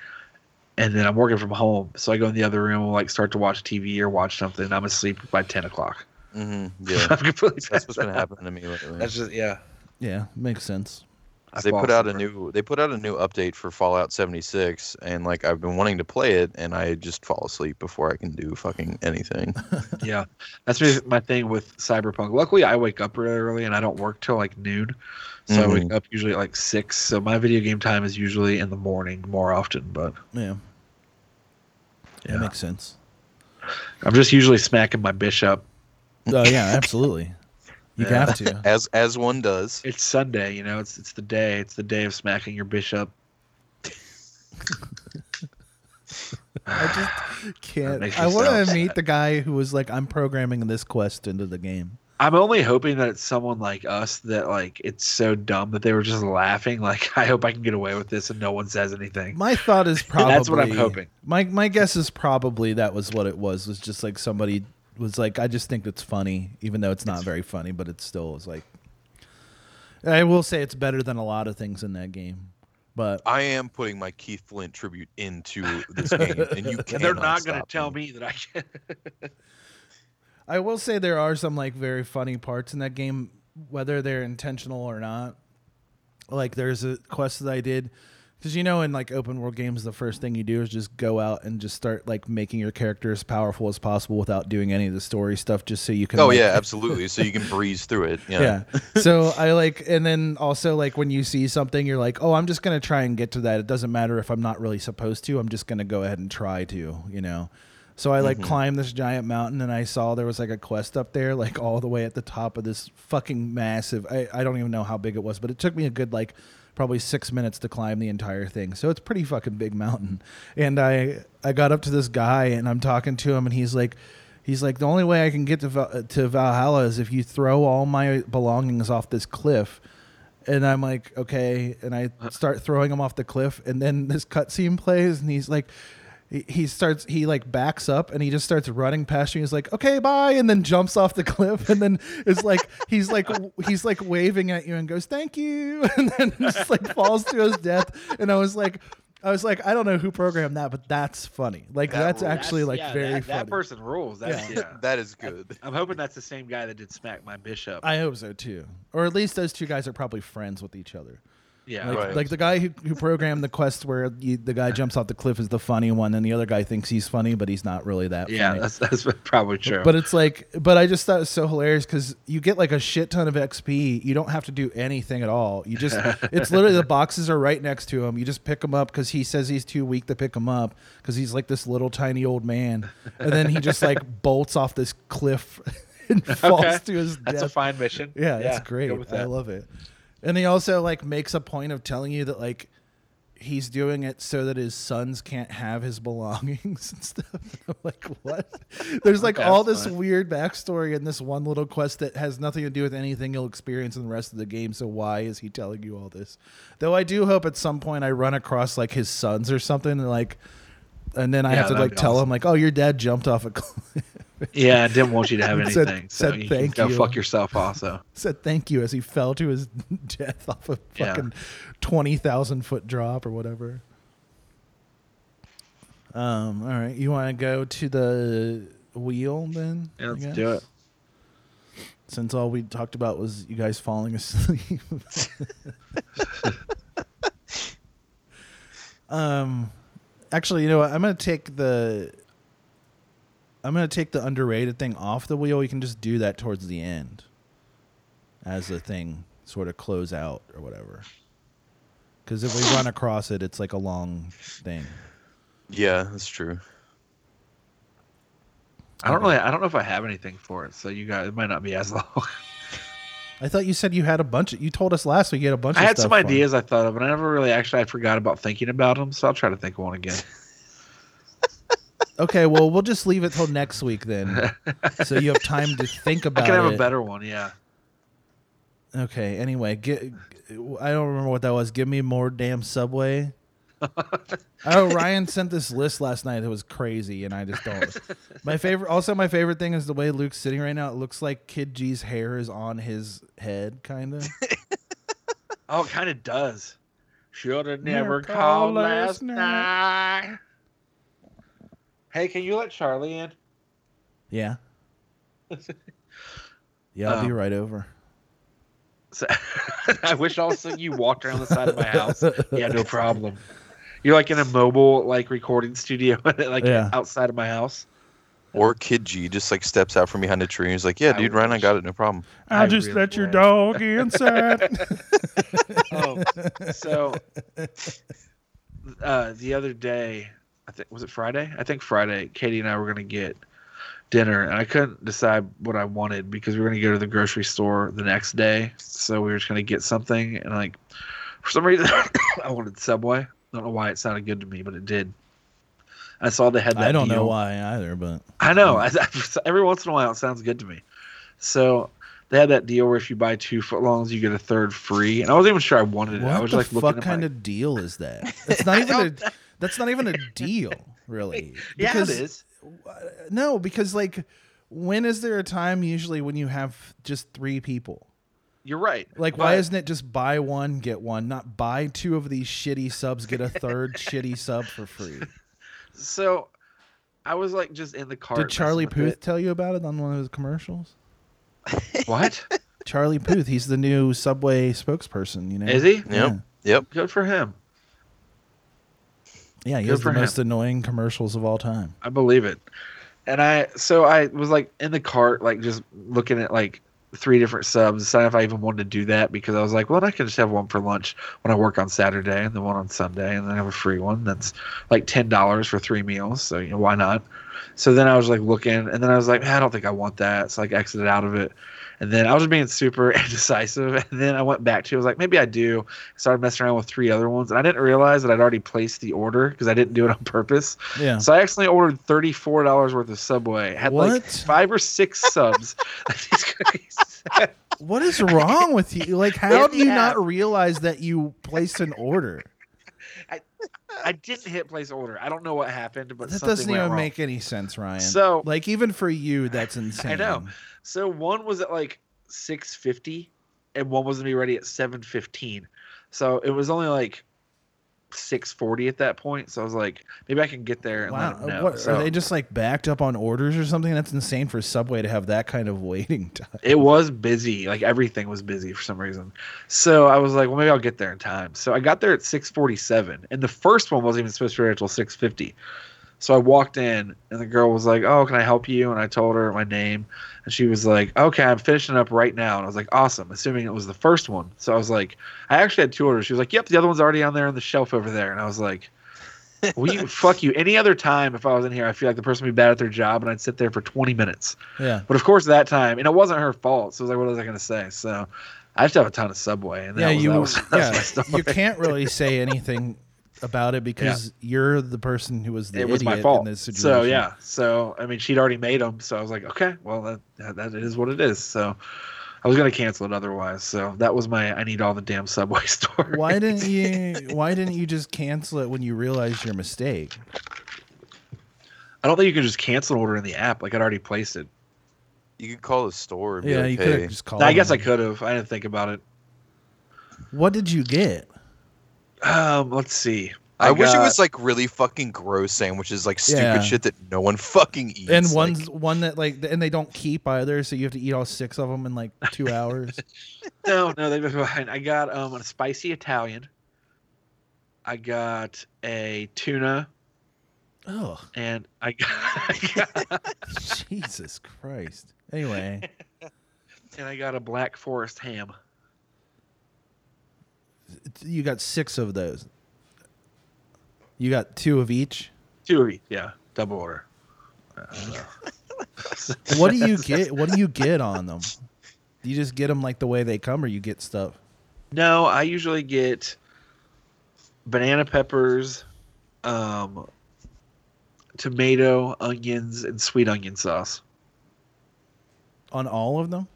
[SPEAKER 4] and then I'm working from home, so I go in the other room and like start to watch TV or watch something. I'm asleep by ten o'clock. [laughs]
[SPEAKER 3] hmm yeah,
[SPEAKER 4] I'm completely
[SPEAKER 3] that's what's been
[SPEAKER 4] passed out.
[SPEAKER 3] happening to me lately.
[SPEAKER 4] [laughs] That's just yeah.
[SPEAKER 1] Yeah, makes sense.
[SPEAKER 3] 'Cause they
[SPEAKER 4] I
[SPEAKER 3] put
[SPEAKER 4] fall
[SPEAKER 3] out a new, they put out a new update for Fallout seventy six, and like I've been wanting to play it, and I just fall asleep before I can do fucking anything.
[SPEAKER 4] [laughs] yeah, that's really my thing with Cyberpunk. Luckily, I wake up really early and I don't work till like noon, so I wake
[SPEAKER 3] Mm-hmm.
[SPEAKER 4] up usually at like six. So my video game time is usually in the morning more often, but
[SPEAKER 1] Yeah,
[SPEAKER 4] Yeah.
[SPEAKER 1] that makes sense.
[SPEAKER 4] I'm just usually smacking my bishop.
[SPEAKER 1] Oh yeah, absolutely. You
[SPEAKER 4] Yeah.
[SPEAKER 1] have to.
[SPEAKER 3] as as one does.
[SPEAKER 4] It's Sunday, you know. It's it's the day. It's the day of smacking your bishop. That
[SPEAKER 1] Can't.
[SPEAKER 4] makes
[SPEAKER 1] I
[SPEAKER 4] me
[SPEAKER 1] want
[SPEAKER 4] so
[SPEAKER 1] to
[SPEAKER 4] upset.
[SPEAKER 1] meet the guy who was like, I'm programming this quest into the game.
[SPEAKER 4] I'm only hoping that it's someone like us that like it's so dumb that they were just laughing. Like [laughs] I hope I can get away with this and no one says anything.
[SPEAKER 1] My thought is probably
[SPEAKER 4] [laughs] That's what I'm hoping.
[SPEAKER 1] My my guess is probably that was what it was. Was just like somebody was like, I just think it's funny, even though it's not very funny, but it still was like. I will say it's better than a lot of things in that game, but
[SPEAKER 3] I am putting my Keith Flint tribute into this game, and you
[SPEAKER 4] And
[SPEAKER 3] cannot
[SPEAKER 4] they're not
[SPEAKER 3] stop
[SPEAKER 4] going to
[SPEAKER 3] me.
[SPEAKER 4] tell me that I [laughs] can.
[SPEAKER 1] I will say there are some like very funny parts in that game, whether they're intentional or not. Like there's a quest that I did because you know in like open world games the first thing you do is just go out and just start like making your character as powerful as possible without doing any of the story stuff just so you can
[SPEAKER 3] Oh
[SPEAKER 1] like-
[SPEAKER 3] yeah, absolutely. So you can breeze through it. Yeah.
[SPEAKER 1] yeah. So I like, and then also like when you see something, you're like, oh, I'm just gonna try and get to that. It doesn't matter if I'm not really supposed to. I'm just gonna go ahead and try to, you know. So I like
[SPEAKER 13] Mhm.
[SPEAKER 1] climbed this giant mountain, and I saw there was like a quest up there, like all the way at the top of this fucking massive. I, I don't even know how big it was, but it took me a good like probably six minutes to climb the entire thing. So it's pretty fucking big mountain. And I I got up to this guy, and I'm talking to him, and he's like. He's like, the only way I can get to, Val- to Valhalla is if you throw all my belongings off this cliff. And I'm like, okay. And I
[SPEAKER 4] Uh.
[SPEAKER 1] start throwing them off the cliff. And then this cutscene plays, and he's like, he- he starts, he like backs up and he just starts running past you. He's like, okay, bye. And then jumps off the [laughs] cliff. And then it's like, he's like, he's like waving at you and goes, thank you. [laughs] And then just like falls to his death. And I was like, I was like, I don't know who programmed that, but that's funny. Like,
[SPEAKER 4] That
[SPEAKER 1] that's
[SPEAKER 4] rules.
[SPEAKER 1] actually
[SPEAKER 4] That's-
[SPEAKER 1] like
[SPEAKER 4] yeah,
[SPEAKER 1] very
[SPEAKER 4] that,
[SPEAKER 1] funny.
[SPEAKER 4] That person rules. That's,
[SPEAKER 1] Yeah.
[SPEAKER 4] yeah.
[SPEAKER 3] That is good.
[SPEAKER 4] I'm hoping that's the same guy that did smack my bishop.
[SPEAKER 1] I hope so too. Or at least those two guys are probably friends with each other.
[SPEAKER 4] Yeah,
[SPEAKER 1] like,
[SPEAKER 4] right.
[SPEAKER 1] like the guy who, who programmed the quest where you, the guy jumps off the cliff is the funny one, and the other guy thinks he's funny, but he's not really that.
[SPEAKER 4] yeah,
[SPEAKER 1] funny.
[SPEAKER 4] that's [laughs] that's probably true.
[SPEAKER 1] But it's like, but I just thought it was so hilarious because you get like a shit ton of XP. You don't have to do anything at all. You
[SPEAKER 4] [laughs]
[SPEAKER 1] just, it's literally the boxes are right next to him. You just pick them up because he says he's too weak to pick them up because he's like this little tiny old man. And then he just like bolts off this cliff [laughs] and falls to his death.
[SPEAKER 4] That's a fine mission.
[SPEAKER 1] Yeah,
[SPEAKER 4] Yeah,
[SPEAKER 1] that's great.
[SPEAKER 4] go with
[SPEAKER 1] I
[SPEAKER 4] that.
[SPEAKER 1] love it. And he also like makes a point of telling you that like he's doing it so that his sons can't have his [laughs] belongings and stuff. [laughs] I'm like what? There's like
[SPEAKER 13] That's
[SPEAKER 1] all this
[SPEAKER 13] funny.
[SPEAKER 1] weird backstory in this one little quest that has nothing to do with anything you'll experience in the rest of the game. So why is he telling you all this? Though I do hope at some point I run across like his sons or something and like and then I
[SPEAKER 4] Yeah,
[SPEAKER 1] have to
[SPEAKER 4] that'd
[SPEAKER 1] like
[SPEAKER 4] be
[SPEAKER 1] tell
[SPEAKER 4] awesome.
[SPEAKER 1] him like, oh, your dad jumped off a [laughs] cliff.
[SPEAKER 4] yeah, I didn't want you to have
[SPEAKER 1] And [laughs] said-
[SPEAKER 4] anything. so
[SPEAKER 1] said
[SPEAKER 4] you
[SPEAKER 1] thank
[SPEAKER 4] can
[SPEAKER 1] you.
[SPEAKER 4] Go fuck yourself. Also,
[SPEAKER 1] said thank you as he fell to his [laughs] death off a
[SPEAKER 4] Yeah.
[SPEAKER 1] fucking 20,000 foot drop or whatever. Um, all right. You want to go to the wheel then?
[SPEAKER 4] Yeah,
[SPEAKER 1] I
[SPEAKER 4] let's do
[SPEAKER 1] guess? Since all we talked about was you guys falling asleep. um, actually, you know what? I'm going to take the. I'm gonna take the underrated thing off the wheel. You can just do that towards the end, as the thing sort of close out or whatever. Because if we run across it, it's like a long thing.
[SPEAKER 3] Yeah, that's true.
[SPEAKER 4] I don't really. I don't know if I have anything for it. So you guys, it might not be as long. [laughs]
[SPEAKER 1] I thought you said you had a bunch. Of, you told us last week you had a bunch.
[SPEAKER 4] I
[SPEAKER 1] of
[SPEAKER 4] had
[SPEAKER 1] stuff
[SPEAKER 4] some
[SPEAKER 1] for me.
[SPEAKER 4] ideas I thought of, and I never really actually. I forgot about thinking about them. So I'll try to think of one again.
[SPEAKER 1] Okay, well we'll just leave it till next week then, so you have time to think
[SPEAKER 4] [laughs] I
[SPEAKER 1] about.
[SPEAKER 4] can have
[SPEAKER 1] it.
[SPEAKER 4] a better one. Yeah.
[SPEAKER 1] Okay. Anyway, get, I don't remember what that was. Give me more damn
[SPEAKER 4] [laughs]
[SPEAKER 1] subway. oh, Ryan sent this list last night. It was crazy, and I just don't. My favorite, also my favorite thing is the way Luke's sitting right now. It looks like Kid G's hair is on his head, kind
[SPEAKER 4] [laughs]
[SPEAKER 1] of.
[SPEAKER 4] Oh, it kind of does. Should have
[SPEAKER 1] Never
[SPEAKER 4] never
[SPEAKER 1] called
[SPEAKER 4] called
[SPEAKER 1] last
[SPEAKER 4] last night. Hey, can you let Charlie in? [laughs]
[SPEAKER 1] yeah. Yeah, I'll be
[SPEAKER 4] Um,
[SPEAKER 1] right over.
[SPEAKER 4] So, [laughs] I wish all of a sudden you walked around the side of
[SPEAKER 1] [laughs]
[SPEAKER 4] my house. Yeah, no problem. You're like in a mobile like recording studio, [laughs] like
[SPEAKER 3] Yeah.
[SPEAKER 4] outside of my house.
[SPEAKER 3] Or Kid G just like steps out from behind a tree and he's like, "Yeah, dude, Ryan, I got it, no problem."
[SPEAKER 4] I'll I just really let your wish. dog inside. Oh, so uh, the other day, I think was it Friday? I think Friday. Katie and I were gonna get dinner, and I couldn't decide what I wanted because we were gonna go to the grocery store the next day. So we were just gonna get something, and like for some reason, [coughs] I wanted Subway. I don't know why it sounded good to me, but it did. I saw they had that.
[SPEAKER 1] I don't know
[SPEAKER 4] deal.
[SPEAKER 1] why either, but
[SPEAKER 4] I know. I, [laughs] every once in a while, it sounds good to me. So they had that deal where if you buy two footlongs, you get a third free. And I wasn't even sure I wanted it.
[SPEAKER 1] what
[SPEAKER 4] I was
[SPEAKER 1] the
[SPEAKER 4] like looking
[SPEAKER 1] fuck
[SPEAKER 4] at
[SPEAKER 1] kind
[SPEAKER 4] my,
[SPEAKER 1] of deal is that? That's
[SPEAKER 4] [laughs]
[SPEAKER 1] not even a. That's not even a deal, really.
[SPEAKER 4] Yeah, it
[SPEAKER 1] Because-
[SPEAKER 4] is.
[SPEAKER 1] No, because like, when is there a time usually when you have just three people?
[SPEAKER 4] You're right.
[SPEAKER 1] Like, why
[SPEAKER 4] But-
[SPEAKER 1] isn't it just buy one get one, not buy two of these shitty subs get a
[SPEAKER 4] [laughs]
[SPEAKER 1] third shitty sub for free?
[SPEAKER 4] so? I was like just in the car.
[SPEAKER 1] Did Charlie Puth tell you about it on one of his commercials?
[SPEAKER 4] What?
[SPEAKER 1] [laughs] Charlie Puth, he's the new Subway spokesperson. You know,
[SPEAKER 4] Is he?
[SPEAKER 1] Yeah,
[SPEAKER 3] Yep.
[SPEAKER 4] Good for him.
[SPEAKER 1] yeah he
[SPEAKER 4] Good
[SPEAKER 1] has the
[SPEAKER 4] for him.
[SPEAKER 1] most annoying commercials of all time.
[SPEAKER 4] I believe it. And I so I was like in the cart, like just looking at like three different subs, deciding if I even wanted to do that because I was like, well, I can just have one for lunch when I work on Saturday, and then one on Sunday, and then have a free one that's like ten dollars for three meals. So you know why not? So then I was like looking, and then I was like, "Man, I don't think I want that. So like exited out of it. And then I was just being super [laughs] indecisive. And then I went back to, I was like, maybe I do. Started messing around with three other ones. And I didn't realize that I'd already placed the order because I didn't do it on [laughs] purpose.
[SPEAKER 1] Yeah.
[SPEAKER 4] So I actually ordered thirty-four dollars worth of Subway. Had like
[SPEAKER 1] What?
[SPEAKER 4] five
[SPEAKER 1] [laughs]
[SPEAKER 4] or six subs. [laughs]
[SPEAKER 1] What is wrong with you?
[SPEAKER 4] [laughs]
[SPEAKER 1] Like, how
[SPEAKER 4] In
[SPEAKER 1] do
[SPEAKER 4] the
[SPEAKER 1] you not
[SPEAKER 4] app.
[SPEAKER 1] realize that you placed an order?
[SPEAKER 4] I didn't hit place order. I don't know what happened, but
[SPEAKER 1] That
[SPEAKER 4] something
[SPEAKER 1] doesn't
[SPEAKER 4] went
[SPEAKER 1] even
[SPEAKER 4] wrong.
[SPEAKER 1] make any sense, Ryan.
[SPEAKER 4] So-
[SPEAKER 1] like, even for you, that's insane.
[SPEAKER 4] I know. So one was at like six fifty, and one was gonna be ready at seven fifteen. So it was only like six forty at that point. So I was like, maybe I can get there and let
[SPEAKER 1] Wow, uh,
[SPEAKER 4] them know.
[SPEAKER 1] what
[SPEAKER 4] So
[SPEAKER 1] are they just like backed up on orders or something? That's insane for Subway to have that kind of waiting [laughs] time.
[SPEAKER 4] it was busy. Like everything was busy for some reason. So I was like, well, maybe I'll get there in time. So I got there at six forty seven, and the first one wasn't even supposed to be ready until six fifty. So I walked in, and the girl was like, "Oh, can I help you?" And I told her my name, and she was like, "Okay, I'm finishing up right now." And I was like, "Awesome!" Assuming it was the first one, so I was like, "I actually had two orders." She was like, "Yep, the other one's already on there on the shelf over there," and I was like. Will you fuck you? Any other time, if I was in here, I feel like the person would be bad at their job, and I'd sit there for twenty minutes.
[SPEAKER 1] Yeah.
[SPEAKER 4] But of course, that time, and it wasn't her fault. So I was like, what was I going to say? So I just have a ton of Subway. And that
[SPEAKER 1] Yeah,
[SPEAKER 4] was,
[SPEAKER 1] you
[SPEAKER 4] that was, [laughs] that was my
[SPEAKER 1] yeah, you
[SPEAKER 4] story.
[SPEAKER 1] can't really say anything about it because you're the person who was the
[SPEAKER 4] it was
[SPEAKER 1] idiot
[SPEAKER 4] my fault.
[SPEAKER 1] in this situation.
[SPEAKER 4] So yeah. So I mean, she'd already made them. So I was like, okay, well that that- that is what it is. So I was gonna cancel it otherwise. So that was my I need all the damn Subway [laughs] story.
[SPEAKER 1] Why didn't you? Why didn't you just cancel it when you realized your mistake?
[SPEAKER 4] I don't think you can just cancel an order in the app. Like I'd already placed it.
[SPEAKER 3] You could call the store. And
[SPEAKER 1] Yeah,
[SPEAKER 3] be like,
[SPEAKER 1] you
[SPEAKER 3] hey.
[SPEAKER 1] could've just called
[SPEAKER 4] I guess I
[SPEAKER 1] them.
[SPEAKER 4] could have. I didn't think about it.
[SPEAKER 1] What did you get?
[SPEAKER 4] Um, let's see.
[SPEAKER 3] I, wish it
[SPEAKER 4] got-
[SPEAKER 3] was like really fucking gross sandwiches, like stupid
[SPEAKER 1] Yeah.
[SPEAKER 3] shit that no one fucking eats.
[SPEAKER 1] and
[SPEAKER 3] like-
[SPEAKER 1] one's one that like, and they don't keep either, so you have to eat all six of them in like
[SPEAKER 4] [laughs]
[SPEAKER 1] two hours.
[SPEAKER 4] no, no, they've been behind. I got um a spicy Italian. I got a tuna,
[SPEAKER 1] Oh,
[SPEAKER 4] and I got, [laughs] I got
[SPEAKER 1] Jesus Christ!
[SPEAKER 4] [laughs]
[SPEAKER 1] Anyway,
[SPEAKER 4] and I got a black forest ham.
[SPEAKER 1] you got six of those. You got two of each.
[SPEAKER 4] Two of each, yeah, double order.
[SPEAKER 1] what do
[SPEAKER 4] [laughs]
[SPEAKER 1] you get? What do you get on them? Do you just get them like the way they come, or you get stuff?
[SPEAKER 4] No, I usually get banana peppers, um, tomato, onions, and sweet onion sauce.
[SPEAKER 1] On all of them?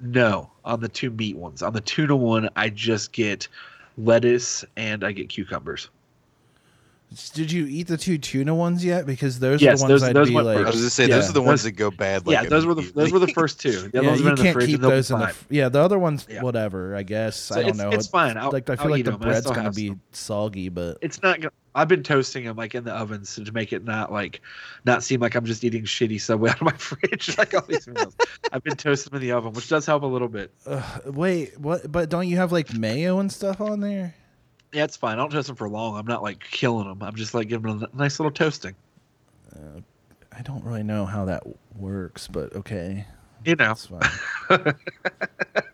[SPEAKER 4] No, on the two meat ones. On the tuna one, I just get lettuce and I get cucumbers.
[SPEAKER 1] Did you eat the two tuna ones yet? Because those
[SPEAKER 4] Yes,
[SPEAKER 1] are the ones
[SPEAKER 4] those-
[SPEAKER 1] I'd
[SPEAKER 4] those
[SPEAKER 1] be
[SPEAKER 4] went
[SPEAKER 1] like.
[SPEAKER 4] first. I was gonna say, those Yeah. are the ones Those- that go bad, like, yeah, those were the- those were the first two. The other
[SPEAKER 1] yeah,
[SPEAKER 4] ones
[SPEAKER 1] you
[SPEAKER 4] were in the
[SPEAKER 1] can't
[SPEAKER 4] fridge
[SPEAKER 1] keep
[SPEAKER 4] and they'll be
[SPEAKER 1] those in the.
[SPEAKER 4] fine.
[SPEAKER 1] fr- Yeah, the other ones, whatever. I guess
[SPEAKER 4] So
[SPEAKER 1] I don't
[SPEAKER 4] it's-
[SPEAKER 1] know.
[SPEAKER 4] it's fine. I'll-
[SPEAKER 1] like I feel
[SPEAKER 4] I'll
[SPEAKER 1] like
[SPEAKER 4] eat
[SPEAKER 1] the
[SPEAKER 4] 'em. I
[SPEAKER 1] bread's
[SPEAKER 4] still
[SPEAKER 1] gonna
[SPEAKER 4] have
[SPEAKER 1] be soggy, but
[SPEAKER 4] It's not gonna. I've been toasting them like in the oven so to make it not like, not seem like I'm just eating shitty Subway [laughs] out of my fridge like all these meals. I've been toasting them in the oven, which does help a little bit.
[SPEAKER 1] Ugh, wait, what? But don't you have like mayo and stuff on there?
[SPEAKER 4] Yeah, it's fine. I don't toast them for long. I'm not like killing them. I'm just like giving them a nice little toasting.
[SPEAKER 1] I don't really know how that works, but okay.
[SPEAKER 4] You know. [laughs]
[SPEAKER 3] Hey,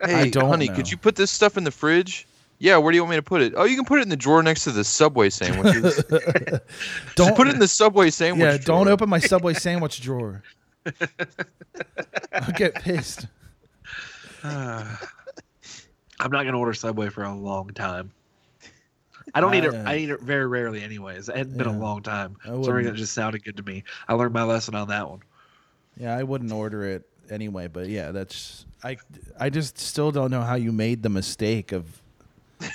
[SPEAKER 1] I don't
[SPEAKER 3] honey,
[SPEAKER 1] know.
[SPEAKER 3] could you put this stuff in the fridge? Yeah, where do you want me to put it? Oh, you can put it in the drawer next to
[SPEAKER 1] [laughs]
[SPEAKER 3] the Subway sandwiches.
[SPEAKER 1] Don't-
[SPEAKER 3] Just put it in the Subway sandwich.
[SPEAKER 1] yeah,
[SPEAKER 3] drawer.
[SPEAKER 1] don't
[SPEAKER 3] [laughs]
[SPEAKER 1] open my
[SPEAKER 4] [laughs]
[SPEAKER 1] Subway sandwich drawer. I'll get pissed.
[SPEAKER 4] [sighs] Uh, I'm not gonna order Subway for a long time. I don't eat it.
[SPEAKER 1] I-
[SPEAKER 4] I eat it very rarely, anyways. It hadn't been a
[SPEAKER 1] Yeah.
[SPEAKER 4] long time.
[SPEAKER 1] I
[SPEAKER 4] Something that
[SPEAKER 1] wouldn't.
[SPEAKER 4] just sounded good to me. I learned my lesson on that one.
[SPEAKER 1] Yeah, I wouldn't order it anyway, but yeah, that's I I just still don't know how you made the mistake of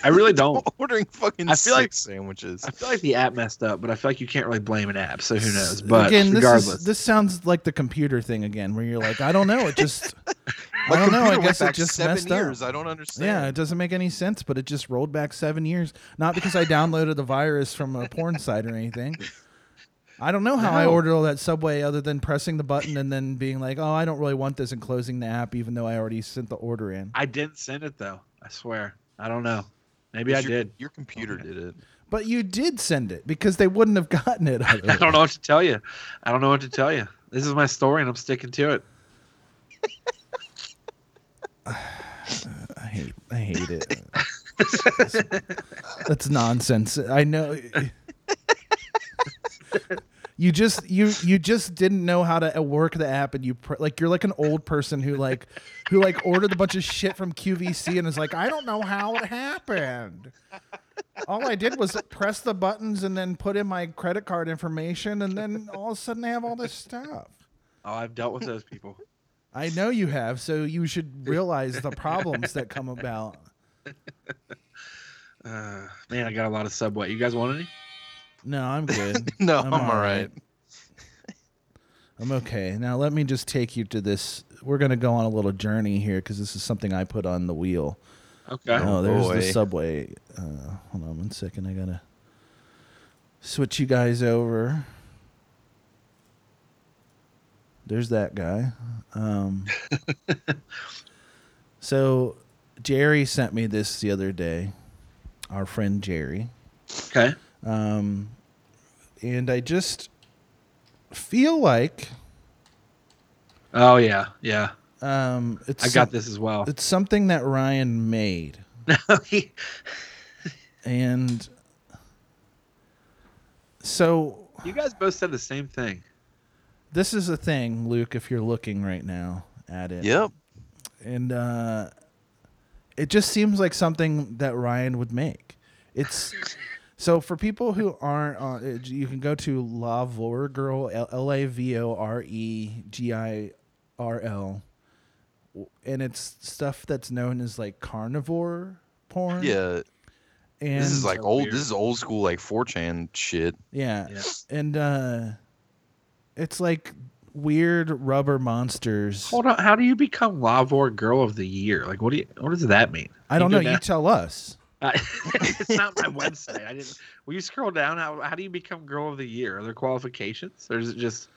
[SPEAKER 4] I
[SPEAKER 3] [laughs]
[SPEAKER 4] really don't.
[SPEAKER 3] ordering fucking
[SPEAKER 4] I feel like-
[SPEAKER 3] sick sandwiches.
[SPEAKER 4] I feel like the app messed up, but I feel like you can't really blame an app. So who knows? But
[SPEAKER 1] again, this
[SPEAKER 4] regardless,
[SPEAKER 1] is this sounds like the computer thing again, where you're like, I don't know, it
[SPEAKER 4] [laughs]
[SPEAKER 1] just
[SPEAKER 3] My
[SPEAKER 1] I don't know, I
[SPEAKER 3] computer went
[SPEAKER 1] guess it
[SPEAKER 3] back
[SPEAKER 1] just
[SPEAKER 3] seven
[SPEAKER 1] messed
[SPEAKER 3] years.
[SPEAKER 1] up.
[SPEAKER 3] I don't understand.
[SPEAKER 1] Yeah, it doesn't make any sense, but it just rolled back seven years. Not because I downloaded a virus from a porn site or anything. I don't know how I
[SPEAKER 4] No.
[SPEAKER 1] ordered all that Subway other than pressing the button and then being like, oh, I don't really want this and closing the app, even though I already sent the order in.
[SPEAKER 4] I didn't send it though. I swear. I don't know. Maybe
[SPEAKER 3] It's
[SPEAKER 4] I
[SPEAKER 3] your-
[SPEAKER 4] did.
[SPEAKER 3] Your computer did it.
[SPEAKER 1] But you did send it because they wouldn't have [laughs] gotten it. otherwise.
[SPEAKER 4] [laughs] I don't know what to tell you. I don't know what to tell you. This is my story, and I'm sticking to it.
[SPEAKER 1] I hate, I hate it. that's, that's nonsense. I know. You just you you just didn't know how to uh, work the app, and you pr- like you're like an old person who like who like ordered a bunch of shit from QVC and is like, I don't know how it happened. All I did was press the buttons and then put in my credit card information, and then all of a sudden I have all this stuff.
[SPEAKER 4] Oh, I've dealt with those people.
[SPEAKER 1] I know you have, so you should realize the problems that come about.
[SPEAKER 4] Uh, man, I got a lot of Subway. You guys want any?
[SPEAKER 1] No, I'm good.
[SPEAKER 3] [laughs] No, I'm all right.
[SPEAKER 1] [laughs] I'm okay. Now let me just take you to this. We're gonna go on a little journey here because this is something I put on the wheel.
[SPEAKER 4] Okay.
[SPEAKER 1] Oh, there's the
[SPEAKER 3] boy.
[SPEAKER 1] subway. Uh, hold on one second. I gotta switch you guys over. There's that guy. Um,
[SPEAKER 3] [laughs]
[SPEAKER 1] so Jerry sent me this the other day. Our friend Jerry.
[SPEAKER 4] Okay.
[SPEAKER 1] Um, and I just feel like
[SPEAKER 4] Oh yeah, yeah.
[SPEAKER 1] um, it's
[SPEAKER 4] I got this as well.
[SPEAKER 1] It's something that Ryan made.
[SPEAKER 4] [laughs] he-
[SPEAKER 1] and so
[SPEAKER 4] You guys both said the same thing.
[SPEAKER 1] this is a thing, Luke, if you're looking right now at it.
[SPEAKER 3] Yep.
[SPEAKER 1] And uh, it just seems like something that Ryan would make. It's so for people who aren't on, uh, you can go to Lavor Girl, L A V O R E G I R L, and it's stuff that's known as like carnivore porn.
[SPEAKER 3] Yeah.
[SPEAKER 1] And
[SPEAKER 3] this is like old. This is old school like 4chan shit.
[SPEAKER 1] Yeah. And uh it's like weird rubber monsters.
[SPEAKER 4] Hold on. How do you become Lavor Girl of the Year? Like, what do you? What does that mean?
[SPEAKER 1] I don't
[SPEAKER 4] go
[SPEAKER 1] know, you
[SPEAKER 4] down-
[SPEAKER 1] tell us.
[SPEAKER 4] I- Uh, [laughs] it's
[SPEAKER 1] [laughs]
[SPEAKER 4] not my website. I didn't. Will you scroll down? How, how do you become Girl of the Year? Are there qualifications, or is it just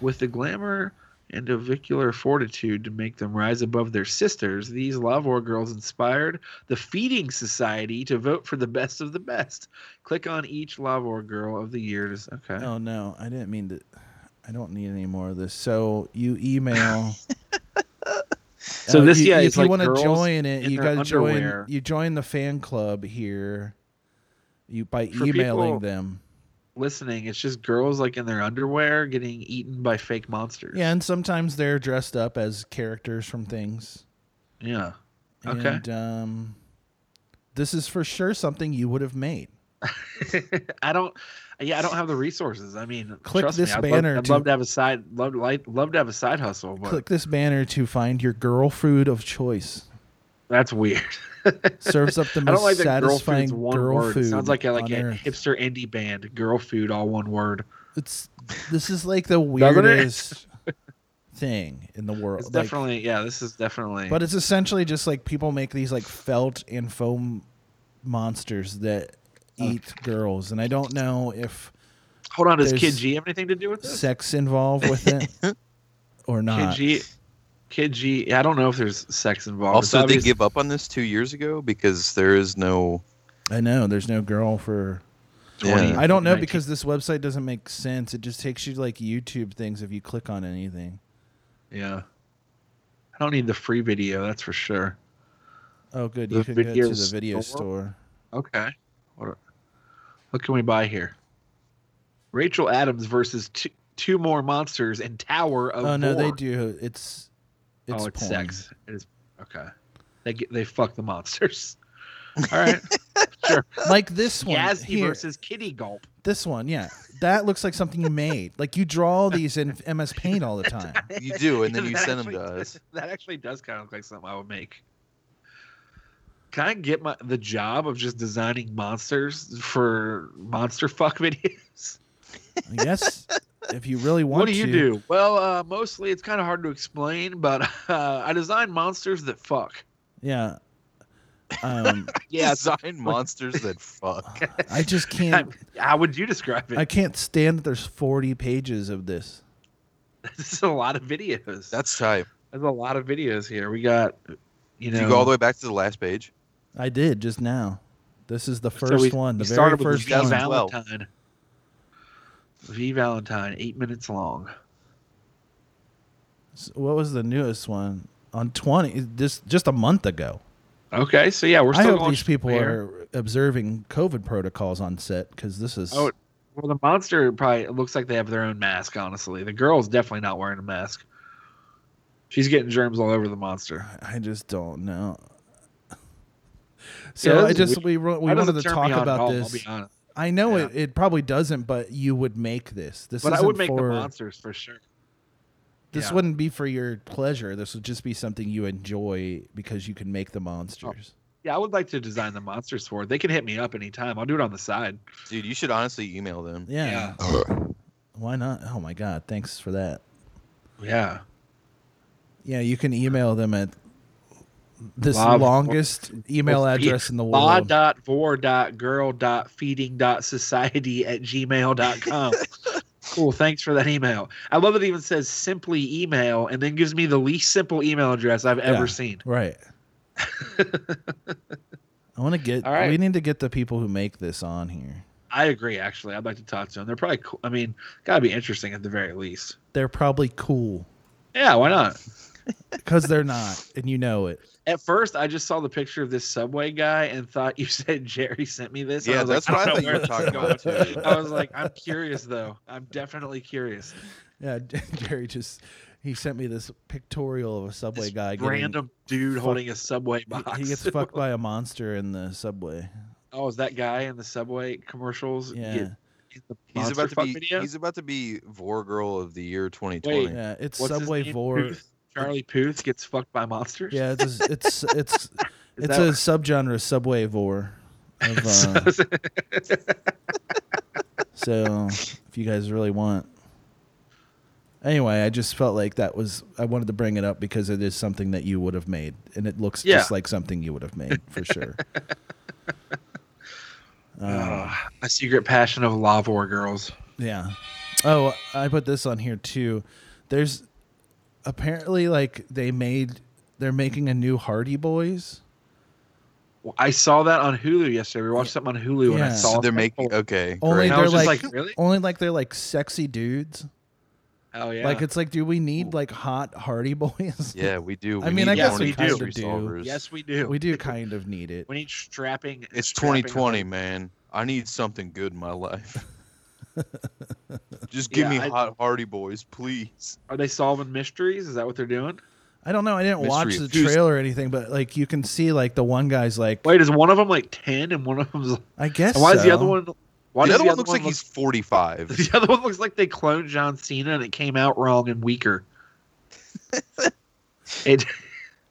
[SPEAKER 4] with the glamour and avicular fortitude to make them rise above their sisters? These Lavor girls inspired the Feeding Society to vote for the best of the best. Click on each Lavor Girl of the Year. to- Okay.
[SPEAKER 1] Oh no, I didn't mean to I don't need any more of this. So you email
[SPEAKER 4] So this,
[SPEAKER 1] you-
[SPEAKER 4] yeah,
[SPEAKER 1] if
[SPEAKER 4] it's
[SPEAKER 1] you
[SPEAKER 4] like
[SPEAKER 1] wanna
[SPEAKER 4] girls
[SPEAKER 1] join it,
[SPEAKER 4] in
[SPEAKER 1] you
[SPEAKER 4] their
[SPEAKER 1] gotta join
[SPEAKER 4] underwear.
[SPEAKER 1] you join the fan club here. You by
[SPEAKER 4] For
[SPEAKER 1] emailing
[SPEAKER 4] people-
[SPEAKER 1] them.
[SPEAKER 4] listening, it's just girls like in their underwear getting eaten by fake monsters.
[SPEAKER 1] Yeah, and sometimes they're dressed up as characters from things.
[SPEAKER 4] Yeah. Okay.
[SPEAKER 1] And, um, this is for sure something you would have made.
[SPEAKER 4] [laughs] I don't. Yeah, I don't have the resources. I mean,
[SPEAKER 1] Click
[SPEAKER 4] trust
[SPEAKER 1] this
[SPEAKER 4] me, I'd
[SPEAKER 1] banner
[SPEAKER 4] Love, I'd
[SPEAKER 1] to-
[SPEAKER 4] love to have a side. Love like love to have a side hustle, but
[SPEAKER 1] Click this banner to find your girl food of choice.
[SPEAKER 4] that's weird. [laughs]
[SPEAKER 1] Serves up the
[SPEAKER 4] I
[SPEAKER 1] most
[SPEAKER 4] don't like that girl
[SPEAKER 1] satisfying
[SPEAKER 4] food's one
[SPEAKER 1] girl
[SPEAKER 4] word.
[SPEAKER 1] food.
[SPEAKER 4] Sounds like a, like
[SPEAKER 1] on
[SPEAKER 4] a
[SPEAKER 1] earth.
[SPEAKER 4] hipster indie band. Girl food, all one word.
[SPEAKER 1] It's this is like the
[SPEAKER 4] Doesn't it? [laughs]
[SPEAKER 1] weirdest thing in the world.
[SPEAKER 4] It's
[SPEAKER 1] Like,
[SPEAKER 4] definitely yeah. This is definitely.
[SPEAKER 1] But it's essentially just like people make these like felt and foam monsters that
[SPEAKER 4] Oh.
[SPEAKER 1] eat girls, and I don't know if
[SPEAKER 4] hold on. Does
[SPEAKER 1] there's
[SPEAKER 4] Kid G have anything to do with this?
[SPEAKER 1] sex involved with
[SPEAKER 4] [laughs]
[SPEAKER 1] it or
[SPEAKER 4] Kid
[SPEAKER 1] not?
[SPEAKER 4] G. Kid G. I don't know if there's sex involved. It's
[SPEAKER 3] Also, they
[SPEAKER 4] obvious-
[SPEAKER 3] give up on this two years ago because there is no.
[SPEAKER 1] I know there's no girl for.
[SPEAKER 3] 20,
[SPEAKER 4] [laughs]
[SPEAKER 1] I don't know
[SPEAKER 3] 19.
[SPEAKER 1] because this website doesn't make sense. It just takes you to like YouTube things if you click on anything.
[SPEAKER 4] Yeah. I don't need the free video. That's for sure.
[SPEAKER 1] Oh, good.
[SPEAKER 4] The
[SPEAKER 1] You can go to
[SPEAKER 4] videos
[SPEAKER 1] the video
[SPEAKER 4] store?
[SPEAKER 1] store.
[SPEAKER 4] Okay. What, are- what can we buy here? Rachel Adams versus two, two more monsters and Tower of.
[SPEAKER 1] Oh, no, they
[SPEAKER 4] Gore.
[SPEAKER 1] do. It's it's,
[SPEAKER 4] oh, it's
[SPEAKER 1] porn.
[SPEAKER 4] sex. It is okay. They get, they fuck
[SPEAKER 3] [laughs]
[SPEAKER 4] the monsters. All right, sure.
[SPEAKER 1] Like
[SPEAKER 4] [laughs]
[SPEAKER 1] this one
[SPEAKER 4] Yazzie
[SPEAKER 1] here.
[SPEAKER 4] versus Kitty Gulp.
[SPEAKER 1] This one, yeah, that looks like something you made. Like you draw these in MS Paint all the time.
[SPEAKER 3] You do, and then you
[SPEAKER 4] [laughs] That
[SPEAKER 3] send 'em
[SPEAKER 4] actually
[SPEAKER 3] to
[SPEAKER 4] does-
[SPEAKER 3] us.
[SPEAKER 4] That actually does kind of look like something I would make. Can I get my the job of just designing monsters for monster fuck [laughs] videos?
[SPEAKER 1] I guess if you really want
[SPEAKER 4] what do you
[SPEAKER 1] to,
[SPEAKER 4] do? Well, uh, mostly it's kind of hard to explain, but [laughs] uh, I design monsters that fuck.
[SPEAKER 1] yeah. Um,
[SPEAKER 4] Yeah,
[SPEAKER 3] design monsters
[SPEAKER 4] [laughs]
[SPEAKER 3] that fuck.
[SPEAKER 1] I just can't.
[SPEAKER 4] How would you describe it?
[SPEAKER 1] I can't stand that there's 40 pages of this.
[SPEAKER 4] [laughs] This is a lot of videos.
[SPEAKER 3] That's type.
[SPEAKER 4] There's a lot of videos here. We got, you know,
[SPEAKER 3] If you go all the way back to the last page,
[SPEAKER 1] I did just now. This is the
[SPEAKER 4] so
[SPEAKER 1] first
[SPEAKER 4] we-
[SPEAKER 1] one. The
[SPEAKER 4] we
[SPEAKER 1] very
[SPEAKER 4] started with
[SPEAKER 1] first
[SPEAKER 4] V
[SPEAKER 1] one.
[SPEAKER 4] Valentine. V Valentine, eight minutes long.
[SPEAKER 1] S- What was the newest one? On 20, just just a month ago.
[SPEAKER 4] Okay, so yeah, we're
[SPEAKER 1] I
[SPEAKER 4] still
[SPEAKER 1] hope
[SPEAKER 4] going
[SPEAKER 1] these people
[SPEAKER 4] from here.
[SPEAKER 1] are observing COVID protocols on set because this is.
[SPEAKER 4] Oh, well, the monster probably it looks like they have their own mask. Honestly, the girl's definitely not wearing a mask. She's getting germs all over the monster.
[SPEAKER 1] I just don't know. So
[SPEAKER 4] Yeah, this
[SPEAKER 1] I
[SPEAKER 4] is
[SPEAKER 1] just
[SPEAKER 4] weird.
[SPEAKER 1] we ro- we
[SPEAKER 4] That
[SPEAKER 1] wanted
[SPEAKER 4] doesn't
[SPEAKER 1] to
[SPEAKER 4] turn me
[SPEAKER 1] talk
[SPEAKER 4] on at
[SPEAKER 1] about
[SPEAKER 4] all, I'll
[SPEAKER 1] this.
[SPEAKER 4] be honest.
[SPEAKER 1] I know it, it probably doesn't, but you would make this. This
[SPEAKER 4] but I
[SPEAKER 1] isn't
[SPEAKER 4] would make
[SPEAKER 1] for
[SPEAKER 4] the monsters for sure.
[SPEAKER 1] this
[SPEAKER 4] yeah.
[SPEAKER 1] wouldn't be for your pleasure. This would just be something you enjoy because you can make the monsters.
[SPEAKER 4] Yeah, I would like to design the monsters for it. They can hit me up anytime. I'll do it on the side.
[SPEAKER 3] dude, you should honestly email them.
[SPEAKER 1] Yeah. Why not? Oh my god! Thanks for that.
[SPEAKER 4] Yeah.
[SPEAKER 1] Yeah, you can email them at this
[SPEAKER 4] Bob-
[SPEAKER 1] longest email address in the world.
[SPEAKER 4] law.vor.girl.feeding.society [laughs] at gmail.com. cool. Thanks for that email. I love that it even says simply email and then gives me the least simple email address I've
[SPEAKER 1] Yeah,
[SPEAKER 4] ever seen. [laughs]
[SPEAKER 1] Right. I want to get.
[SPEAKER 4] All right.
[SPEAKER 1] We need to get the people who make this on here.
[SPEAKER 4] I agree, actually. I'd like to talk to them. They're probably cool. I mean, got to be interesting at the very least.
[SPEAKER 1] They're probably cool
[SPEAKER 4] Yeah, why not?
[SPEAKER 1] because they're not, and you know it.
[SPEAKER 4] At first, I just saw the picture of this subway guy and thought [laughs] you said Jerry sent me this. and
[SPEAKER 3] Yeah,
[SPEAKER 4] I was
[SPEAKER 3] that's
[SPEAKER 4] like,
[SPEAKER 3] what I
[SPEAKER 4] don't
[SPEAKER 3] thought
[SPEAKER 4] know
[SPEAKER 3] you were
[SPEAKER 4] where
[SPEAKER 3] talking about,
[SPEAKER 4] this
[SPEAKER 3] too.
[SPEAKER 4] is going. [laughs] I was like, I'm curious though. I'm definitely curious.
[SPEAKER 1] Yeah, [laughs] Jerry just he sent me this pictorial of a subway guy. getting-
[SPEAKER 4] Random dude
[SPEAKER 1] fuck-
[SPEAKER 4] holding a subway
[SPEAKER 1] he-
[SPEAKER 4] box.
[SPEAKER 1] He gets fucked by a monster in the subway.
[SPEAKER 4] [laughs] Oh, is that guy in the subway commercials?
[SPEAKER 1] Yeah.
[SPEAKER 4] he's the
[SPEAKER 3] He's
[SPEAKER 4] monster
[SPEAKER 3] about to
[SPEAKER 4] fuck
[SPEAKER 3] be.
[SPEAKER 4] video?
[SPEAKER 3] He's about to be Vor Girl of the year 2020.
[SPEAKER 4] Wait.
[SPEAKER 1] Yeah, it's
[SPEAKER 4] What's his
[SPEAKER 1] Subway
[SPEAKER 4] name?
[SPEAKER 1] Vor.
[SPEAKER 4] Puth? Charlie Puth gets fucked by monsters. [laughs]
[SPEAKER 1] Yeah, it's a, it's it's it's
[SPEAKER 4] that-
[SPEAKER 1] a subgenre Subway Vor.
[SPEAKER 4] [laughs]
[SPEAKER 1] Of, uh,
[SPEAKER 4] [laughs]
[SPEAKER 1] so if you guys really want. Anyway, I just felt like that was I wanted to bring it up because it is something that you would have made, and it looks just
[SPEAKER 4] Yeah.
[SPEAKER 1] like something you would have made for
[SPEAKER 4] [laughs]
[SPEAKER 1] sure. Uh,
[SPEAKER 4] Ah, a secret passion of lavor girls.
[SPEAKER 1] yeah. Oh, I put this on here too. There's apparently like they made they're making a new Hardy Boys.
[SPEAKER 4] Well, I saw that on Hulu yesterday. We watched something on Hulu and I
[SPEAKER 1] Yeah.
[SPEAKER 4] saw
[SPEAKER 3] So they're
[SPEAKER 4] it.
[SPEAKER 3] making okay.
[SPEAKER 1] Only
[SPEAKER 3] great.
[SPEAKER 4] I
[SPEAKER 1] they're
[SPEAKER 4] was just
[SPEAKER 1] like,
[SPEAKER 4] like, really?
[SPEAKER 1] only like they're like sexy dudes.
[SPEAKER 4] Oh yeah.
[SPEAKER 1] Like it's like, do we need like hot Hardy [laughs] Boys?
[SPEAKER 3] Yeah, we do.
[SPEAKER 1] I
[SPEAKER 3] We
[SPEAKER 1] mean,
[SPEAKER 3] need
[SPEAKER 1] I guess
[SPEAKER 3] horny
[SPEAKER 1] we kind
[SPEAKER 3] mystery
[SPEAKER 1] of do.
[SPEAKER 3] solvers.
[SPEAKER 4] yes, we do.
[SPEAKER 1] We do kind of need it.
[SPEAKER 4] We need strapping.
[SPEAKER 3] It's
[SPEAKER 4] strapping [laughs]
[SPEAKER 3] 2020, man. I need something good in my life. Just give
[SPEAKER 4] Yeah,
[SPEAKER 3] me
[SPEAKER 4] I-
[SPEAKER 3] Hot Hardy Boys, please.
[SPEAKER 4] Are they solving mysteries? Is that what they're doing?
[SPEAKER 1] I don't know. I didn't
[SPEAKER 4] Mystery
[SPEAKER 1] watch
[SPEAKER 4] of
[SPEAKER 1] the
[SPEAKER 4] Tuesday.
[SPEAKER 1] trailer or anything, but like you can see, like the one guy's like,
[SPEAKER 4] Wait, is one of them like ten and one of them's?
[SPEAKER 1] I guess.
[SPEAKER 4] And why is the
[SPEAKER 1] so.
[SPEAKER 4] other one? Why
[SPEAKER 3] the
[SPEAKER 4] does
[SPEAKER 3] other
[SPEAKER 4] the
[SPEAKER 3] one looks like he's 45.
[SPEAKER 4] [laughs] The other one looks like they cloned John Cena and it came out wrong and weaker. it,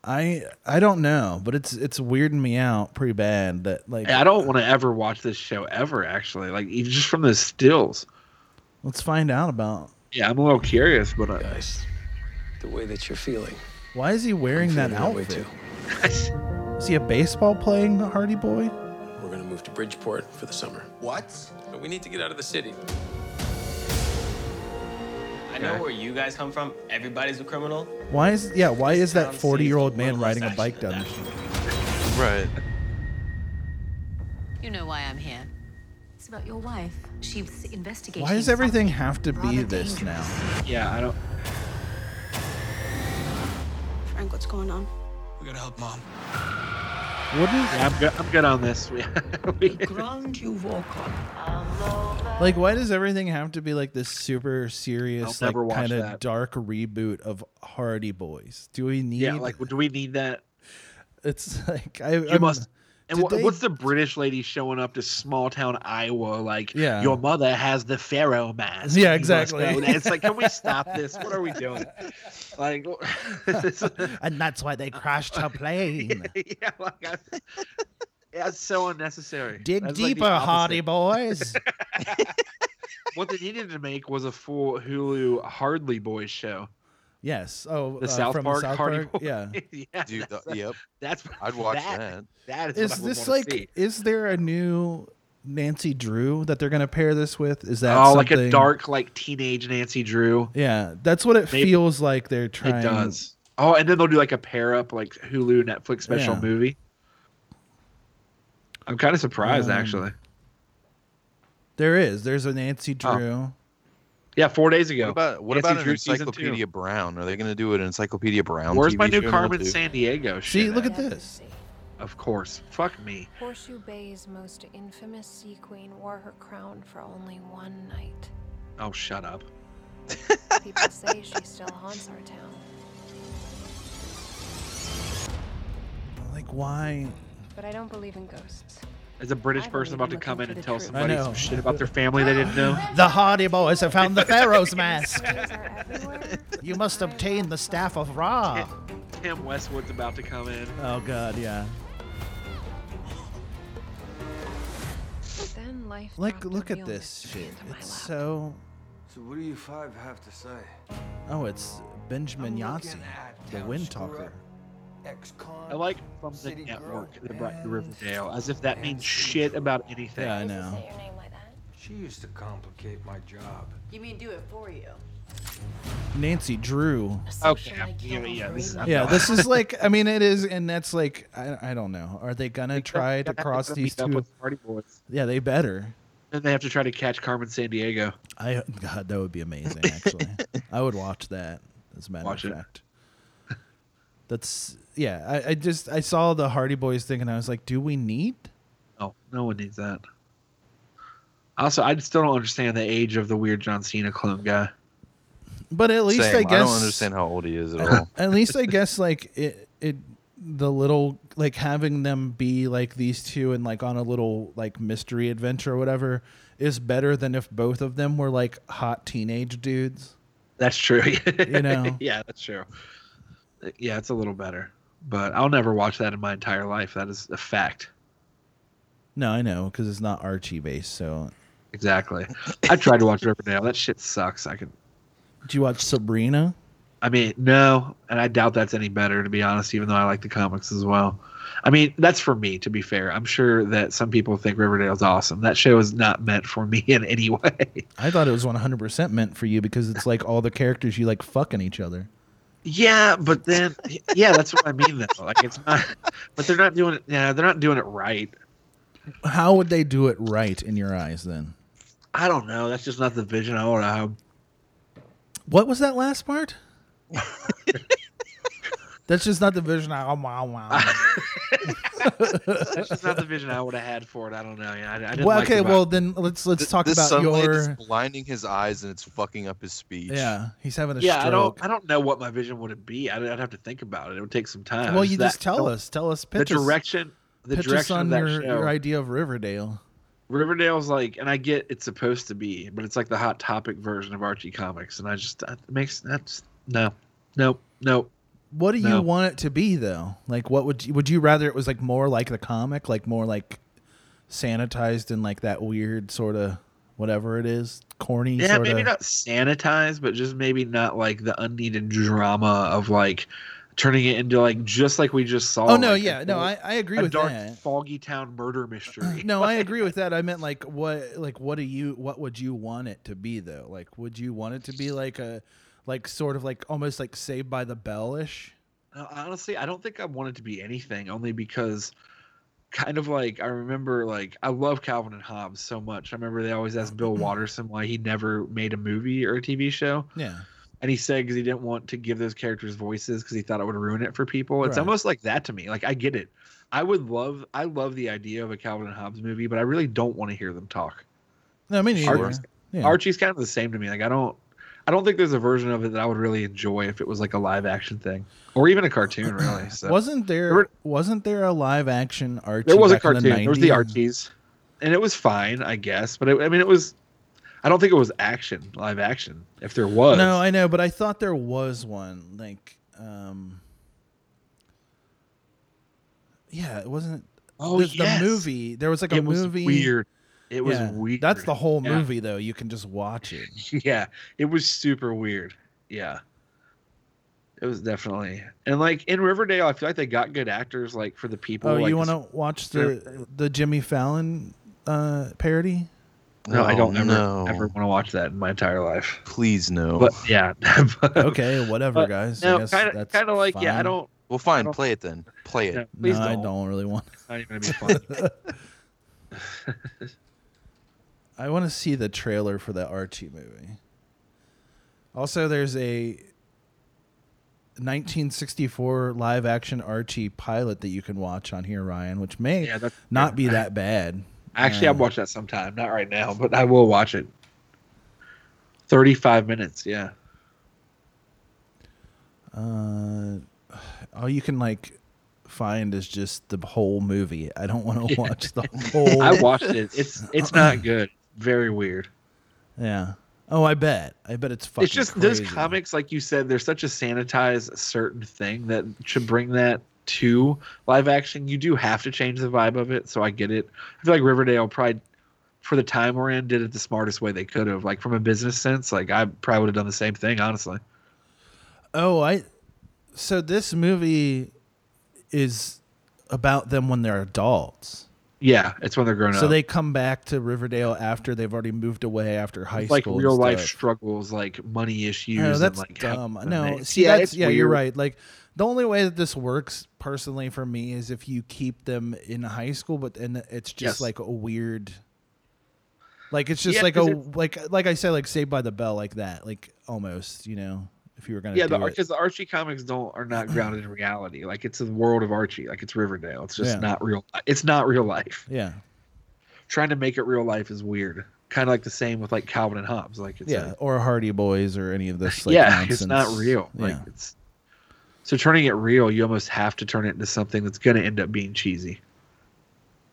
[SPEAKER 1] I I don't know, but it's it's weirding me out pretty bad that like
[SPEAKER 4] I don't want to ever watch this show ever. Actually, like even just from the stills.
[SPEAKER 1] Let's find out about
[SPEAKER 4] Yeah, I'm a little curious, but uh, I,
[SPEAKER 12] The way that you're feeling.
[SPEAKER 1] why is he wearing that
[SPEAKER 12] feeling that way
[SPEAKER 1] outfit? is he a baseball playing Hardy Boy?
[SPEAKER 12] We're gonna move to Bridgeport for the summer. What? But we need to get out of the city.
[SPEAKER 8] I know where you guys come from. Everybody's a criminal.
[SPEAKER 1] Why is yeah? Why is that forty year old man riding a bike down the street?
[SPEAKER 3] Right.
[SPEAKER 13] You know why I'm here. It's about your wife. She's investigating.
[SPEAKER 1] Why does everything have to be this now?
[SPEAKER 4] Yeah, I don't.
[SPEAKER 14] Frank, what's going on?
[SPEAKER 12] We gotta help mom.
[SPEAKER 1] Wouldn't
[SPEAKER 4] yeah, I'm good. I'm good on this. [laughs] We- we-
[SPEAKER 1] Like, why does everything have to be like this super serious,
[SPEAKER 4] I'll
[SPEAKER 1] like
[SPEAKER 4] never watch
[SPEAKER 1] kind of
[SPEAKER 4] that.
[SPEAKER 1] dark reboot of Hardy Boys? Do we need?
[SPEAKER 4] yeah, like do we need that?
[SPEAKER 1] it's [laughs] like I,
[SPEAKER 4] You
[SPEAKER 1] I'm-
[SPEAKER 4] must. And
[SPEAKER 1] did
[SPEAKER 4] wha-
[SPEAKER 1] they-
[SPEAKER 4] what's the British lady showing up to small town Iowa like?
[SPEAKER 1] Yeah.
[SPEAKER 4] your mother has the pharaoh mask.
[SPEAKER 1] Yeah,
[SPEAKER 4] You must
[SPEAKER 1] exactly.
[SPEAKER 4] know that." It's like, can we stop this? What are
[SPEAKER 1] [laughs]
[SPEAKER 4] we doing? Like, [laughs]
[SPEAKER 1] and that's why they crashed her plane.
[SPEAKER 4] [laughs] yeah, like I, that's so unnecessary.
[SPEAKER 1] Dig
[SPEAKER 4] That's like the
[SPEAKER 1] deeper, Hardy Boys.
[SPEAKER 4] [laughs] what they needed to make was a full Hulu Hardly Boys show.
[SPEAKER 1] yes. Oh,
[SPEAKER 4] The
[SPEAKER 1] uh,
[SPEAKER 4] South
[SPEAKER 1] from
[SPEAKER 4] Park
[SPEAKER 1] South
[SPEAKER 4] Hardy
[SPEAKER 1] Park. Yeah.
[SPEAKER 4] [laughs] yeah,
[SPEAKER 3] Dude,
[SPEAKER 4] that's,
[SPEAKER 3] th- yep.
[SPEAKER 4] That's
[SPEAKER 3] I'd watch
[SPEAKER 4] that. That is,
[SPEAKER 1] Is
[SPEAKER 4] what I would
[SPEAKER 1] this
[SPEAKER 4] wanna
[SPEAKER 1] like?
[SPEAKER 4] see.
[SPEAKER 1] Is there a new Nancy Drew that they're gonna pair this with? Is that
[SPEAKER 4] oh, like a
[SPEAKER 1] something-
[SPEAKER 4] dark, like teenage Nancy Drew.
[SPEAKER 1] Yeah, that's what it
[SPEAKER 4] Maybe-
[SPEAKER 1] feels like. They're trying.
[SPEAKER 4] It does. Oh, and then they'll do like a pair up, like Hulu Netflix special
[SPEAKER 1] Yeah.
[SPEAKER 4] movie. I'm kind of surprised,
[SPEAKER 1] Um,
[SPEAKER 4] actually.
[SPEAKER 1] There is. There's a Nancy Drew.
[SPEAKER 4] Oh. Yeah, four days ago.
[SPEAKER 3] What about what
[SPEAKER 4] Nancy
[SPEAKER 3] about an
[SPEAKER 4] Drew season two.
[SPEAKER 3] Encyclopedia Brown? Are they going to do an Encyclopedia Brown?
[SPEAKER 4] Where's my
[SPEAKER 3] TV
[SPEAKER 4] new
[SPEAKER 3] show?
[SPEAKER 4] Carmen
[SPEAKER 3] We'll do-
[SPEAKER 4] San Diego?
[SPEAKER 1] See,
[SPEAKER 4] shit
[SPEAKER 1] look
[SPEAKER 4] at?
[SPEAKER 1] at this.
[SPEAKER 4] Of course. Fuck me.
[SPEAKER 14] Horseshoe Bay's most infamous sea queen wore her crown for only one night.
[SPEAKER 4] Oh, shut up.
[SPEAKER 14] People say she still haunts our town.
[SPEAKER 1] Like, why?
[SPEAKER 14] But I don't believe in ghosts.
[SPEAKER 4] Is a British
[SPEAKER 14] I've
[SPEAKER 4] person
[SPEAKER 14] only
[SPEAKER 4] about to
[SPEAKER 14] been
[SPEAKER 4] come in
[SPEAKER 14] looking
[SPEAKER 4] and
[SPEAKER 14] for the
[SPEAKER 4] tell
[SPEAKER 14] truth.
[SPEAKER 4] somebody
[SPEAKER 1] I know.
[SPEAKER 4] some shit about their family they didn't know?
[SPEAKER 1] The Hardy Boys have found
[SPEAKER 4] [laughs]
[SPEAKER 1] the Pharaoh's mask.
[SPEAKER 14] Ghosts are everywhere.
[SPEAKER 1] You must obtain the staff of Ra.
[SPEAKER 4] Tim Westwood's about to come in.
[SPEAKER 1] Oh God, yeah.
[SPEAKER 14] But then life
[SPEAKER 1] Like,
[SPEAKER 14] dropped a
[SPEAKER 1] look at
[SPEAKER 14] real
[SPEAKER 1] this
[SPEAKER 14] mystery
[SPEAKER 1] shit.
[SPEAKER 14] into my
[SPEAKER 1] It's
[SPEAKER 14] lap.
[SPEAKER 1] so.
[SPEAKER 15] So what do you five have to say?
[SPEAKER 1] Oh, it's Benjamin
[SPEAKER 15] I'm
[SPEAKER 1] Yahtzee,
[SPEAKER 15] looking at
[SPEAKER 1] the
[SPEAKER 15] town
[SPEAKER 1] wind
[SPEAKER 15] screw-up,
[SPEAKER 1] talker.
[SPEAKER 15] Ex-con.
[SPEAKER 4] I like from the
[SPEAKER 15] City
[SPEAKER 4] network
[SPEAKER 15] girl,
[SPEAKER 4] that brought to
[SPEAKER 15] band.
[SPEAKER 4] Riverdale, as if that means shit about anything.
[SPEAKER 1] Yeah, I know.
[SPEAKER 14] Say your name like that.
[SPEAKER 15] She used to complicate my job.
[SPEAKER 13] You mean do it for you?
[SPEAKER 1] Nancy Drew.
[SPEAKER 4] Okay, I'm- yeah, yeah, this is, I'm
[SPEAKER 1] Yeah,
[SPEAKER 4] done.
[SPEAKER 1] this is like. I mean, it is, and that's like. I, I don't know. Are they gonna try to
[SPEAKER 4] They have
[SPEAKER 1] cross
[SPEAKER 4] meet
[SPEAKER 1] these
[SPEAKER 4] up
[SPEAKER 1] two?
[SPEAKER 4] with Party Boys.
[SPEAKER 1] Yeah, they better.
[SPEAKER 4] Then they have to try to catch Carmen San Diego.
[SPEAKER 1] I God, that would be amazing. Actually, I would watch that. As a matter
[SPEAKER 4] Watch
[SPEAKER 1] of
[SPEAKER 4] it.
[SPEAKER 1] fact, that's yeah. I, I just I saw the Hardy Boys thing, and I was like, do we need?
[SPEAKER 4] No, Oh, no one needs that. Also, I still don't understand the age of the weird John Cena clone guy.
[SPEAKER 1] But at least
[SPEAKER 3] Same.
[SPEAKER 1] I guess
[SPEAKER 3] don't understand how old he is
[SPEAKER 4] [laughs]
[SPEAKER 3] at all.
[SPEAKER 1] At least I guess like it it the little like having them be like these two and like on a little like mystery adventure or whatever is better than if both of them were like hot teenage dudes.
[SPEAKER 4] That's true. [laughs]
[SPEAKER 1] You know.
[SPEAKER 4] yeah, that's true. Yeah, it's a little better, but I'll never watch that in my entire life. That is a fact.
[SPEAKER 1] No, I know because it's not Archie based. So,
[SPEAKER 4] Exactly. I tried to watch Riverdale. That shit sucks. I can.
[SPEAKER 1] did you watch Sabrina?
[SPEAKER 4] I mean, no, and I doubt that's any better to be honest. Even though I like the comics as well. I mean, that's for me to be fair. I'm sure that some people think Riverdale's awesome. That show is not meant for me [laughs] in any way.
[SPEAKER 1] I thought it was 100% meant for you because it's like all the characters you like fucking each other.
[SPEAKER 4] Yeah, but then yeah, that's what I mean though. Like it's not but they're not doing it yeah, they're not doing it right.
[SPEAKER 1] How would they do it right in your eyes then?
[SPEAKER 4] I don't know. That's just not the vision I want to have.
[SPEAKER 1] What was that last part? That's just not the vision I. Oh, wow, wow.
[SPEAKER 4] That's just not the vision I would have had for it. I don't know. Yeah, I, I didn't
[SPEAKER 1] well,
[SPEAKER 4] like
[SPEAKER 1] okay.
[SPEAKER 4] the-
[SPEAKER 1] Well, then let's let's
[SPEAKER 3] Th-
[SPEAKER 1] talk
[SPEAKER 3] this
[SPEAKER 1] about
[SPEAKER 3] sunlight
[SPEAKER 1] your.
[SPEAKER 3] is blinding his eyes and it's fucking up his speech.
[SPEAKER 1] Yeah, he's having a
[SPEAKER 4] yeah, I
[SPEAKER 1] stroke.
[SPEAKER 4] don't. I don't know what my vision would be. I'd, I'd have to think about it. It would take some time.
[SPEAKER 1] well, you just
[SPEAKER 4] that-
[SPEAKER 1] tell us. Tell us.
[SPEAKER 4] the
[SPEAKER 1] Pitch us-
[SPEAKER 4] direction. The
[SPEAKER 1] pitch us
[SPEAKER 4] direction
[SPEAKER 1] on
[SPEAKER 4] of that
[SPEAKER 1] your,
[SPEAKER 4] show.
[SPEAKER 1] your idea of Riverdale.
[SPEAKER 4] Riverdale's like, and I get it's supposed to be, but it's like the hot topic version of Archie comics, and I just that makes that's no, no, no.
[SPEAKER 1] What do
[SPEAKER 4] No.
[SPEAKER 1] you want it to be though? Like, what would you, would you rather it was like more like the comic, like more like sanitized and like that weird sort of whatever it is, corny.
[SPEAKER 4] Yeah,
[SPEAKER 1] sorta-
[SPEAKER 4] maybe not sanitized, but just maybe not like the unneeded drama of like turning it into like just like we just saw.
[SPEAKER 1] Oh, no,
[SPEAKER 4] like, a
[SPEAKER 1] yeah, no,
[SPEAKER 4] full-
[SPEAKER 1] I- I agree
[SPEAKER 4] a
[SPEAKER 1] with
[SPEAKER 4] dark,
[SPEAKER 1] that.
[SPEAKER 4] Foggy town murder
[SPEAKER 1] [clears throat]
[SPEAKER 4] mystery.
[SPEAKER 1] No, I agree with that. I meant like what like what do you what would you want it to be though? Like would you want it to be like a like sort of like almost like Saved by the Bell ish?
[SPEAKER 4] No, honestly, I don't think I want it to be anything, only because kind of like I remember like I love Calvin and Hobbes so much. I remember they always
[SPEAKER 1] Mm-hmm.
[SPEAKER 4] asked Bill Watterson why he never made a movie or a TV show.
[SPEAKER 1] Yeah.
[SPEAKER 4] And he said because he didn't want to give those characters voices because he thought it would ruin it for people. It's
[SPEAKER 1] Right.
[SPEAKER 4] almost like that to me. Like I get it. I would love I love the idea of a Calvin and Hobbes movie, but I really don't want to hear them talk.
[SPEAKER 1] No, I mean either.
[SPEAKER 4] Archie's,
[SPEAKER 1] Yeah.
[SPEAKER 4] Archie's kind of the same to me. Like I don't I don't think there's a version of it that I would really enjoy if it was like a live action thing. Or even a
[SPEAKER 1] [clears throat]
[SPEAKER 4] cartoon, really. So
[SPEAKER 1] wasn't there wasn't there a live action Archie?
[SPEAKER 4] there was a
[SPEAKER 1] back in
[SPEAKER 4] cartoon. there was the
[SPEAKER 1] 90s?
[SPEAKER 4] Archies, and it was fine, I guess. But it, I mean, it was. I don't think it was action, live action. If there was,
[SPEAKER 1] No, I know, but I thought there was one. Like um Yeah, it wasn't
[SPEAKER 4] Oh,
[SPEAKER 1] the,
[SPEAKER 4] yes.
[SPEAKER 1] the movie. There was like a
[SPEAKER 4] It was
[SPEAKER 1] movie
[SPEAKER 4] weird. It was
[SPEAKER 1] Yeah,
[SPEAKER 4] weird.
[SPEAKER 1] That's the whole
[SPEAKER 4] Yeah.
[SPEAKER 1] movie though. You can just watch it.
[SPEAKER 4] [laughs] yeah, it was super weird. Yeah, it was definitely. And like in Riverdale, I feel like they got good actors, like for the people.
[SPEAKER 1] Oh,
[SPEAKER 4] like,
[SPEAKER 1] you want to watch the the Jimmy Fallon uh, parody?
[SPEAKER 4] No, I don't ever
[SPEAKER 3] Oh, no. Oh.
[SPEAKER 4] ever want to watch that in my entire life.
[SPEAKER 3] Please no.
[SPEAKER 4] But yeah, [laughs]
[SPEAKER 1] okay, whatever,
[SPEAKER 4] But,
[SPEAKER 1] guys. I
[SPEAKER 4] Uh, No,
[SPEAKER 1] guess
[SPEAKER 4] kind of,
[SPEAKER 1] that's
[SPEAKER 4] kind of like yeah. I
[SPEAKER 1] fine.
[SPEAKER 4] don't.
[SPEAKER 3] Well, fine.
[SPEAKER 4] I don't-
[SPEAKER 3] Play it then. Play it.
[SPEAKER 4] Yeah,
[SPEAKER 1] No,
[SPEAKER 4] please
[SPEAKER 1] I
[SPEAKER 4] don't.
[SPEAKER 1] don't really want. [laughs]
[SPEAKER 4] It's not even gonna be fun.
[SPEAKER 1] I want to see the trailer for the Archie movie. Also, there's a 1964 live action Archie pilot that you can watch on here, Ryan, which may
[SPEAKER 4] Yeah, that's-
[SPEAKER 1] not be that bad.
[SPEAKER 4] Actually,
[SPEAKER 1] Uh,
[SPEAKER 4] I'll watch that sometime. Not right now, but I will watch it. Thirty-five minutes. Yeah.
[SPEAKER 1] Uh, all you can like find is just the whole movie. I don't want to
[SPEAKER 4] [laughs] Yeah.
[SPEAKER 1] watch the whole. [laughs]
[SPEAKER 4] I watched it. It's it's not good. Very weird.
[SPEAKER 1] Yeah. Oh, I bet. I bet it's fucking.
[SPEAKER 4] it's just
[SPEAKER 1] crazy.
[SPEAKER 4] those comics, like you said, they're such a sanitized certain thing that should bring that to live action. You do have to change the vibe of it, so I get it. I feel like Riverdale probably for the time we're in did it the smartest way they could have. Like from a business sense, like I probably would have done the same thing, honestly.
[SPEAKER 1] Oh, I. So this movie is about them when they're adults.
[SPEAKER 4] Yeah, it's when they're grown up.
[SPEAKER 1] So they come back to Riverdale after they've already moved away after high
[SPEAKER 4] It's like
[SPEAKER 1] school. and
[SPEAKER 4] real life
[SPEAKER 1] stuff.
[SPEAKER 4] struggles, like money issues.
[SPEAKER 1] No,
[SPEAKER 4] and,
[SPEAKER 1] Oh, that's
[SPEAKER 4] like, how-
[SPEAKER 1] dumb.
[SPEAKER 4] and
[SPEAKER 1] No,
[SPEAKER 4] it's-
[SPEAKER 1] see,
[SPEAKER 4] yeah,
[SPEAKER 1] that's
[SPEAKER 4] it's
[SPEAKER 1] yeah, you're
[SPEAKER 4] weird.
[SPEAKER 1] right. Like the only way that this works personally for me is if you keep them in high school, but and it's just
[SPEAKER 4] Yes.
[SPEAKER 1] like a weird, like it's just
[SPEAKER 4] Yeah,
[SPEAKER 1] like a
[SPEAKER 4] 'cause
[SPEAKER 1] like like I said, like Saved by the Bell, like that, like almost, you know, if you were gonna
[SPEAKER 4] Yeah,
[SPEAKER 1] do
[SPEAKER 4] the
[SPEAKER 1] it.
[SPEAKER 4] because the Archie comics don't are not grounded in reality. Like it's the world of Archie. Like it's Riverdale. It's just
[SPEAKER 1] Yeah.
[SPEAKER 4] not real. It's not real life. [laughs]
[SPEAKER 1] yeah,
[SPEAKER 4] Trying to make it real life is weird. Kind of like the same with like Calvin and Hobbes. Like it's
[SPEAKER 1] yeah,
[SPEAKER 4] like-
[SPEAKER 1] or Hardy Boys or any of this. Like,
[SPEAKER 4] yeah, [laughs]
[SPEAKER 1] nonsense.
[SPEAKER 4] it's not real.
[SPEAKER 1] Yeah,
[SPEAKER 4] Like it's so turning it real, you almost have to turn it into something that's going to end up being cheesy.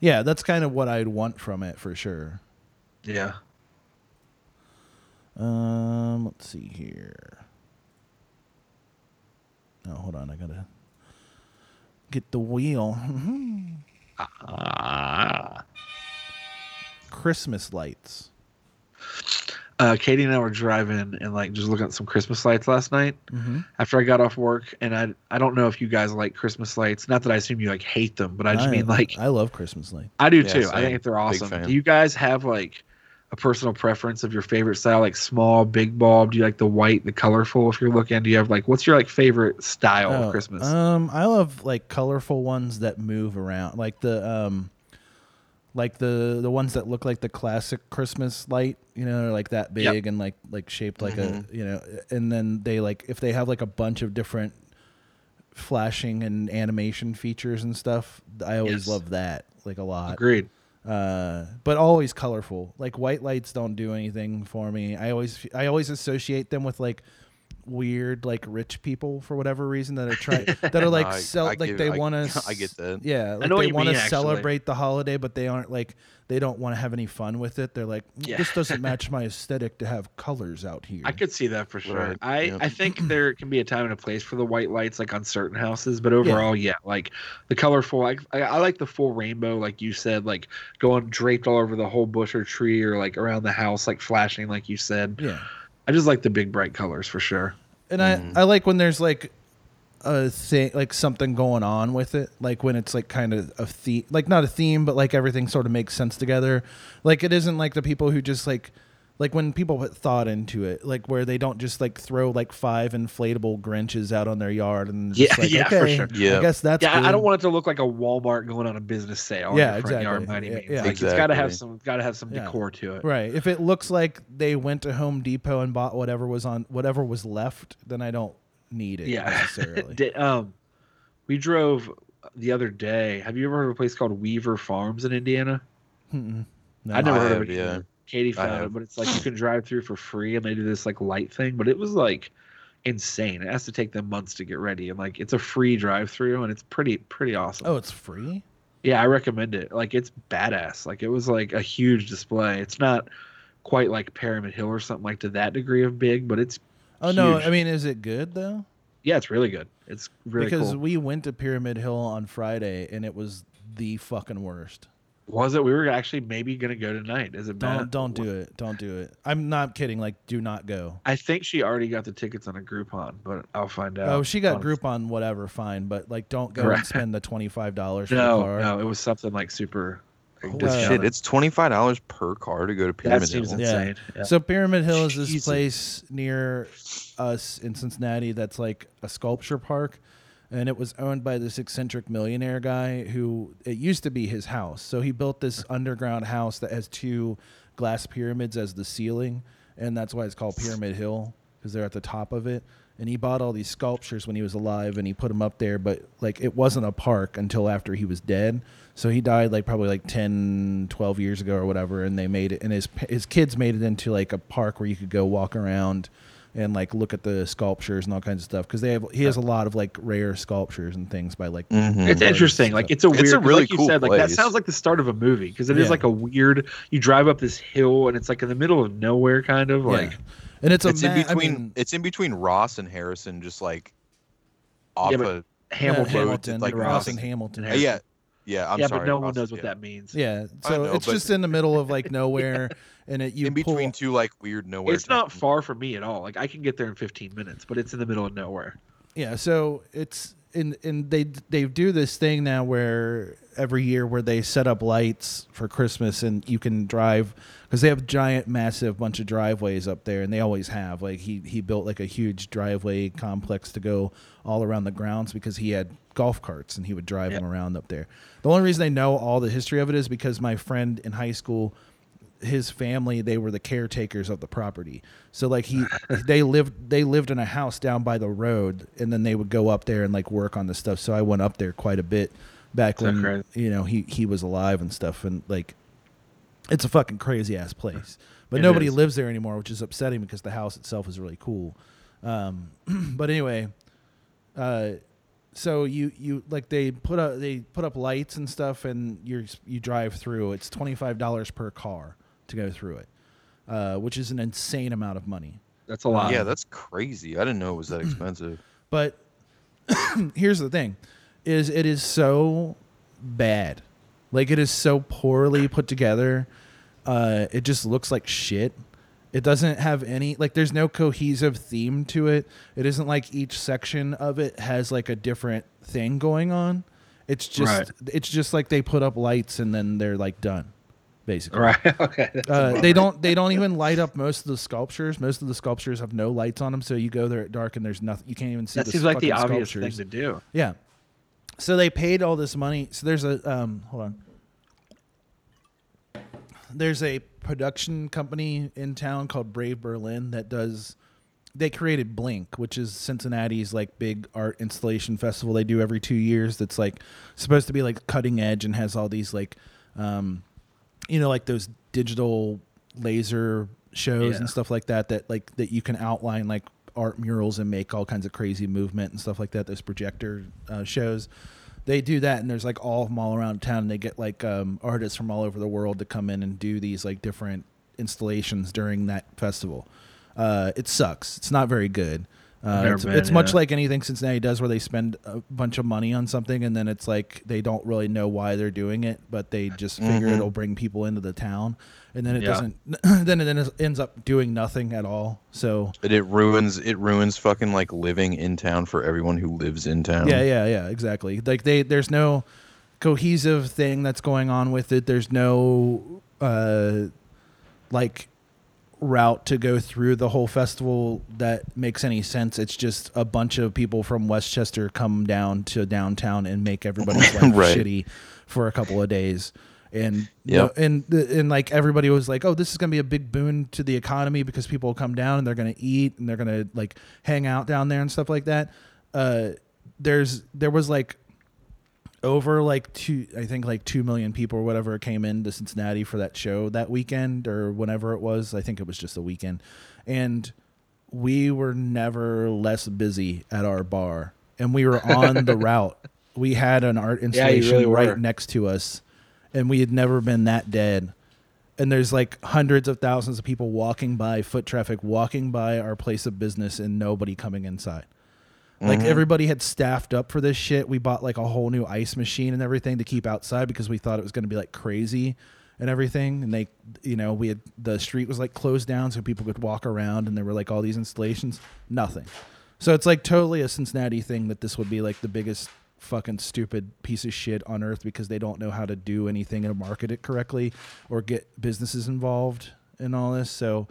[SPEAKER 1] yeah, that's kind of what I'd want from it for sure.
[SPEAKER 4] Yeah.
[SPEAKER 1] Um, let's see here. Oh, hold on, I gotta get the wheel. [laughs]
[SPEAKER 4] Ah.
[SPEAKER 1] Christmas lights.
[SPEAKER 4] Uh, Katie and I were driving and like just looking at some Christmas lights last night.
[SPEAKER 1] Mhm.
[SPEAKER 4] after I got off work, and I I don't know if you guys like Christmas lights. Not that I assume you like hate them, but I just mean like
[SPEAKER 1] I love Christmas lights.
[SPEAKER 4] I do
[SPEAKER 1] Yeah,
[SPEAKER 4] too. I
[SPEAKER 1] same.
[SPEAKER 4] think they're
[SPEAKER 1] Big
[SPEAKER 4] awesome.
[SPEAKER 1] fan.
[SPEAKER 4] Do you guys have like a personal preference of your favorite style, like small, big bulb? Do you like the white, the colorful? If you're looking, do you have like what's your like favorite style
[SPEAKER 1] Oh,
[SPEAKER 4] of Christmas?
[SPEAKER 1] Um, I love like colorful ones that move around, like the um, like the the ones that look like the classic Christmas light. You know, they're like that big
[SPEAKER 4] Yep.
[SPEAKER 1] and like like shaped like
[SPEAKER 4] Mhm.
[SPEAKER 1] a you know, and then they like if they have like a bunch of different flashing and animation features and stuff. I always
[SPEAKER 4] Yes.
[SPEAKER 1] love that like a lot.
[SPEAKER 4] Agreed.
[SPEAKER 1] Uh, but always colorful. Like white lights don't do anything for me. I always I always associate them with like weird like rich people for whatever reason that are
[SPEAKER 3] [laughs]
[SPEAKER 1] trying that are like
[SPEAKER 3] I-
[SPEAKER 1] sell
[SPEAKER 3] I
[SPEAKER 1] like
[SPEAKER 3] get-
[SPEAKER 1] they
[SPEAKER 3] I-
[SPEAKER 1] want to
[SPEAKER 3] [laughs] I get that.
[SPEAKER 1] yeah
[SPEAKER 3] I
[SPEAKER 1] like
[SPEAKER 3] know what
[SPEAKER 1] they
[SPEAKER 3] you
[SPEAKER 1] want
[SPEAKER 3] mean,
[SPEAKER 1] to
[SPEAKER 3] actually.
[SPEAKER 1] celebrate the holiday but they aren't like they don't want to have any fun with it they're like "Mm,
[SPEAKER 4] Yeah.
[SPEAKER 1] this
[SPEAKER 3] [laughs]
[SPEAKER 1] doesn't match my aesthetic to have colors out here
[SPEAKER 4] I could see that for sure.
[SPEAKER 1] Right,
[SPEAKER 4] I,
[SPEAKER 1] yeah. [clears throat]
[SPEAKER 4] I think there can be a time and a place for the white lights, like on certain houses, but overall, yeah, like the colorful. I, I, I like the full rainbow, like you said, like going draped all over the whole bush or tree or like around the house, like flashing, like you said.
[SPEAKER 1] Yeah.
[SPEAKER 4] I just like the big bright colors for sure.
[SPEAKER 1] and
[SPEAKER 4] Mm-hmm.
[SPEAKER 1] I, I like when there's like a thing like something going on with it like when it's like kind of a theme like not a theme but like everything sort of makes sense together like it isn't like the people who just like like when people put thought into it like where they don't just like throw like five inflatable grinches out on their yard
[SPEAKER 4] [laughs]
[SPEAKER 1] and just like okay i guess that's
[SPEAKER 4] Yeah, I- I
[SPEAKER 1] good."
[SPEAKER 4] don't want it to look like a Walmart going on a business sale.
[SPEAKER 1] Yeah,
[SPEAKER 4] in your front Yard, by
[SPEAKER 1] exactly.
[SPEAKER 4] any
[SPEAKER 1] Yeah,
[SPEAKER 4] means.
[SPEAKER 1] yeah.
[SPEAKER 4] Like, It's got to have
[SPEAKER 1] Exactly.
[SPEAKER 4] some, got to have some
[SPEAKER 1] Yeah.
[SPEAKER 4] decor to it.
[SPEAKER 1] Right. If it looks like they went to Home Depot and bought whatever was on whatever was left, then I don't need it
[SPEAKER 4] [laughs]
[SPEAKER 1] necessarily.
[SPEAKER 4] Did- um, we drove the other day. Have you ever heard of a place called Weaver Farms in Indiana?
[SPEAKER 1] Mm-mm. No.
[SPEAKER 4] I never
[SPEAKER 3] I
[SPEAKER 4] heard
[SPEAKER 3] have,
[SPEAKER 4] of it.
[SPEAKER 3] yeah.
[SPEAKER 4] either. Katie
[SPEAKER 3] I
[SPEAKER 4] found
[SPEAKER 3] have.
[SPEAKER 4] it, but it's like you can drive through for free, and they do this like light thing. But it was like insane. It has to take them months to get ready, and like it's a free drive through, and it's pretty pretty awesome.
[SPEAKER 1] Oh, it's free?
[SPEAKER 4] Yeah, I recommend it. Like it's badass. Like it was like a huge display. It's not quite like Pyramid Hill or something like to that degree of big, but it's
[SPEAKER 1] Oh no,
[SPEAKER 4] huge.
[SPEAKER 1] I mean is it good though?
[SPEAKER 4] yeah, it's really good. It's really
[SPEAKER 1] because
[SPEAKER 4] cool.
[SPEAKER 1] we went to Pyramid Hill on Friday and it was the fucking worst.
[SPEAKER 4] Was it? We were actually maybe gonna go tonight. Is it
[SPEAKER 1] Don't
[SPEAKER 4] bad?
[SPEAKER 1] don't do it. Don't do it. I'm not kidding. Like, do not go.
[SPEAKER 4] I think she already got the tickets on a Groupon, but I'll find out.
[SPEAKER 1] Oh, she got
[SPEAKER 4] on-
[SPEAKER 1] Groupon, whatever, fine, but like, don't go and
[SPEAKER 4] Correct.
[SPEAKER 1] spend the twenty five dollars for the
[SPEAKER 4] No,
[SPEAKER 1] car.
[SPEAKER 4] no, it was something like super. like,
[SPEAKER 1] Holy
[SPEAKER 4] discounted.
[SPEAKER 3] Shit, it's twenty five dollars per car to go to Pyramid
[SPEAKER 4] seems
[SPEAKER 3] Hill.
[SPEAKER 4] insane.
[SPEAKER 1] Yeah.
[SPEAKER 4] Yeah.
[SPEAKER 1] So Pyramid Hill is this
[SPEAKER 4] Jesus.
[SPEAKER 1] place near us in Cincinnati that's like a sculpture park, and it was owned by this eccentric millionaire guy who it used to be his house. So he built this underground house that has two glass pyramids as the ceiling, and that's why it's called Pyramid Hill because they're at the top of it. And he bought all these sculptures when he was alive, and he put them up there. But like, it wasn't a park until after he was dead. So he died like probably like 10, 12 years ago or whatever. And they made it, and his pa- his kids made it into like a park where you could go walk around and like look at the sculptures and all kinds of stuff. Because they have he has a lot of like rare sculptures and things by like.
[SPEAKER 4] It's
[SPEAKER 1] artists
[SPEAKER 4] interesting.
[SPEAKER 1] and
[SPEAKER 4] Like
[SPEAKER 1] stuff.
[SPEAKER 4] it's a weird. 'cause like you said, Like that sounds like the start of a movie because it is
[SPEAKER 1] Yeah.
[SPEAKER 4] like a weird. You drive up this hill and it's like in the middle of nowhere, kind of like.
[SPEAKER 1] and it's a
[SPEAKER 3] in
[SPEAKER 1] ma- I
[SPEAKER 3] between.
[SPEAKER 1] mean-
[SPEAKER 3] it's in between Ross and Harrison, just like off
[SPEAKER 4] but
[SPEAKER 3] a
[SPEAKER 4] Hamilton-
[SPEAKER 3] road
[SPEAKER 4] Hamilton,
[SPEAKER 3] that's, like
[SPEAKER 1] Ross and
[SPEAKER 3] nothing.
[SPEAKER 1] Hamilton.
[SPEAKER 3] Uh, Yeah, yeah. I'm
[SPEAKER 4] yeah,
[SPEAKER 3] sorry,
[SPEAKER 4] but no one
[SPEAKER 3] Ross,
[SPEAKER 4] knows what
[SPEAKER 3] yeah.
[SPEAKER 4] that means.
[SPEAKER 1] Yeah,
[SPEAKER 3] I
[SPEAKER 1] so
[SPEAKER 3] know,
[SPEAKER 1] it's
[SPEAKER 3] but-
[SPEAKER 1] just in the middle of like nowhere, and it you
[SPEAKER 3] [laughs] in
[SPEAKER 1] pull
[SPEAKER 3] between two like weird nowhere.
[SPEAKER 4] It's not far from me at all. Like I can get there in 15 minutes, but it's in the middle of nowhere.
[SPEAKER 1] Yeah, so it's and and they they do this thing now where every year where they set up lights for Christmas and you can drive because they have giant, massive bunch of driveways up there, and they always have. Like he he built like a huge driveway complex to go all around the grounds because he had golf carts and he would drive them around up there. The only reason I know all the history of it is because my friend in high school his family they were the caretakers of the property so like he [laughs] they lived they lived in a house down by the road and then they would go up there and like work on the stuff so i went up there quite a bit back
[SPEAKER 4] So
[SPEAKER 1] when
[SPEAKER 4] crazy.
[SPEAKER 1] you know he he was alive and stuff and like it's a fucking crazy ass place but
[SPEAKER 4] It
[SPEAKER 1] nobody
[SPEAKER 4] is.
[SPEAKER 1] lives there anymore which is upsetting because the house itself is really cool um [clears throat] but anyway uh so you you like they put up they put up lights and stuff and you you drive through it's $25 per car to go through it uh, which is an insane amount of money
[SPEAKER 4] That's a lot.
[SPEAKER 3] Yeah, that's crazy. I didn't know it was that
[SPEAKER 4] Hmm.
[SPEAKER 3] expensive.
[SPEAKER 1] but [coughs] here's the thing is it is so bad like it is so poorly put together uh it just looks like shit it doesn't have any like there's no cohesive theme to it it isn't like each section of it has like a different thing going on it's just
[SPEAKER 4] Right.
[SPEAKER 1] it's just like they put up lights and then they're like done basically
[SPEAKER 4] [laughs] Right. Okay. That's a
[SPEAKER 1] uh,
[SPEAKER 4] bummer.
[SPEAKER 1] they don't they don't even light up most of the sculptures most of the sculptures have no lights on them so you go there at dark and there's nothing you can't even see
[SPEAKER 4] That
[SPEAKER 1] the
[SPEAKER 4] seems like the
[SPEAKER 1] fucking
[SPEAKER 4] obvious
[SPEAKER 1] sculptures.
[SPEAKER 4] thing to do.
[SPEAKER 1] yeah so they paid all this money so there's a um hold on there's a production company in town called Brave Berlin that does they created Blink, which is Cincinnati's like big art installation festival they do every two years. That's like supposed to be like cutting edge and has all these like, um, you know, like those digital laser shows
[SPEAKER 4] Yeah.
[SPEAKER 1] and stuff like that. That like that you can outline like art murals and make all kinds of crazy movement and stuff like that. Those projector uh, shows. They do that, and there's like all of them all around town. And they get like um, artists from all over the world to come in and do these like different installations during that festival. Uh, it sucks. It's not very good. Uh,
[SPEAKER 4] Never
[SPEAKER 1] it's
[SPEAKER 4] been,
[SPEAKER 1] it's much
[SPEAKER 4] yeah.
[SPEAKER 1] like anything Cincinnati does, where they spend a bunch of money on something and then it's like they don't really know why they're doing it, but they just figure
[SPEAKER 4] Mhm.
[SPEAKER 1] it'll bring people into the town, and then it
[SPEAKER 3] Yeah.
[SPEAKER 1] doesn't. [clears throat] Then it en- ends up doing nothing at all. So
[SPEAKER 3] But it ruins it ruins fucking like living in town for everyone who lives in town.
[SPEAKER 1] Yeah, yeah, yeah, exactly. Like they there's no cohesive thing that's going on with it. There's no uh like route to go through the whole festival that makes any sense. It's just a bunch of people from Westchester come down to downtown and make everybody's life
[SPEAKER 3] Right.
[SPEAKER 1] shitty for a couple of days. And yeah,
[SPEAKER 3] Yep.
[SPEAKER 1] and the, and like everybody was like, "Oh, this is gonna be a big boon to the economy because people will come down and they're gonna eat and they're gonna like hang out down there and stuff like that." Uh, there's there was like over like two, I think like two million people or whatever came in to Cincinnati for that show that weekend or whenever it was. I think it was just a weekend, and we were never less busy at our bar, and we were on
[SPEAKER 4] [laughs]
[SPEAKER 1] the route. We had an art
[SPEAKER 4] Yeah, you
[SPEAKER 1] installation
[SPEAKER 4] really were.
[SPEAKER 1] right next to us, and we had never been that dead. And there's like hundreds of thousands of people walking by, foot traffic walking by our place of business, and nobody coming inside. Like
[SPEAKER 4] Mhm.
[SPEAKER 1] everybody had staffed up for this shit. We bought like a whole new ice machine and everything to keep outside because we thought it was going to be like crazy and everything. And they, you know, we had the street was like closed down so people could walk around and there were like all these installations. Nothing. So it's like totally a Cincinnati thing that this would be like the biggest fucking stupid piece of shit on earth because they don't know how to do anything and market it correctly or get businesses involved in all this. So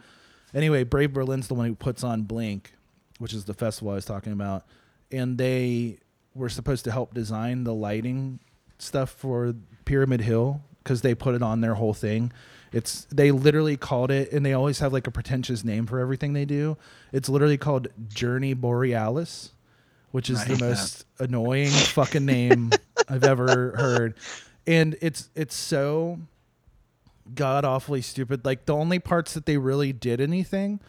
[SPEAKER 1] anyway, Brave Berlin's the one who puts on Blink, which is the festival I was talking about, and they were supposed to help design the lighting stuff for Pyramid Hill because they put it on their whole thing. It's they literally called it, and they always have like a pretentious name for everything they do. It's literally called Journey Borealis, which is
[SPEAKER 4] Nice.
[SPEAKER 1] the most annoying fucking name I've ever heard, and it's it's so god awfully stupid. Like the only parts that they really did anything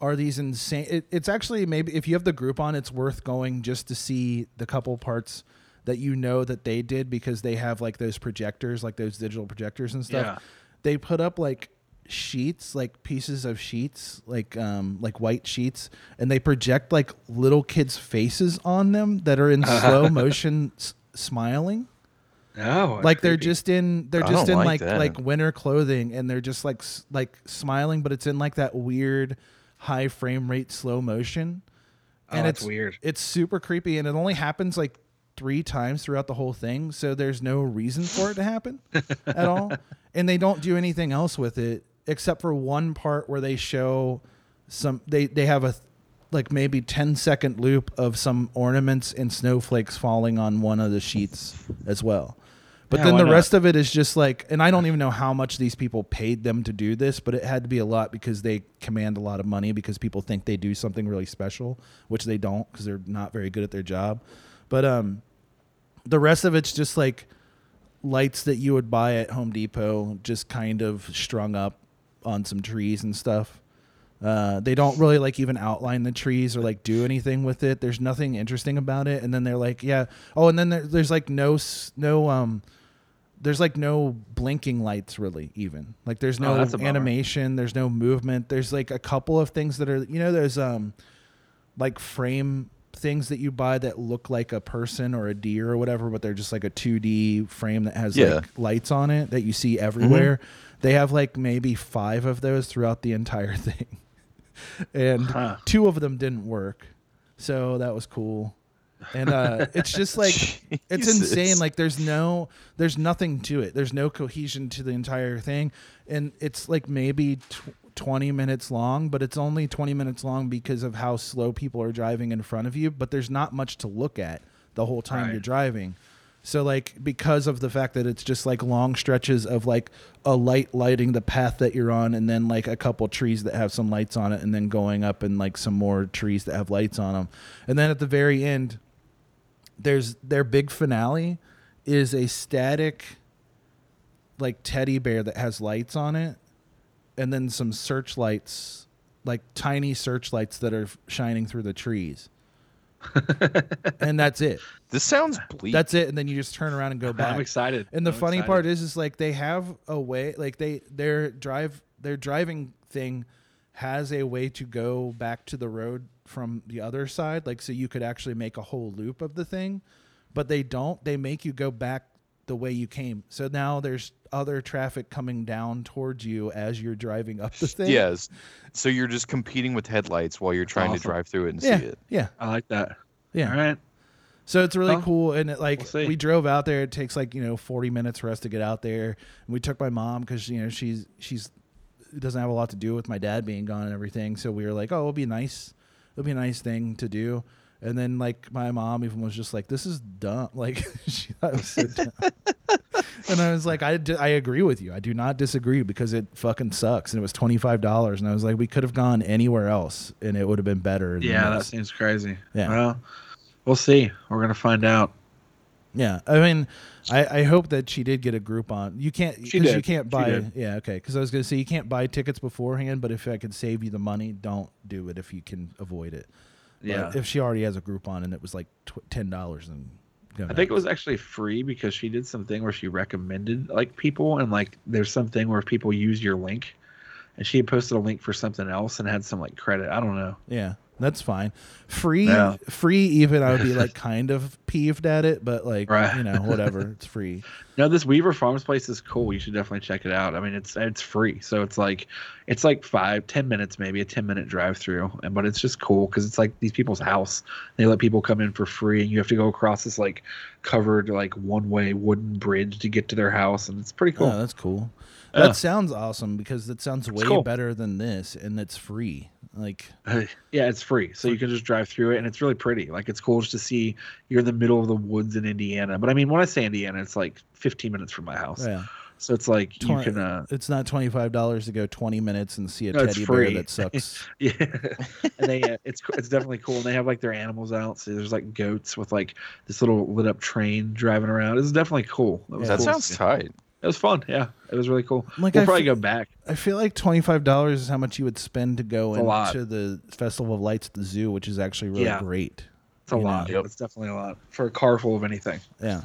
[SPEAKER 1] are these insane. It, it's actually maybe if you have the group on, it's worth going just to see the couple parts that you know that they did because they have like those projectors, like those digital projectors and stuff.
[SPEAKER 4] Yeah.
[SPEAKER 1] They put up like sheets, like pieces of sheets, like um like white sheets, and they project like little kids' faces on them that are in slow motion s- smiling
[SPEAKER 4] No,
[SPEAKER 1] Oh, like they're just in they're
[SPEAKER 4] I
[SPEAKER 1] just in
[SPEAKER 4] don't like
[SPEAKER 1] like
[SPEAKER 4] that.
[SPEAKER 1] like winter clothing and they're just like s- like smiling but it's in like that weird high frame rate slow motion
[SPEAKER 4] Oh, that's weird.
[SPEAKER 1] it's super creepy and it only happens like three times throughout the whole thing so there's no reason for it to
[SPEAKER 4] [laughs]
[SPEAKER 1] happen at all and they don't do anything else with it except for one part where they show some they they have a th- like maybe 10 second loop of some ornaments and snowflakes falling on one of the sheets as well but
[SPEAKER 4] Yeah,
[SPEAKER 1] then
[SPEAKER 4] why
[SPEAKER 1] the
[SPEAKER 4] not?
[SPEAKER 1] rest of it is just like and i don't even know how much these people paid them to do this but it had to be a lot because they command a lot of money because people think they do something really special which they don't because they're not very good at their job but um the rest of it's just like lights that you would buy at Home Depot, just kind of strung up on some trees and stuff. Uh, they don't really like even outline the trees or like do anything with it. There's nothing interesting about it. And then they're like, yeah. Oh, and then there, there's like no s- no um, there's like no blinking lights really even. Like there's
[SPEAKER 4] Oh,
[SPEAKER 1] no
[SPEAKER 4] that's a bummer.
[SPEAKER 1] animation. There's no movement. There's like a couple of things that are you know there's um like frame things that you buy that look like a person or a deer or whatever, but they're just like a 2D frame that has
[SPEAKER 3] Yeah.
[SPEAKER 1] like lights on it that you see everywhere. They have like maybe five of those throughout the entire [laughs] thing. and two of them didn't work. So that was cool. And uh, it's just like it's
[SPEAKER 4] Jesus.
[SPEAKER 1] insane. Like there's no there's nothing to it. There's no cohesion to the entire thing, and it's like maybe tw- 20 minutes long, but it's only 20 minutes long because of how slow people are driving in front of you. But there's not much to look at the whole time
[SPEAKER 4] Right.
[SPEAKER 1] you're driving. So like because of the fact that it's just like long stretches of like a light lighting the path that you're on and then like a couple trees that have some lights on it and then going up and like some more trees that have lights on them. And then at the very end there's their big finale is a static like teddy bear that has lights on it and then some searchlights like tiny searchlights that are shining through the trees and that's it
[SPEAKER 3] this sounds bleak
[SPEAKER 1] that's it and then you just turn around and
[SPEAKER 4] [laughs]
[SPEAKER 1] go back
[SPEAKER 4] excited.
[SPEAKER 1] and the
[SPEAKER 4] I'm
[SPEAKER 1] funny
[SPEAKER 4] excited.
[SPEAKER 1] part is is like they have a way like they their drive their driving thing has a way to go back to the road from the other side like so you could actually make a whole loop of the thing but they don't they make you go back the way you came so now there's other traffic coming down towards you as you're driving up
[SPEAKER 4] [laughs]
[SPEAKER 1] the thing
[SPEAKER 3] Yes. So you're just competing with headlights while you're trying to
[SPEAKER 1] awesome.
[SPEAKER 3] drive through it and
[SPEAKER 1] yeah
[SPEAKER 3] see it.
[SPEAKER 1] yeah
[SPEAKER 4] I like that.
[SPEAKER 1] Yeah.
[SPEAKER 4] All right.
[SPEAKER 1] So it's really
[SPEAKER 4] Well,
[SPEAKER 1] cool, and it, like
[SPEAKER 4] we'll see.
[SPEAKER 1] we drove out there. It takes like you know forty minutes for us to get out there, and we took my mom because you know she's she's doesn't have a lot to do with my dad being gone and everything. So we were like, oh, it'll be nice, it'll be a nice thing to do. And then like my mom even was just like, this is dumb. [laughs] Like she thought it was so dumb. [laughs] and I was like, I d- I agree with you. I do not disagree because it fucking sucks. And it was twenty five dollars, and I was like, we could have gone anywhere else, and it would have been better. than
[SPEAKER 4] Yeah, that
[SPEAKER 1] this.
[SPEAKER 4] seems crazy.
[SPEAKER 1] Yeah.
[SPEAKER 4] Well, we'll see. We're gonna find out.
[SPEAKER 1] Yeah, I mean, I, I hope that she did get a Groupon. You can't
[SPEAKER 4] She
[SPEAKER 1] 'cause You
[SPEAKER 4] did.
[SPEAKER 1] can't
[SPEAKER 4] She
[SPEAKER 1] buy.
[SPEAKER 4] did.
[SPEAKER 1] Yeah, okay. Because I was gonna say you can't buy tickets beforehand, but if I could save you the money, don't do it if you can avoid it. But
[SPEAKER 4] Yeah.
[SPEAKER 1] if she already has a Groupon and it was like tw- ten dollars, and
[SPEAKER 4] I think it was actually free because she did something where she recommended like people and like there's something where people use your link, and she had posted a link for something else and had some like credit. I don't know.
[SPEAKER 1] yeah, that's fine. Free,
[SPEAKER 4] Yeah.
[SPEAKER 1] free. Even I would be
[SPEAKER 4] [laughs]
[SPEAKER 1] like kind of peeved at it, but like
[SPEAKER 4] Right.
[SPEAKER 1] you know
[SPEAKER 4] [laughs]
[SPEAKER 1] whatever, it's free.
[SPEAKER 4] No, this Weaver Farms place is cool. You should definitely check it out. I mean, it's it's free, so it's like it's like five, ten minutes, maybe a ten minute drive through, and but it's just cool because it's like these people's house. They let people come in for free, and you have to go across this like covered like one way wooden bridge to get to their house, and it's pretty cool.
[SPEAKER 1] Yeah, that's cool.
[SPEAKER 4] Yeah.
[SPEAKER 1] That sounds awesome because that sounds way
[SPEAKER 4] cool.
[SPEAKER 1] better than this, and it's free. Like
[SPEAKER 4] yeah, it's free, so you can just drive through it, and it's really pretty. Like it's cool just to see you're in the middle of the woods in Indiana. But I mean, when I say Indiana, it's like 15 minutes from my house.
[SPEAKER 1] Yeah.
[SPEAKER 4] So it's like
[SPEAKER 1] Twen-
[SPEAKER 4] you can uh, [laughs]
[SPEAKER 1] it's not twenty five dollars to go twenty minutes and see a
[SPEAKER 4] No, it's
[SPEAKER 1] teddy bear
[SPEAKER 4] free.
[SPEAKER 1] that
[SPEAKER 4] [laughs]
[SPEAKER 1] sucks.
[SPEAKER 4] Yeah, and they uh, it's it's definitely cool. And they have like their animals out. So there's like goats with like this little lit up train driving around. It's definitely cool. was
[SPEAKER 3] That
[SPEAKER 4] cool.
[SPEAKER 3] sounds tight.
[SPEAKER 4] It was fun. Yeah, it was really cool.
[SPEAKER 1] Like,
[SPEAKER 4] we'll
[SPEAKER 1] I
[SPEAKER 4] probably
[SPEAKER 1] feel-
[SPEAKER 4] go back.
[SPEAKER 1] I feel like twenty five dollars is how much you would spend to go
[SPEAKER 4] It's a lot.
[SPEAKER 1] into the Festival of Lights at the zoo, which is actually really
[SPEAKER 4] Yeah.
[SPEAKER 1] great.
[SPEAKER 4] It's a
[SPEAKER 1] you know?
[SPEAKER 4] lot. It's definitely a lot for a car full
[SPEAKER 3] [laughs]
[SPEAKER 4] of anything.
[SPEAKER 1] Yeah.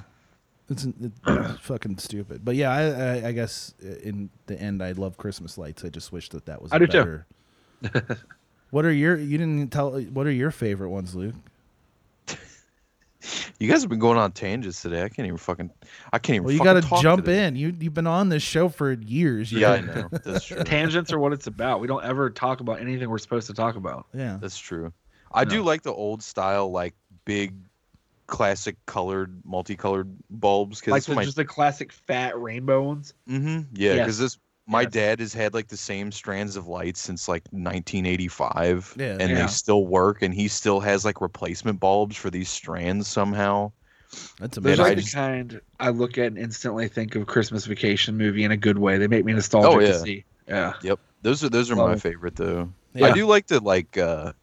[SPEAKER 1] It's,
[SPEAKER 4] [clears throat]
[SPEAKER 1] it's fucking stupid, but yeah, I, I, I guess in the end, I love Christmas lights. I just wish that that was.
[SPEAKER 4] I
[SPEAKER 1] a
[SPEAKER 4] do too.
[SPEAKER 1] better...
[SPEAKER 4] [laughs]
[SPEAKER 1] what are your? You didn't tell. What are your favorite ones, Luke?
[SPEAKER 3] You guys have been going on tangents today. I can't even fucking. I can't even.
[SPEAKER 1] Well, you
[SPEAKER 3] got to
[SPEAKER 1] jump in. You you've been on this show for years. You
[SPEAKER 3] Yeah, I
[SPEAKER 1] [laughs] gotta-
[SPEAKER 3] know. That's true.
[SPEAKER 4] Tangents are what it's about. We don't ever talk about anything we're supposed to talk about.
[SPEAKER 1] Yeah.
[SPEAKER 3] That's true. I do like the old style, like big, classic colored, multicolored bulbs. Cause
[SPEAKER 4] Like
[SPEAKER 3] that's
[SPEAKER 4] the,
[SPEAKER 3] my,
[SPEAKER 4] just the classic fat rainbow ones.
[SPEAKER 3] hmm yeah,
[SPEAKER 4] Yes.
[SPEAKER 3] because this my dad has had like the same strands of lights since like 1985,
[SPEAKER 1] Yeah.
[SPEAKER 3] and
[SPEAKER 1] Yeah.
[SPEAKER 3] they still work. And he still has like replacement bulbs for these strands somehow.
[SPEAKER 1] That's
[SPEAKER 3] amazing.
[SPEAKER 4] Those are
[SPEAKER 3] I
[SPEAKER 4] like
[SPEAKER 3] just,
[SPEAKER 4] the kind I look at and instantly think of Christmas Vacation movie in a good way. They make me nostalgic
[SPEAKER 3] oh yeah,
[SPEAKER 4] to see. Yeah.
[SPEAKER 3] Yep. Those are those are
[SPEAKER 4] Love
[SPEAKER 3] my
[SPEAKER 4] it.
[SPEAKER 3] favorite though.
[SPEAKER 4] Yeah.
[SPEAKER 3] I do like the like uh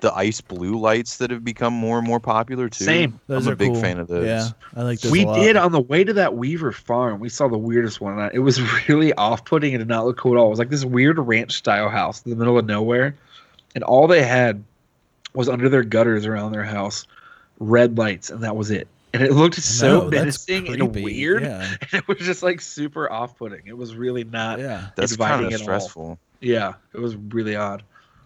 [SPEAKER 3] the ice blue lights that have become more and more popular too.
[SPEAKER 4] Same.
[SPEAKER 1] Those
[SPEAKER 3] I'm
[SPEAKER 1] are
[SPEAKER 3] a big
[SPEAKER 1] cool.
[SPEAKER 3] fan of those.
[SPEAKER 1] Yeah, I like those.
[SPEAKER 4] we
[SPEAKER 1] a lot.
[SPEAKER 4] did on the way to that Weaver farm. We saw the weirdest one. and I- It was [laughs] really off-putting. It did not look cool at all. It was like this weird ranch-style house in the middle of nowhere, and all they had was under their gutters around their house red lights, and that was it. And it looked so
[SPEAKER 1] No, that's
[SPEAKER 4] menacing and
[SPEAKER 1] creepy,
[SPEAKER 4] weird.
[SPEAKER 1] yeah.
[SPEAKER 4] [laughs] And it was just like super off-putting. It was really not
[SPEAKER 1] Yeah.
[SPEAKER 3] That's
[SPEAKER 4] inviting
[SPEAKER 3] kind of
[SPEAKER 4] at all.
[SPEAKER 3] stressful.
[SPEAKER 4] Yeah, it was really odd.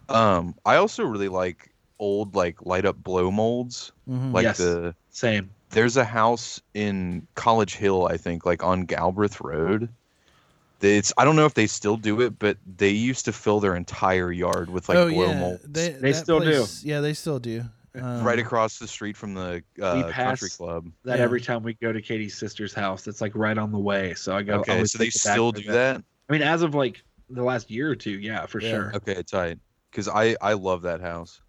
[SPEAKER 3] Um, I also really like old like light up blow molds.
[SPEAKER 1] Mhm.
[SPEAKER 3] Like
[SPEAKER 4] Mm. Yes.
[SPEAKER 3] the
[SPEAKER 4] Same.
[SPEAKER 3] there's a house in College Hill, I think, like on Galbraith Road. It's I don't know if they still do it, but they used to fill their entire yard with like
[SPEAKER 1] oh
[SPEAKER 3] blow
[SPEAKER 1] yeah,
[SPEAKER 3] molds.
[SPEAKER 1] they,
[SPEAKER 4] They
[SPEAKER 1] that
[SPEAKER 4] still do.
[SPEAKER 1] place- Yeah, they still do. Um,
[SPEAKER 3] right across the street from the
[SPEAKER 4] we
[SPEAKER 3] uh,
[SPEAKER 4] pass
[SPEAKER 3] country club.
[SPEAKER 4] that
[SPEAKER 1] Yeah.
[SPEAKER 4] every time we go to Katie's sister's house. That's like right on the way. So I go.
[SPEAKER 3] Okay,
[SPEAKER 4] always
[SPEAKER 3] so they
[SPEAKER 4] take the back
[SPEAKER 3] still
[SPEAKER 4] road
[SPEAKER 3] do
[SPEAKER 4] back.
[SPEAKER 3] that?
[SPEAKER 4] I mean, as of like the last year or two, yeah, for sure.
[SPEAKER 3] Okay, tight. Because I I love that house.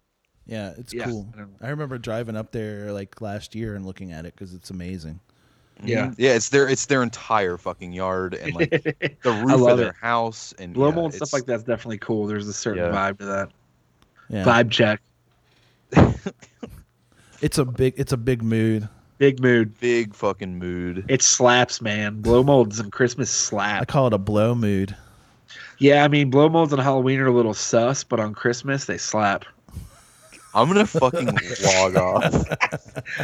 [SPEAKER 1] Yeah, it's
[SPEAKER 4] Yeah, [laughs]
[SPEAKER 1] cool.
[SPEAKER 4] I don't-
[SPEAKER 1] I remember driving up there like last year and looking at it because it's amazing.
[SPEAKER 4] Mm-hmm.
[SPEAKER 3] Mhm. yeah. It's their it's their entire fucking yard
[SPEAKER 1] [laughs]
[SPEAKER 3] and like the
[SPEAKER 4] I
[SPEAKER 3] roof of
[SPEAKER 4] love
[SPEAKER 3] their
[SPEAKER 4] it.
[SPEAKER 3] house and
[SPEAKER 4] Blow
[SPEAKER 3] yeah,
[SPEAKER 4] mold stuff
[SPEAKER 3] it's-
[SPEAKER 4] like that's definitely cool. There's a certain
[SPEAKER 3] Yeah.
[SPEAKER 4] vibe to that.
[SPEAKER 1] Yeah.
[SPEAKER 4] Vibe check.
[SPEAKER 1] It's a big it's a big mood.
[SPEAKER 4] Big mood.
[SPEAKER 3] Big fucking mood.
[SPEAKER 4] It slaps, man. Blow molds and Christmas slap.
[SPEAKER 1] I call it a blow mood.
[SPEAKER 4] Yeah, I mean, blow molds on Halloween are a little sus, but on Christmas they slap.
[SPEAKER 3] I'm gonna
[SPEAKER 4] [laughs]
[SPEAKER 3] fucking log off.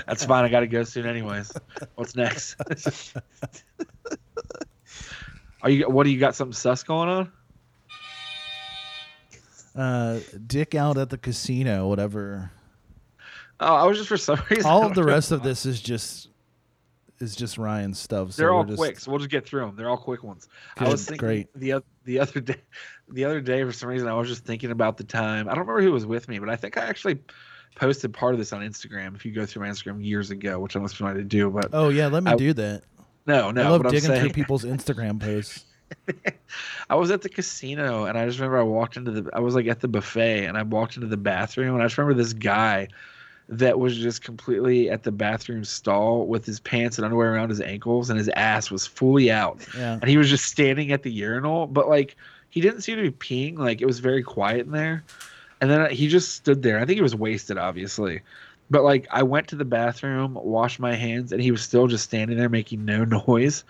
[SPEAKER 4] That's fine. I got to go soon, anyways. What's next? are you? What do you got? Something sus going on?
[SPEAKER 1] Uh, dick out at the casino, whatever.
[SPEAKER 4] Oh, I was just for some [laughs] reason.
[SPEAKER 1] All of the rest of this is just is just Ryan's stuff. So
[SPEAKER 4] [laughs] They're
[SPEAKER 1] we're
[SPEAKER 4] all
[SPEAKER 1] just,
[SPEAKER 4] quick, so we'll just get through them. They're all quick ones. I
[SPEAKER 1] Good,
[SPEAKER 4] was thinking
[SPEAKER 1] great.
[SPEAKER 4] the oth- the other day, [laughs] the other day for some reason I was just thinking about the time. I don't remember who was with me, but I think I actually posted part of this on Instagram. If you go through my Instagram years ago, which I was trying to do, but
[SPEAKER 1] Oh yeah, let me
[SPEAKER 4] I-
[SPEAKER 1] do that.
[SPEAKER 4] No, no,
[SPEAKER 1] Oh, I love
[SPEAKER 4] but I'm
[SPEAKER 1] digging through
[SPEAKER 4] saying-
[SPEAKER 1] people's Instagram posts.
[SPEAKER 4] [laughs] I was at the casino and I just remember I walked into the I was like at the buffet and I walked into the bathroom and I just remember this guy that was just completely at the bathroom stall with his pants and underwear around his ankles and his ass was fully out.
[SPEAKER 1] Yeah.
[SPEAKER 4] And he was just standing at the urinal, but like he didn't seem to be peeing, like it was very quiet in there. And then he just stood there. I think he was wasted obviously. But like I went to the bathroom, washed my hands and he was still just standing there making no [laughs] noise.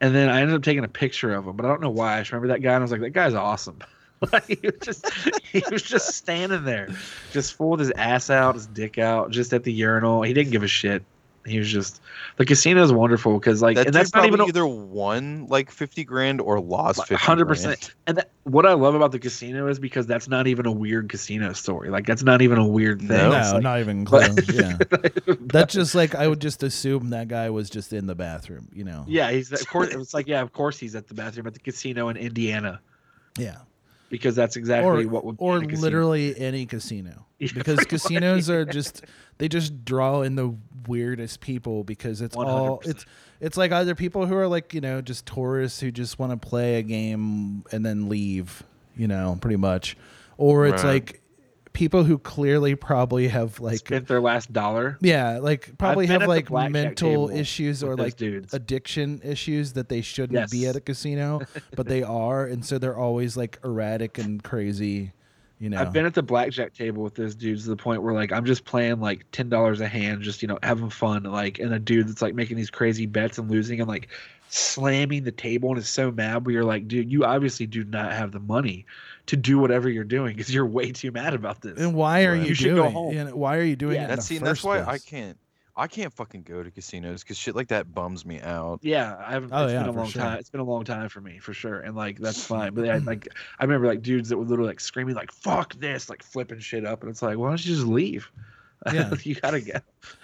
[SPEAKER 4] And then I ended up taking a picture of him, but I don't know why. I just remember that guy, and I was like, "That guy's awesome." [laughs] Like, he was just he was just standing there, just full with his ass out, his dick out, just at the urinal. He didn't give a shit. He was just the casino is wonderful because like,
[SPEAKER 3] That
[SPEAKER 4] and
[SPEAKER 3] that's
[SPEAKER 4] that's not
[SPEAKER 3] probably
[SPEAKER 4] even a-
[SPEAKER 3] either won like fifty grand or lost fifty.
[SPEAKER 4] hundred percent. And that, what I love about the casino is because that's not even a weird casino story. Like that's not even a weird thing.
[SPEAKER 1] No,
[SPEAKER 4] It's like-
[SPEAKER 1] not even
[SPEAKER 4] but-
[SPEAKER 1] close.
[SPEAKER 4] [laughs]
[SPEAKER 1] yeah, that's just like I would just assume that guy was just in the bathroom. You know.
[SPEAKER 4] yeah, he's of
[SPEAKER 3] [laughs]
[SPEAKER 4] course. It's like yeah, of course he's at the bathroom at the casino in Indiana
[SPEAKER 1] Yeah.
[SPEAKER 4] because that's exactly
[SPEAKER 1] Or,
[SPEAKER 4] what would be
[SPEAKER 1] or
[SPEAKER 4] in a casino.
[SPEAKER 1] literally any casino
[SPEAKER 4] [laughs] Yeah,
[SPEAKER 1] because
[SPEAKER 4] pretty much,
[SPEAKER 1] casinos are just they just draw in the weirdest people because it's all it's it's like either people who are like you know just tourists who just want to play a game and then leave you know pretty much or it's
[SPEAKER 4] Right.
[SPEAKER 1] like people who clearly probably have like
[SPEAKER 4] spent their last dollar.
[SPEAKER 1] Yeah, like probably
[SPEAKER 4] I've been
[SPEAKER 1] have
[SPEAKER 4] at the
[SPEAKER 1] like
[SPEAKER 4] blackjack
[SPEAKER 1] mental
[SPEAKER 4] table
[SPEAKER 1] issues
[SPEAKER 4] with
[SPEAKER 1] or
[SPEAKER 4] those
[SPEAKER 1] like
[SPEAKER 4] dudes.
[SPEAKER 1] addiction issues that they shouldn't be
[SPEAKER 4] Yes.
[SPEAKER 1] at a casino,
[SPEAKER 4] [laughs]
[SPEAKER 1] but they are, and so they're always like erratic and crazy. You know,
[SPEAKER 4] I've been at the blackjack table with those dudes to the point where like I'm just playing like ten dollars a hand, just you know having fun. Like, and a dude that's like making these crazy bets and losing and like slamming the table and is so mad. Where you're like, dude, you obviously do not have the money to do whatever you're doing because you're way too mad about this.
[SPEAKER 1] and why are
[SPEAKER 4] Right.
[SPEAKER 1] you,
[SPEAKER 4] You should
[SPEAKER 1] doing?
[SPEAKER 4] go home.
[SPEAKER 1] you know, why are you doing
[SPEAKER 4] Yeah,
[SPEAKER 1] it? in
[SPEAKER 3] That's
[SPEAKER 1] the
[SPEAKER 3] see, and that's
[SPEAKER 1] first
[SPEAKER 3] why I
[SPEAKER 4] [laughs]
[SPEAKER 1] place?
[SPEAKER 3] can't. I can't fucking go to casinos because shit like that bums me out.
[SPEAKER 4] Yeah, I haven't.
[SPEAKER 1] Oh,
[SPEAKER 4] it's
[SPEAKER 1] yeah,
[SPEAKER 4] been a
[SPEAKER 1] for
[SPEAKER 4] long
[SPEAKER 1] sure.
[SPEAKER 4] time. It's been a long time for me, for sure. And like that's fine. But I, like, I remember like dudes that were literally like screaming like "fuck this," like flipping shit up, and it's like, why don't you just leave?
[SPEAKER 1] Yeah.
[SPEAKER 4] [laughs] you gotta go.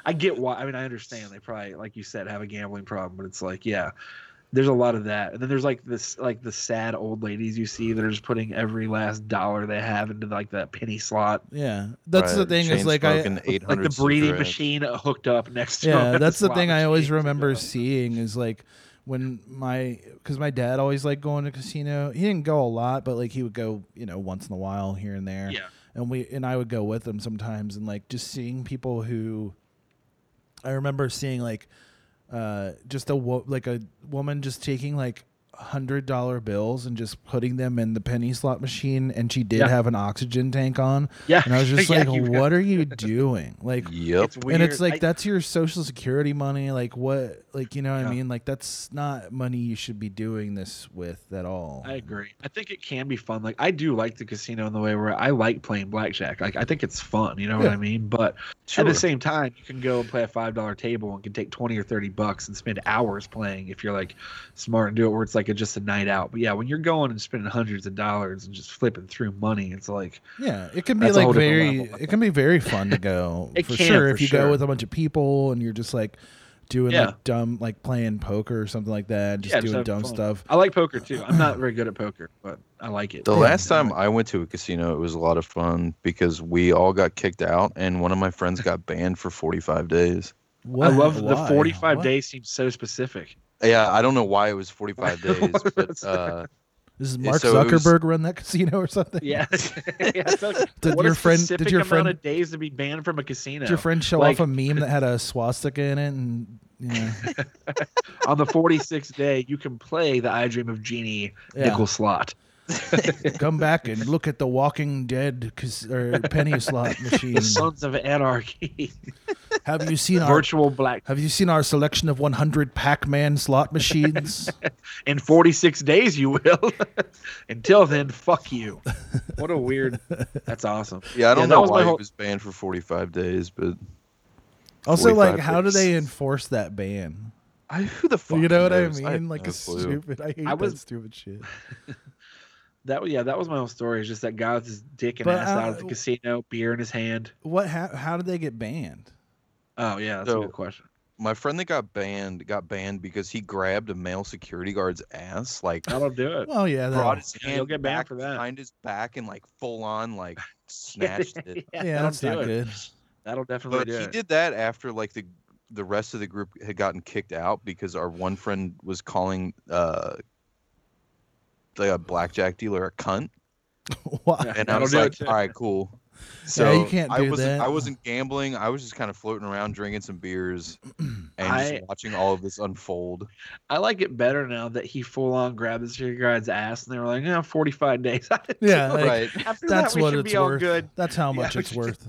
[SPEAKER 4] I get why. I mean, I understand they probably, like you said, have a gambling problem, but it's like, yeah, there's a lot of that. And then there's like this, like the sad old ladies you see that are just putting every last dollar they have into like that penny slot.
[SPEAKER 1] Yeah, that's the
[SPEAKER 3] Right,
[SPEAKER 1] thing is
[SPEAKER 3] chain
[SPEAKER 1] like I
[SPEAKER 3] smoking,
[SPEAKER 4] Like
[SPEAKER 3] 800
[SPEAKER 4] the breeding
[SPEAKER 3] cigarettes.
[SPEAKER 4] machine hooked up next to
[SPEAKER 1] yeah
[SPEAKER 3] [laughs]
[SPEAKER 4] them [laughs] at
[SPEAKER 1] that's the
[SPEAKER 4] slot
[SPEAKER 1] thing i always
[SPEAKER 4] machine.
[SPEAKER 1] remember seeing is like when my because my dad always liked going to casino he didn't go a lot but like he would go you know once in a while here and there
[SPEAKER 4] Yeah.
[SPEAKER 1] and we and i would go with him sometimes and like just seeing people who i remember seeing like uh just a wo- like a woman just taking like hundred dollar bills and just putting them in the penny slot machine and she did
[SPEAKER 4] Yeah.
[SPEAKER 1] have an oxygen tank on
[SPEAKER 4] Yeah.
[SPEAKER 1] and i was just
[SPEAKER 4] [laughs] Yeah,
[SPEAKER 1] like
[SPEAKER 4] you-
[SPEAKER 1] what are you
[SPEAKER 4] [laughs]
[SPEAKER 1] doing like
[SPEAKER 3] Yep.
[SPEAKER 4] It's
[SPEAKER 1] and it's
[SPEAKER 4] weird.
[SPEAKER 1] like
[SPEAKER 4] I-
[SPEAKER 1] that's your social security money. Like what? Like you know what I
[SPEAKER 4] Yeah.
[SPEAKER 1] mean? Like that's not money you should be doing this with at all.
[SPEAKER 4] I agree. I think it can be fun. Like I do like the casino in the way where I like playing blackjack. Like I think it's fun. You know what
[SPEAKER 1] Yeah.
[SPEAKER 4] I mean? But at
[SPEAKER 3] Sure.
[SPEAKER 4] the same time, you can go and play a five dollar table and can take twenty or thirty bucks and spend hours playing if you're like smart and do it where it's like a, just a night out. But yeah, when you're going and spending hundreds of dollars and just flipping through money, it's like
[SPEAKER 1] Yeah, it can be
[SPEAKER 4] That's a
[SPEAKER 1] like
[SPEAKER 4] whole different
[SPEAKER 1] very.
[SPEAKER 4] level.
[SPEAKER 1] It can be very fun to go
[SPEAKER 4] [laughs] It
[SPEAKER 1] for
[SPEAKER 4] can,
[SPEAKER 1] sure
[SPEAKER 4] for
[SPEAKER 1] if you go
[SPEAKER 4] sure.
[SPEAKER 1] with a bunch of people and you're just like doing
[SPEAKER 4] Yeah.
[SPEAKER 1] like dumb like playing poker or something like that, just
[SPEAKER 4] yeah,
[SPEAKER 1] doing
[SPEAKER 4] having
[SPEAKER 1] dumb
[SPEAKER 4] fun.
[SPEAKER 1] stuff.
[SPEAKER 4] I like poker too. I'm not very good at poker, but I like it.
[SPEAKER 3] The
[SPEAKER 4] Yeah.
[SPEAKER 3] last time I went to a casino, it was a lot of fun because we all got kicked out, and one of my friends got banned for 45 days.
[SPEAKER 1] What?
[SPEAKER 4] I love the
[SPEAKER 1] Why?
[SPEAKER 4] 45
[SPEAKER 1] What?
[SPEAKER 4] days seems so specific.
[SPEAKER 1] [laughs]
[SPEAKER 3] Yeah, I don't know why it was 45 days, but uh,
[SPEAKER 1] Does
[SPEAKER 3] Yeah,
[SPEAKER 1] Mark
[SPEAKER 3] so it was-
[SPEAKER 1] Zuckerberg run that [laughs] casino or something?
[SPEAKER 4] [laughs] Yeah. [laughs] yeah [laughs] so
[SPEAKER 1] Did
[SPEAKER 4] what
[SPEAKER 1] your
[SPEAKER 4] a
[SPEAKER 1] friend- did
[SPEAKER 4] specific
[SPEAKER 1] your
[SPEAKER 4] amount
[SPEAKER 1] friend-
[SPEAKER 4] of days to be banned from a casino?
[SPEAKER 1] Did your friend show
[SPEAKER 4] Like,
[SPEAKER 1] off a meme that had a swastika in it? And you
[SPEAKER 4] [laughs]
[SPEAKER 1] know,
[SPEAKER 4] on the 46th day, you can play the I Dream of Genie
[SPEAKER 1] Yeah.
[SPEAKER 4] nickel slot.
[SPEAKER 1] come back and look at the Walking Dead cas- or penny slot machine. [laughs]
[SPEAKER 4] [laughs] The Sons of Anarchy.
[SPEAKER 1] Have you seen our
[SPEAKER 4] virtual black?
[SPEAKER 1] Have you seen our selection of 100 Pac-Man slot machines?
[SPEAKER 4] In 46 days, you will. [laughs] Until then,
[SPEAKER 1] [laughs]
[SPEAKER 4] fuck you. What a weird. That's awesome.
[SPEAKER 3] Yeah, I don't
[SPEAKER 4] that
[SPEAKER 3] know
[SPEAKER 4] was my
[SPEAKER 3] why
[SPEAKER 4] whole-
[SPEAKER 3] it was banned for 45 days, but
[SPEAKER 1] Also, like,
[SPEAKER 3] 45
[SPEAKER 1] how do
[SPEAKER 3] days.
[SPEAKER 1] they enforce that ban?
[SPEAKER 3] I who the fuck
[SPEAKER 1] You know what
[SPEAKER 3] knows?
[SPEAKER 1] I
[SPEAKER 3] I have
[SPEAKER 1] mean? like,
[SPEAKER 3] no
[SPEAKER 1] it's
[SPEAKER 3] clue.
[SPEAKER 1] stupid. I hate
[SPEAKER 4] I
[SPEAKER 1] that
[SPEAKER 4] was-
[SPEAKER 1] stupid shit.
[SPEAKER 4] That was- yeah, that was my whole story. Is just that guy with his dick and
[SPEAKER 1] But,
[SPEAKER 4] ass out of the
[SPEAKER 1] uh,
[SPEAKER 4] casino, beer in his hand.
[SPEAKER 1] What? How, how did they get banned?
[SPEAKER 4] Oh yeah, that's a good question.
[SPEAKER 3] My friend that got banned got banned because he grabbed a male security guard's ass. Like
[SPEAKER 4] That'll do it.
[SPEAKER 1] Well, yeah,
[SPEAKER 3] brought
[SPEAKER 1] that'll-
[SPEAKER 3] his
[SPEAKER 4] Yeah,
[SPEAKER 3] hand
[SPEAKER 4] you'll get banned
[SPEAKER 3] back
[SPEAKER 4] for that.
[SPEAKER 3] behind his back and like full on
[SPEAKER 4] [laughs]
[SPEAKER 3] like snatched it.
[SPEAKER 1] [laughs] Yeah, that's
[SPEAKER 4] that'll
[SPEAKER 1] not
[SPEAKER 4] do it. [laughs]
[SPEAKER 1] good. [laughs]
[SPEAKER 4] That'll definitely
[SPEAKER 3] But
[SPEAKER 4] do
[SPEAKER 3] he
[SPEAKER 4] it.
[SPEAKER 3] did that after like the the rest of the group had gotten kicked out because our one friend was calling uh the blackjack dealer a cunt.
[SPEAKER 1] Why?
[SPEAKER 3] and [laughs] I was
[SPEAKER 4] That'll do
[SPEAKER 3] like,
[SPEAKER 4] it.
[SPEAKER 3] all right, cool. So
[SPEAKER 1] Yeah, you can't
[SPEAKER 3] I
[SPEAKER 1] do
[SPEAKER 3] wasn't
[SPEAKER 1] that.
[SPEAKER 3] I wasn't gambling. I was just kind of floating around drinking some
[SPEAKER 1] [clears throat]
[SPEAKER 3] beers and
[SPEAKER 4] I-
[SPEAKER 3] just watching all of this unfold.
[SPEAKER 4] I like it better now that he full on grabbed this security guard's ass and they were like, "No, 45 days." [laughs]
[SPEAKER 1] Yeah, like,
[SPEAKER 3] Right.
[SPEAKER 4] After
[SPEAKER 1] that's
[SPEAKER 4] that, we
[SPEAKER 1] what
[SPEAKER 4] should
[SPEAKER 1] it's
[SPEAKER 4] be all
[SPEAKER 1] worth. [laughs]
[SPEAKER 4] good.
[SPEAKER 1] That's how
[SPEAKER 4] Yeah,
[SPEAKER 1] much
[SPEAKER 4] we [laughs]
[SPEAKER 1] it's worth.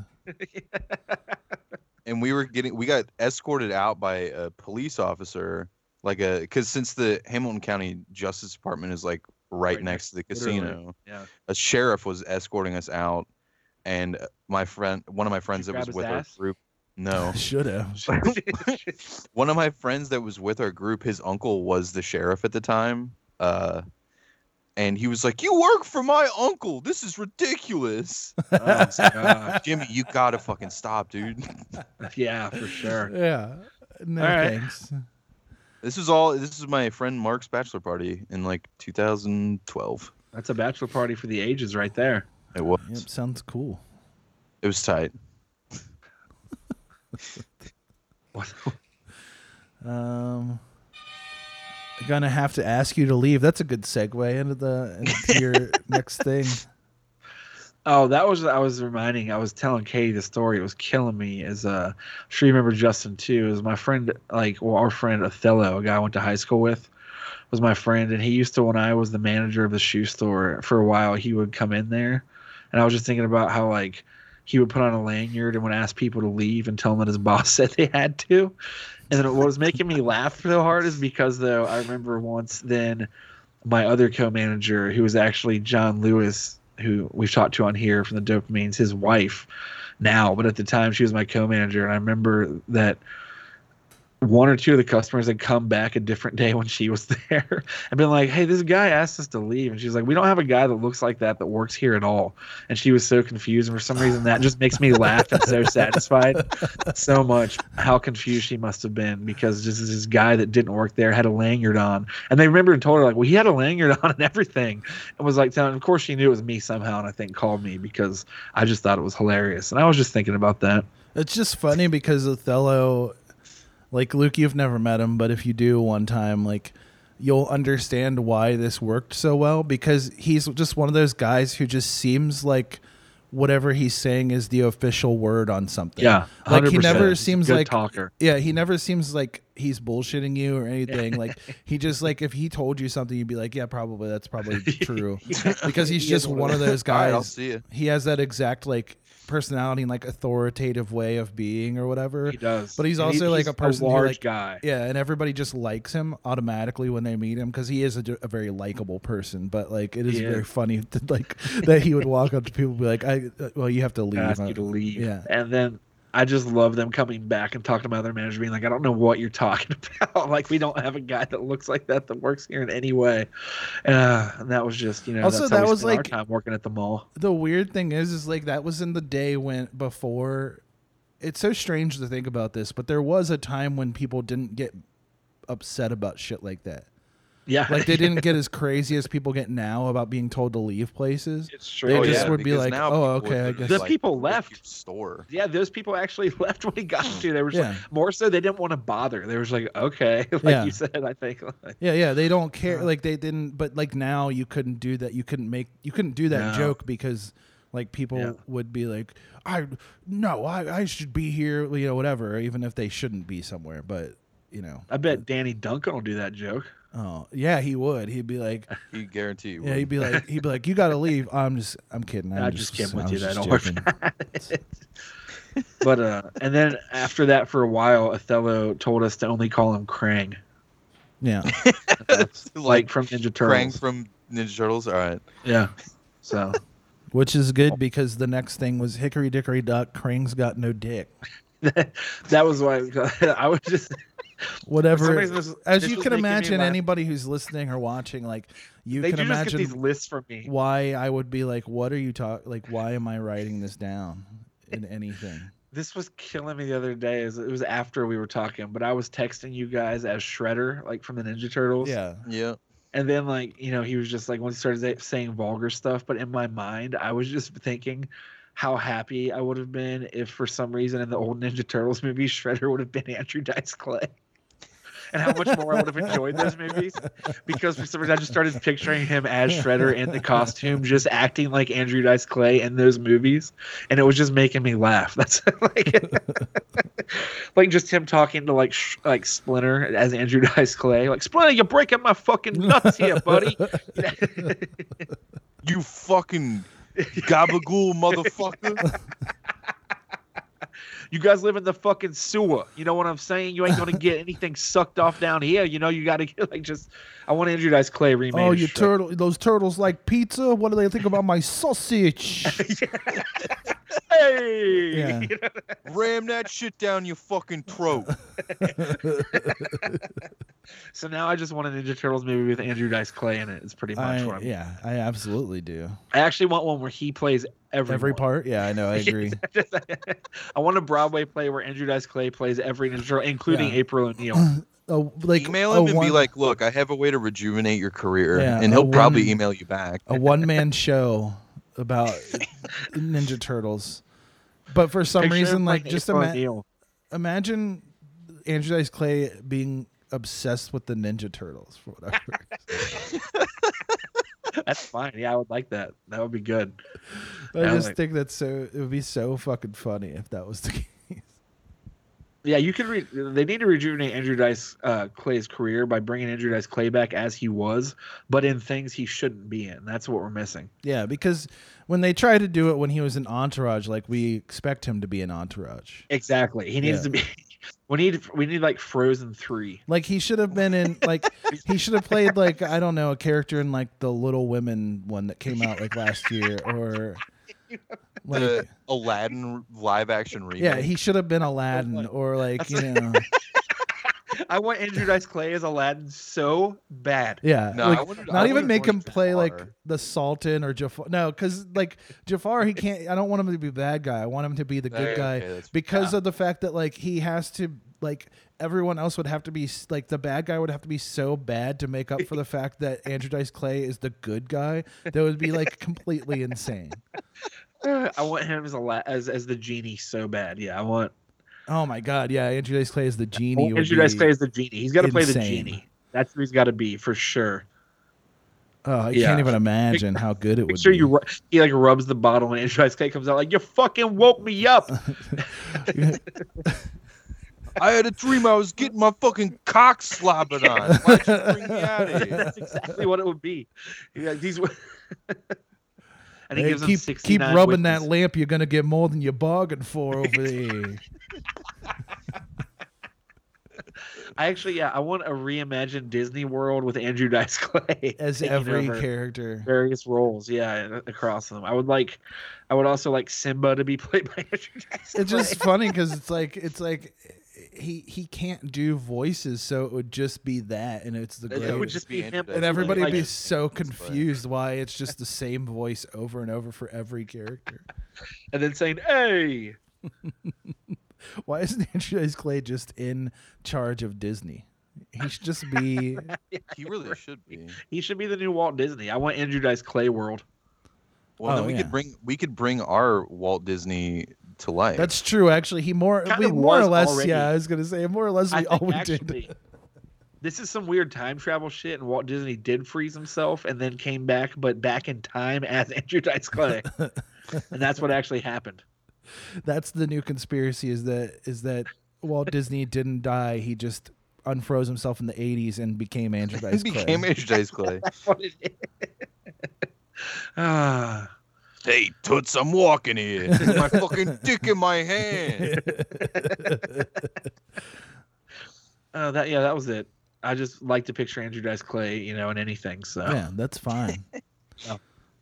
[SPEAKER 3] And we were getting we got escorted out by a police officer, like a because since the Hamilton County Justice Department is like right, next to the
[SPEAKER 4] literally,
[SPEAKER 3] casino,
[SPEAKER 4] Yeah.
[SPEAKER 3] a sheriff was escorting us out, and my friend, one of my friends that
[SPEAKER 4] grab
[SPEAKER 3] was
[SPEAKER 4] his
[SPEAKER 3] with our
[SPEAKER 4] ass?
[SPEAKER 3] group,
[SPEAKER 4] [laughs]
[SPEAKER 1] [laughs]
[SPEAKER 3] no, [laughs]
[SPEAKER 1] Should have.
[SPEAKER 3] one of my friends that was with our group, his uncle was the sheriff at the time. Uh, and he was like, You work for my uncle. This is ridiculous.
[SPEAKER 4] Oh,
[SPEAKER 3] And I was like, "Ah, Jimmy, you got to fucking stop, dude.
[SPEAKER 4] yeah, for sure.
[SPEAKER 1] [laughs] Yeah. No
[SPEAKER 4] All right.
[SPEAKER 1] thanks.
[SPEAKER 3] This is all, this is my friend Mark's bachelor party in like 2012.
[SPEAKER 4] That's a bachelor party for the ages,
[SPEAKER 1] [laughs]
[SPEAKER 4] right there.
[SPEAKER 3] It was,
[SPEAKER 1] Yep, sounds cool.
[SPEAKER 3] it was tight.
[SPEAKER 1] Um, I'm gonna have to ask you to leave. That's a good segue into the into
[SPEAKER 4] [laughs]
[SPEAKER 1] your next thing.
[SPEAKER 4] Oh, that was I was reminding. I was telling Katie the story. It was killing me. As uh, she remembered Justin too. Is my friend like well, our friend Othello, a guy I went to high school with, was my friend, and he used to when I was the manager of the shoe store for a while. He would come in there, and I was just thinking about how like he would put on a lanyard and would ask people to leave and tell them that his [laughs] boss said they had to. And then what was making me laugh so hard is because though I remember once then my other co-manager, who was actually John Lewis, who we've talked to on here from the Dopamines, his wife now, but at the time she was my co-manager, and I remember that one or two of the customers had come back a different day when she was [laughs] there and been like, "Hey, this guy asked us to leave," and she's like, "We don't have a guy that looks like that that works here at all," and she was so confused, and for some reason that just makes me laugh and so satisfied so much how confused she must have been because just this guy that didn't work there had a lanyard on and they remembered and told her like well he had a lanyard [laughs] on and everything and was like telling of course she knew it was me somehow and i think called me because i just thought it was hilarious and i was just thinking about that
[SPEAKER 1] It's just funny because Othello, like Luke, you've never met him, but if you do one time, like you'll understand why this worked so well because he's just one of those guys who just seems like whatever he's saying is the official word on something.
[SPEAKER 4] Yeah,
[SPEAKER 1] like he
[SPEAKER 4] 100%.
[SPEAKER 1] never
[SPEAKER 4] He's a
[SPEAKER 1] seems
[SPEAKER 4] good
[SPEAKER 1] like
[SPEAKER 4] talker.
[SPEAKER 1] Yeah, he never seems like he's bullshitting you or
[SPEAKER 4] [laughs]
[SPEAKER 1] anything. like he just like if he told you something, you'd be like, yeah, probably that's
[SPEAKER 4] [laughs]
[SPEAKER 1] probably true because he's
[SPEAKER 4] He is
[SPEAKER 1] just
[SPEAKER 4] one
[SPEAKER 1] one,
[SPEAKER 4] of
[SPEAKER 1] of
[SPEAKER 4] those.
[SPEAKER 1] those
[SPEAKER 3] All right,
[SPEAKER 1] guys.
[SPEAKER 3] I'll see ya.
[SPEAKER 1] He has that exact like personality and like authoritative way of being or whatever.
[SPEAKER 4] He does.
[SPEAKER 1] But he's
[SPEAKER 4] And
[SPEAKER 1] also
[SPEAKER 4] he's
[SPEAKER 1] like a
[SPEAKER 4] just a
[SPEAKER 1] person who,
[SPEAKER 4] large
[SPEAKER 1] like-
[SPEAKER 4] guy.
[SPEAKER 1] Yeah, and everybody just likes him automatically when they meet him because he is a, a very likable person. But like, it is
[SPEAKER 4] He
[SPEAKER 1] very
[SPEAKER 4] is.
[SPEAKER 1] funny [laughs] to, like that he would walk up to people and be like, "I uh, well, you have to leave."
[SPEAKER 4] ask
[SPEAKER 1] I-
[SPEAKER 4] you to leave
[SPEAKER 1] Yeah.
[SPEAKER 4] and then I just love them coming back and talking to my other manager, being like, "I don't know what you're [laughs] talking about. like, we don't have a guy that looks like that that works here in any way." Uh, and that was just, you know,
[SPEAKER 1] Also,
[SPEAKER 4] that's how
[SPEAKER 1] that
[SPEAKER 4] we
[SPEAKER 1] was
[SPEAKER 4] spent our
[SPEAKER 1] like-
[SPEAKER 4] time working at the mall.
[SPEAKER 1] the weird thing is is like that was in the day when before it's so strange to think about this but there was a time when people didn't get upset about shit like that
[SPEAKER 4] [laughs] Yeah.
[SPEAKER 1] Like they didn't get as crazy as people get now about being told to leave places. It's They
[SPEAKER 4] Oh,
[SPEAKER 1] just
[SPEAKER 4] yeah,
[SPEAKER 1] would be
[SPEAKER 4] because
[SPEAKER 1] like,
[SPEAKER 4] now
[SPEAKER 1] oh,
[SPEAKER 4] people
[SPEAKER 1] okay, I
[SPEAKER 4] would
[SPEAKER 1] guess.
[SPEAKER 4] The people left.
[SPEAKER 3] Store.
[SPEAKER 4] Yeah, those people actually [laughs] left when he got to. They were just
[SPEAKER 1] Yeah.
[SPEAKER 4] like, more so they didn't want to bother. They were just like, okay, [laughs] like
[SPEAKER 1] Yeah.
[SPEAKER 4] you said, I think. Like,
[SPEAKER 1] Yeah, yeah, they don't
[SPEAKER 4] Uh-huh.
[SPEAKER 1] care. Like they didn't, but like now you couldn't do that. You couldn't make, you couldn't do that
[SPEAKER 4] No.
[SPEAKER 1] joke because like people
[SPEAKER 4] Yeah.
[SPEAKER 1] would be like, I, no, I, I should be here, you know, whatever, even if they shouldn't be somewhere. But you know,
[SPEAKER 4] I bet Danny Duncan will do that joke.
[SPEAKER 1] oh yeah, he would. He'd be like,
[SPEAKER 4] [laughs]
[SPEAKER 3] You guarantee. You
[SPEAKER 1] yeah, he'd be like, he'd be like, you got to leave. I'm just, I'm kidding. I'm,
[SPEAKER 4] I'm just kidding with
[SPEAKER 1] I'm
[SPEAKER 4] you. That
[SPEAKER 1] just
[SPEAKER 4] don't work.
[SPEAKER 1] joking.
[SPEAKER 4] [laughs] but uh, and then after that, for a while, Othello told us to only call him [laughs] Krang,
[SPEAKER 1] Yeah.
[SPEAKER 4] like from Ninja
[SPEAKER 3] Krang
[SPEAKER 4] Turtles.
[SPEAKER 3] from Ninja Turtles. All right.
[SPEAKER 4] Yeah. So [laughs]
[SPEAKER 1] Which is good because the next thing was Hickory Dickory Dock. Krang's got no dick.
[SPEAKER 4] that was why [laughs] I was just
[SPEAKER 1] Whatever.
[SPEAKER 4] some reason this-
[SPEAKER 1] As
[SPEAKER 4] this
[SPEAKER 1] you
[SPEAKER 4] was
[SPEAKER 1] can
[SPEAKER 4] making me
[SPEAKER 1] imagine,
[SPEAKER 4] laugh.
[SPEAKER 1] anybody who's listening or watching, like you
[SPEAKER 4] They
[SPEAKER 1] can
[SPEAKER 4] do just get
[SPEAKER 1] imagine
[SPEAKER 4] these lists from me.
[SPEAKER 1] Why I would be like, what are you talking? Like, why am I writing this down in anything?
[SPEAKER 4] This was killing me the other day. Is it was after we were talking, but I was texting you guys as Shredder, like from the Ninja Turtles.
[SPEAKER 1] Yeah.
[SPEAKER 3] Yeah.
[SPEAKER 4] And then, like you know, he was just like when he started sa- saying vulgar stuff. But in my mind, I was just thinking how happy I would have been if, for some reason, in the old Ninja Turtles movie, Shredder would have been Andrew Dice Clay. And how much more I would have enjoyed those movies because for some reason I just started picturing him as Shredder in the costume, just acting like Andrew Dice Clay in those movies, and it was just making me laugh. [laughs] That's like, like just him talking to like sh- like Splinter as Andrew Dice Clay, like Splinter, you're breaking my fucking nuts here, buddy.
[SPEAKER 3] you fucking
[SPEAKER 4] [laughs]
[SPEAKER 3] gabagool motherfucker.
[SPEAKER 4] You guys live in the fucking sewer. You know what I'm saying? You ain't
[SPEAKER 1] [laughs]
[SPEAKER 4] gonna get anything sucked off down here. You know you gotta get like just. I want Andrew Dice Clay remade.
[SPEAKER 1] oh,
[SPEAKER 4] as
[SPEAKER 1] you
[SPEAKER 4] Shredder.
[SPEAKER 1] turtle! Those turtles like pizza. uh, What do they think about my
[SPEAKER 3] [laughs]
[SPEAKER 1] sausage?
[SPEAKER 4] [laughs] Hey.
[SPEAKER 1] Yeah.
[SPEAKER 3] Ram that shit down your fucking throat.
[SPEAKER 4] So now I just want a Ninja Turtles movie with Andrew Dice Clay in it. It's pretty much
[SPEAKER 1] I-
[SPEAKER 4] what I'm.
[SPEAKER 1] yeah, I absolutely do.
[SPEAKER 4] I actually want one where he plays everyone.
[SPEAKER 1] Every part. Yeah, I know. I
[SPEAKER 3] [laughs]
[SPEAKER 1] agree.
[SPEAKER 4] [laughs] I want a Broadway play where Andrew Dice Clay plays every Ninja Turtle, including
[SPEAKER 1] Yeah. [clears throat]
[SPEAKER 4] April O'Neil.
[SPEAKER 1] Oh, [laughs] like
[SPEAKER 3] Email
[SPEAKER 1] a
[SPEAKER 3] him and
[SPEAKER 1] one-
[SPEAKER 3] be like, "Look, I have a way to rejuminate your career,"
[SPEAKER 1] Yeah,
[SPEAKER 3] and
[SPEAKER 1] a
[SPEAKER 3] he'll probably
[SPEAKER 1] one-
[SPEAKER 3] email you back.
[SPEAKER 1] [laughs] a one man show about Ninja Turtles. But for some
[SPEAKER 4] Picture him
[SPEAKER 1] reason, like
[SPEAKER 4] playing
[SPEAKER 1] just
[SPEAKER 4] April
[SPEAKER 1] ima-
[SPEAKER 4] O'Neil.
[SPEAKER 1] imagine Andrew Dice Clay being obsessed with the Ninja Turtles for
[SPEAKER 3] [laughs]
[SPEAKER 1] whatever.
[SPEAKER 4] That's fine. Yeah, I would like that. That would be good.
[SPEAKER 1] I
[SPEAKER 4] Yeah,
[SPEAKER 1] just
[SPEAKER 4] like-
[SPEAKER 1] think that's so. It would be so fucking funny if that was the [laughs] case.
[SPEAKER 4] Yeah, you could read. They need to rejuvenate Andrew Dice uh, Clay's career by bringing Andrew Dice Clay back as he was, but in things he shouldn't be in. That's what we're missing.
[SPEAKER 1] Yeah, because when they try to do it when he was in Entourage, like we expect him to be in Entourage.
[SPEAKER 4] Exactly. He needs
[SPEAKER 1] Yeah.
[SPEAKER 4] to be. [laughs] We need we need like Frozen three.
[SPEAKER 1] Like he should have been in like he should have played like I don't know a character in like the Little Women one that came out like last year
[SPEAKER 3] [laughs]
[SPEAKER 1] or like
[SPEAKER 3] the Aladdin live action remake.
[SPEAKER 1] yeah he should have been Aladdin or like you know
[SPEAKER 3] [laughs]
[SPEAKER 4] I want Andrew Dice Clay as Aladdin so bad.
[SPEAKER 1] yeah
[SPEAKER 3] No, I
[SPEAKER 1] like,
[SPEAKER 3] would've- I
[SPEAKER 1] not even
[SPEAKER 3] would've
[SPEAKER 1] make him
[SPEAKER 3] watched
[SPEAKER 1] play like
[SPEAKER 3] Jafar.
[SPEAKER 1] the Sultan or Jafar no because like Jafar he can't I don't want him to be bad guy I want him to be the good
[SPEAKER 3] Okay,
[SPEAKER 1] guy
[SPEAKER 3] okay, that's-
[SPEAKER 1] because of the fact that like he has to like everyone else would have to be s- like the bad guy would have to be so bad to make up for the fact
[SPEAKER 4] [laughs]
[SPEAKER 1] that Andrew Dice Clay is the good guy that would be like completely insane.
[SPEAKER 4] I want him as a la- as as the genie so bad. Yeah, I want
[SPEAKER 1] Oh my god, yeah, Andrew Dice Clay is the
[SPEAKER 4] I
[SPEAKER 1] genie.
[SPEAKER 4] want
[SPEAKER 1] would
[SPEAKER 4] Andrew Dice
[SPEAKER 1] be-
[SPEAKER 4] Clay as the genie. He's got to play the
[SPEAKER 1] insane.
[SPEAKER 4] genie. That's who he's got to be for sure.
[SPEAKER 1] Oh, I
[SPEAKER 4] Yeah.
[SPEAKER 1] can't even imagine how good it would
[SPEAKER 4] Make sure
[SPEAKER 1] be. [laughs]
[SPEAKER 4] you ru- he like rubs the bottle and Andrew Dice Clay comes out like you fucking woke me up.
[SPEAKER 3] I had a dream I was getting my fucking cock slobbered on. Why'd you bring
[SPEAKER 1] [laughs]
[SPEAKER 3] me out of here?
[SPEAKER 4] That's exactly what it would be. Yeah, these. were- [laughs] and he
[SPEAKER 1] Hey,
[SPEAKER 4] gives him
[SPEAKER 1] keep keep
[SPEAKER 4] 69
[SPEAKER 1] rubbing that
[SPEAKER 4] witches.
[SPEAKER 1] lamp. You're gonna get more than you bargained for over
[SPEAKER 4] [laughs]
[SPEAKER 1] there.
[SPEAKER 4] I actually, yeah, I want a reimagined Disney World with Andrew [laughs] Dice Clay
[SPEAKER 1] As
[SPEAKER 4] taking
[SPEAKER 1] every
[SPEAKER 4] over
[SPEAKER 1] character,
[SPEAKER 4] various roles. Yeah, and across them. I would like, I would also like Simba to be [laughs] played by Andrew
[SPEAKER 1] it's
[SPEAKER 4] Dice. Clay.
[SPEAKER 1] just funny because it's like it's like he he can't do voices, so it would just be that, and it's the
[SPEAKER 4] It
[SPEAKER 1] greatest.
[SPEAKER 4] would just be him,
[SPEAKER 1] and everybody would
[SPEAKER 4] like-
[SPEAKER 1] be
[SPEAKER 3] [laughs]
[SPEAKER 1] so confused why it's just the same voice over and over for every character.
[SPEAKER 4] and then saying, "Hey,
[SPEAKER 1] [laughs] Why isn't Andrew Dice Clay just in charge of Disney? He should just be.
[SPEAKER 3] he really should be.
[SPEAKER 4] He should be the new Walt Disney. I want Andrew Dice Clay World.
[SPEAKER 3] Well,
[SPEAKER 4] Oh,
[SPEAKER 3] then we
[SPEAKER 4] yeah.
[SPEAKER 3] could bring we could bring our Walt Disney to life.
[SPEAKER 1] That's true. Actually, he more
[SPEAKER 4] Kinda
[SPEAKER 1] we, more or
[SPEAKER 4] was
[SPEAKER 1] less.
[SPEAKER 4] already.
[SPEAKER 1] Yeah, I was gonna say more or less.
[SPEAKER 4] I
[SPEAKER 1] We all
[SPEAKER 4] think
[SPEAKER 1] we did.
[SPEAKER 4] actually, this is some weird time travel shit, and Walt Disney did freeze himself and then came back, but back in time as [laughs] Andrew Dice Clay, and that's what actually happened. [laughs]
[SPEAKER 1] That's the new conspiracy. Is that is that Walt Disney didn't die? He just unfroze himself in the '80s and became
[SPEAKER 3] [laughs]
[SPEAKER 1] Andrew Dice Clay. [laughs]
[SPEAKER 3] became Andrew [laughs] Dice Clay.
[SPEAKER 4] That's what it is. [laughs] Ah.
[SPEAKER 3] Hey, toots, I'm walking
[SPEAKER 1] [laughs]
[SPEAKER 3] here. With my fucking dick in my hand.
[SPEAKER 4] Uh, that yeah, that was it. I just like to picture Andrew Dice Clay, you know, in anything. So
[SPEAKER 1] Yeah, that's fine.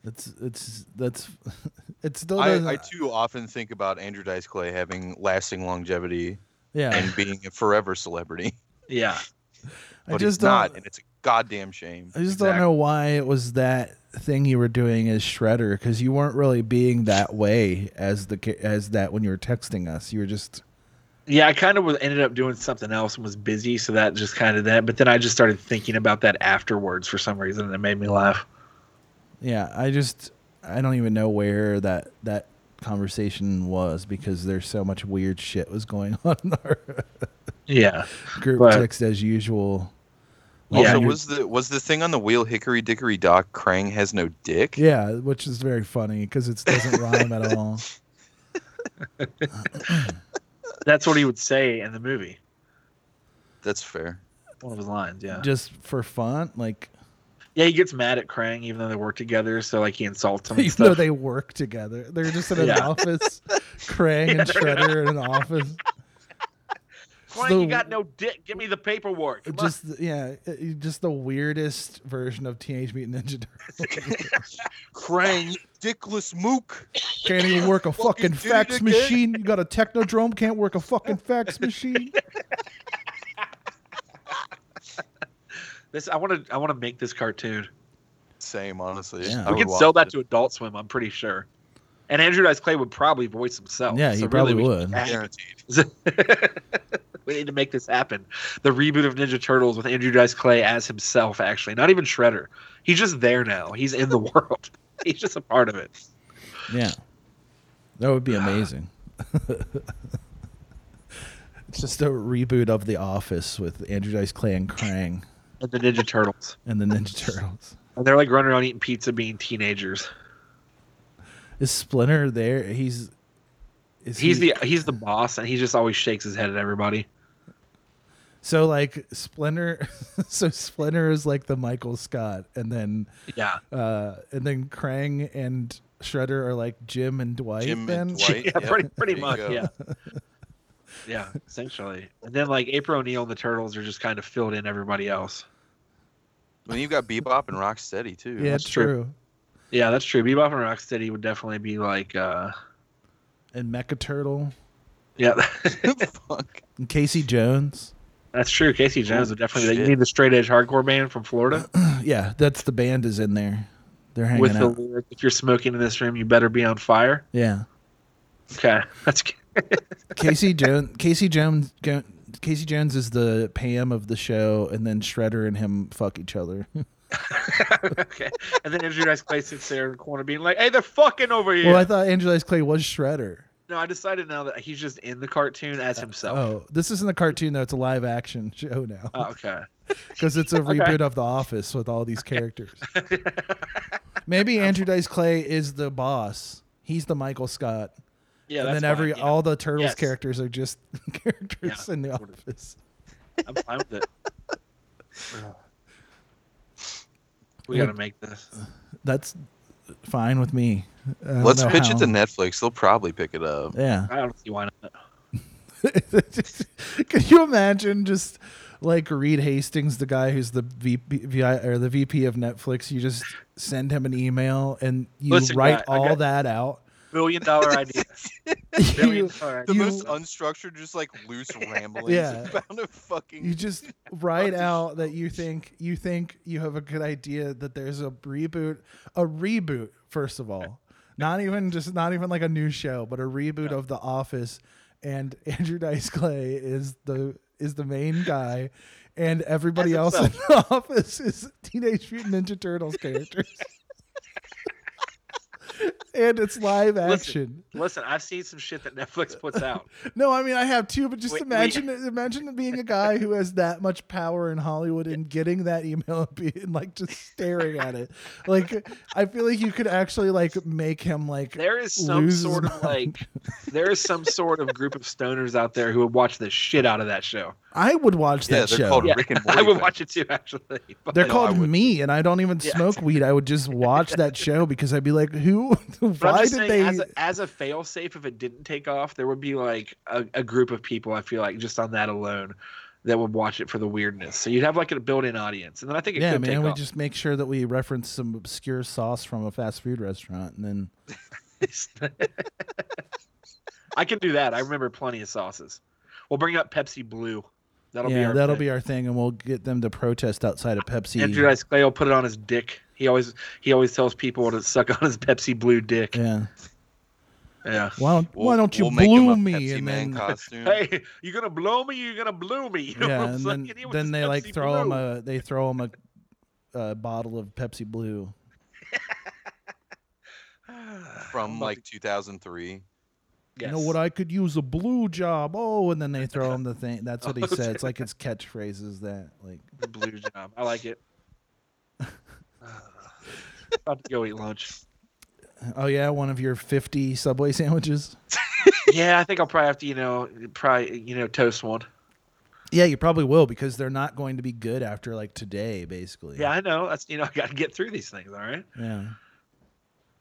[SPEAKER 1] That's it's that's [laughs] it still doesn't.
[SPEAKER 3] I, I too often think about Andrew Dice Clay having lasting longevity
[SPEAKER 1] Yeah.
[SPEAKER 3] and being a forever celebrity.
[SPEAKER 4] Yeah.
[SPEAKER 1] [laughs] I
[SPEAKER 3] But
[SPEAKER 1] just
[SPEAKER 3] he's not,
[SPEAKER 1] don't-
[SPEAKER 3] and it's a goddamn shame.
[SPEAKER 1] I just don't know why it was that thing you were doing as Shredder because you weren't really being that way as the ca- as that when you were texting us. You were just
[SPEAKER 4] yeah, I kind of was ended up doing something else and was busy, so that just kind of that. But then I just started thinking about that afterwards for some reason, and it made me laugh.
[SPEAKER 1] yeah. I just I don't even know where that that conversation was because there's so much weird shit was going [laughs] on in our
[SPEAKER 4] Yeah,
[SPEAKER 1] group
[SPEAKER 4] but-
[SPEAKER 1] text as usual.
[SPEAKER 3] Also,
[SPEAKER 1] Andrew-
[SPEAKER 3] was the was the thing on the wheel Hickory Dickory Dock? Krang has no dick.
[SPEAKER 1] yeah, which is very funny because it doesn't rhyme at
[SPEAKER 4] [laughs]
[SPEAKER 1] all.
[SPEAKER 4] That's what he would say in the movie.
[SPEAKER 3] That's fair.
[SPEAKER 4] One of his lines, yeah.
[SPEAKER 1] Just for fun, like
[SPEAKER 4] yeah, he gets mad at Krang even though they work together, so like he
[SPEAKER 1] [laughs]
[SPEAKER 4] insults him and
[SPEAKER 1] even though
[SPEAKER 4] stuff.
[SPEAKER 1] they work together, they're just in an
[SPEAKER 4] Yeah. [laughs]
[SPEAKER 1] office. Krang
[SPEAKER 4] Yeah,
[SPEAKER 1] and
[SPEAKER 4] they're-
[SPEAKER 1] Shredder in an office.
[SPEAKER 4] [laughs] Krang,
[SPEAKER 1] So-
[SPEAKER 4] you got no dick. Give me the paperwork. Come on.
[SPEAKER 1] just yeah, it- just the weirdest version of Teenage Mutant Ninja Turtles.
[SPEAKER 3] Krang, dickless mook.
[SPEAKER 1] can't even work a fucking
[SPEAKER 3] did it
[SPEAKER 1] fax
[SPEAKER 3] again.
[SPEAKER 1] machine. You got a technodrome, can't work a fucking fax machine.
[SPEAKER 4] This I want to. I want to make this cartoon.
[SPEAKER 3] Same, honestly.
[SPEAKER 1] Yeah.
[SPEAKER 3] I
[SPEAKER 4] we
[SPEAKER 3] would
[SPEAKER 4] could sell
[SPEAKER 3] watch
[SPEAKER 4] that to Adult Swim. I'm pretty sure. And Andrew Dice Clay would probably voice himself.
[SPEAKER 1] Yeah, he
[SPEAKER 4] so
[SPEAKER 1] probably
[SPEAKER 4] really we-
[SPEAKER 1] would.
[SPEAKER 4] [laughs] we need to make this happen. The reboot of Ninja Turtles with Andrew Dice Clay as himself. Actually, not even Shredder. He's just there now. He's in the [laughs] world. He's just a part of it.
[SPEAKER 1] [laughs] Yeah, that would be amazing. it's [laughs] just a reboot of The Office with Andrew Dice Clay and Krang
[SPEAKER 4] And the Ninja Turtles.
[SPEAKER 1] and the Ninja Turtles.
[SPEAKER 4] And they're like running around eating pizza, being teenagers.
[SPEAKER 1] Is Splinter there? He's is
[SPEAKER 4] he's
[SPEAKER 1] he-
[SPEAKER 4] the he's the boss, and he just always shakes his head at everybody.
[SPEAKER 1] So like Splinter, [laughs] so Splinter is like the Michael Scott, and then
[SPEAKER 4] Yeah.
[SPEAKER 1] uh, and then Krang and Shredder are like Jim and Dwight.
[SPEAKER 3] Jim
[SPEAKER 1] then
[SPEAKER 3] and Dwight.
[SPEAKER 4] yeah,
[SPEAKER 3] yep,
[SPEAKER 4] pretty pretty
[SPEAKER 3] there you
[SPEAKER 4] much.
[SPEAKER 3] go.
[SPEAKER 4] [laughs] Yeah. yeah, essentially. And then like April O'Neil and the Turtles are just kind of filled in everybody else.
[SPEAKER 3] I mean, you've got Bebop and Rocksteady too.
[SPEAKER 1] yeah, true.
[SPEAKER 4] Yeah, that's true. Bebop and Rocksteady would definitely be like, uh
[SPEAKER 1] And Mecha Turtle,
[SPEAKER 4] yeah, [laughs]
[SPEAKER 1] [laughs]
[SPEAKER 3] Fuck.
[SPEAKER 1] and Casey Jones.
[SPEAKER 4] that's true. Casey Jones
[SPEAKER 3] Oh,
[SPEAKER 4] would definitely. You
[SPEAKER 3] shit.
[SPEAKER 4] need the straight edge hardcore band from Florida
[SPEAKER 1] yeah, that's the band is in there. They're [clears throat] hanging
[SPEAKER 4] with the
[SPEAKER 1] out.
[SPEAKER 4] lyric, "If you're smoking in this room, you better be on fire."
[SPEAKER 1] yeah,
[SPEAKER 4] Okay, [laughs] that's good.
[SPEAKER 1] Casey Jones. Casey Jones. Go- Casey Jones is the Pam of the show, and then Shredder and him fuck each other. [laughs]
[SPEAKER 4] okay. And then Andrew Dice Clay sits there in the corner, being like, "Hey, they're fucking over here."
[SPEAKER 1] Well, I thought Angela Dice Clay was Shredder.
[SPEAKER 4] no, I decided now that he's just in the cartoon as himself.
[SPEAKER 1] Oh, this isn't a cartoon though; it's a live action [laughs] show now.
[SPEAKER 4] Oh, okay.
[SPEAKER 1] because it's a
[SPEAKER 4] Okay.
[SPEAKER 1] reboot of The Office with all these characters. Maybe Andrew Dice Clay is the boss. He's the Michael Scott.
[SPEAKER 4] Yeah,
[SPEAKER 1] and
[SPEAKER 4] that's
[SPEAKER 1] then every
[SPEAKER 4] fine, yeah.
[SPEAKER 1] all the turtles
[SPEAKER 4] Yes.
[SPEAKER 1] characters are just [laughs] characters
[SPEAKER 4] Yeah,
[SPEAKER 1] in the
[SPEAKER 4] that's what it
[SPEAKER 1] office.
[SPEAKER 4] I'm fine with it. [laughs] We
[SPEAKER 1] Like-
[SPEAKER 4] gotta make this.
[SPEAKER 1] That's fine with me. I don't
[SPEAKER 3] Let's
[SPEAKER 1] know
[SPEAKER 3] pitch
[SPEAKER 1] how.
[SPEAKER 3] it to Netflix. They'll probably pick it up.
[SPEAKER 1] Yeah. [laughs]
[SPEAKER 4] I don't see why not.
[SPEAKER 1] Can you imagine just like Reed Hastings, the guy who's the VP VI or the VP of Netflix? You just send him an email and you
[SPEAKER 4] Listen,
[SPEAKER 1] write
[SPEAKER 4] guy, I
[SPEAKER 1] all
[SPEAKER 4] got-
[SPEAKER 1] that out.
[SPEAKER 4] Billion dollar [laughs] idea. Billion
[SPEAKER 1] You-
[SPEAKER 4] dollar
[SPEAKER 3] The
[SPEAKER 4] idea.
[SPEAKER 3] most unstructured, just like loose
[SPEAKER 1] [laughs]
[SPEAKER 3] ramblings
[SPEAKER 1] Yeah.
[SPEAKER 3] about a fucking.
[SPEAKER 1] you just [laughs] write out that you think you think you have a good idea that there's a reboot a reboot first of all not even just not even like a new show but a reboot of the [laughs] office and andrew dice clay is the is the main guy and everybody
[SPEAKER 5] That's
[SPEAKER 1] else in the office is Teenage Mutant Ninja Turtles characters. and it's live action.
[SPEAKER 4] Listen, listen, I've seen some shit that Netflix puts out.
[SPEAKER 1] No, I mean I have two, but just
[SPEAKER 4] Wait,
[SPEAKER 1] imagine imagine being a guy who has that much power in Hollywood and getting that email and being like just staring at it. Like I feel like you could actually like make him like
[SPEAKER 4] There is some
[SPEAKER 1] lose his
[SPEAKER 4] sort of
[SPEAKER 1] mind.
[SPEAKER 4] like, there is some sort of group of stoners out there who would watch the shit out of that show.
[SPEAKER 1] I would watch that show.
[SPEAKER 4] Yeah, [laughs] I would watch it too, actually. [laughs] but-
[SPEAKER 1] They're called me, and I don't even
[SPEAKER 4] Yeah.
[SPEAKER 1] smoke weed. I would just watch that
[SPEAKER 4] [laughs]
[SPEAKER 1] show because I'd be like, "Who? [laughs]
[SPEAKER 4] But I'm
[SPEAKER 1] Why did
[SPEAKER 4] just saying,
[SPEAKER 1] they?"
[SPEAKER 4] as a, as a fail safe, if it didn't take off, there would be like a, a group of people. I feel like just on that alone, that would watch it for the weirdness. So you'd have like a built-in audience, and then I think it
[SPEAKER 1] yeah,
[SPEAKER 4] could
[SPEAKER 1] man.
[SPEAKER 4] take
[SPEAKER 1] We
[SPEAKER 4] off.
[SPEAKER 1] just make sure that we reference some obscure sauce from a fast food restaurant, and then
[SPEAKER 4] [laughs] I can do that. I remember plenty of sauces. We'll bring up Pepsi Blue. That'll be
[SPEAKER 1] yeah,
[SPEAKER 4] our
[SPEAKER 1] that'll
[SPEAKER 4] thing.
[SPEAKER 1] be our thing, and we'll get them to protest outside of Pepsi.
[SPEAKER 4] Andrew Dice Clay will put it on his dick. He always he always tells people to suck on his Pepsi Blue dick.
[SPEAKER 1] Yeah.
[SPEAKER 4] Yeah.
[SPEAKER 1] Why don't Why don't you
[SPEAKER 4] we'll make him
[SPEAKER 1] blue
[SPEAKER 4] a
[SPEAKER 1] me? And then,
[SPEAKER 4] [laughs] Hey, you gonna blow me? You gonna blow me? [laughs] You know
[SPEAKER 1] yeah,
[SPEAKER 4] what I'm
[SPEAKER 1] and
[SPEAKER 4] saying?
[SPEAKER 1] then,
[SPEAKER 4] He was
[SPEAKER 1] then they
[SPEAKER 4] Pepsi
[SPEAKER 1] like throw him
[SPEAKER 4] Blue.
[SPEAKER 1] a they throw him a, a bottle of Pepsi Blue.
[SPEAKER 4] [sighs]
[SPEAKER 3] from like 2003.
[SPEAKER 1] You know what? I could use a blue job. Oh, and then they throw him the thing. That's what he
[SPEAKER 4] [laughs]
[SPEAKER 1] said. It's like his catchphrase is that like.
[SPEAKER 4] The blue job. I
[SPEAKER 1] [laughs]
[SPEAKER 4] like it. About to go eat lunch.
[SPEAKER 1] Oh yeah, one of your fifty Subway [laughs] sandwiches.
[SPEAKER 4] Yeah, I think I'll probably have to, you know, probably you know toast one.
[SPEAKER 1] Yeah, you probably will because they're not going to be good after like today, basically.
[SPEAKER 4] Yeah, I know. That's you know [laughs] I got to get through these things. All right. [laughs]
[SPEAKER 1] Yeah.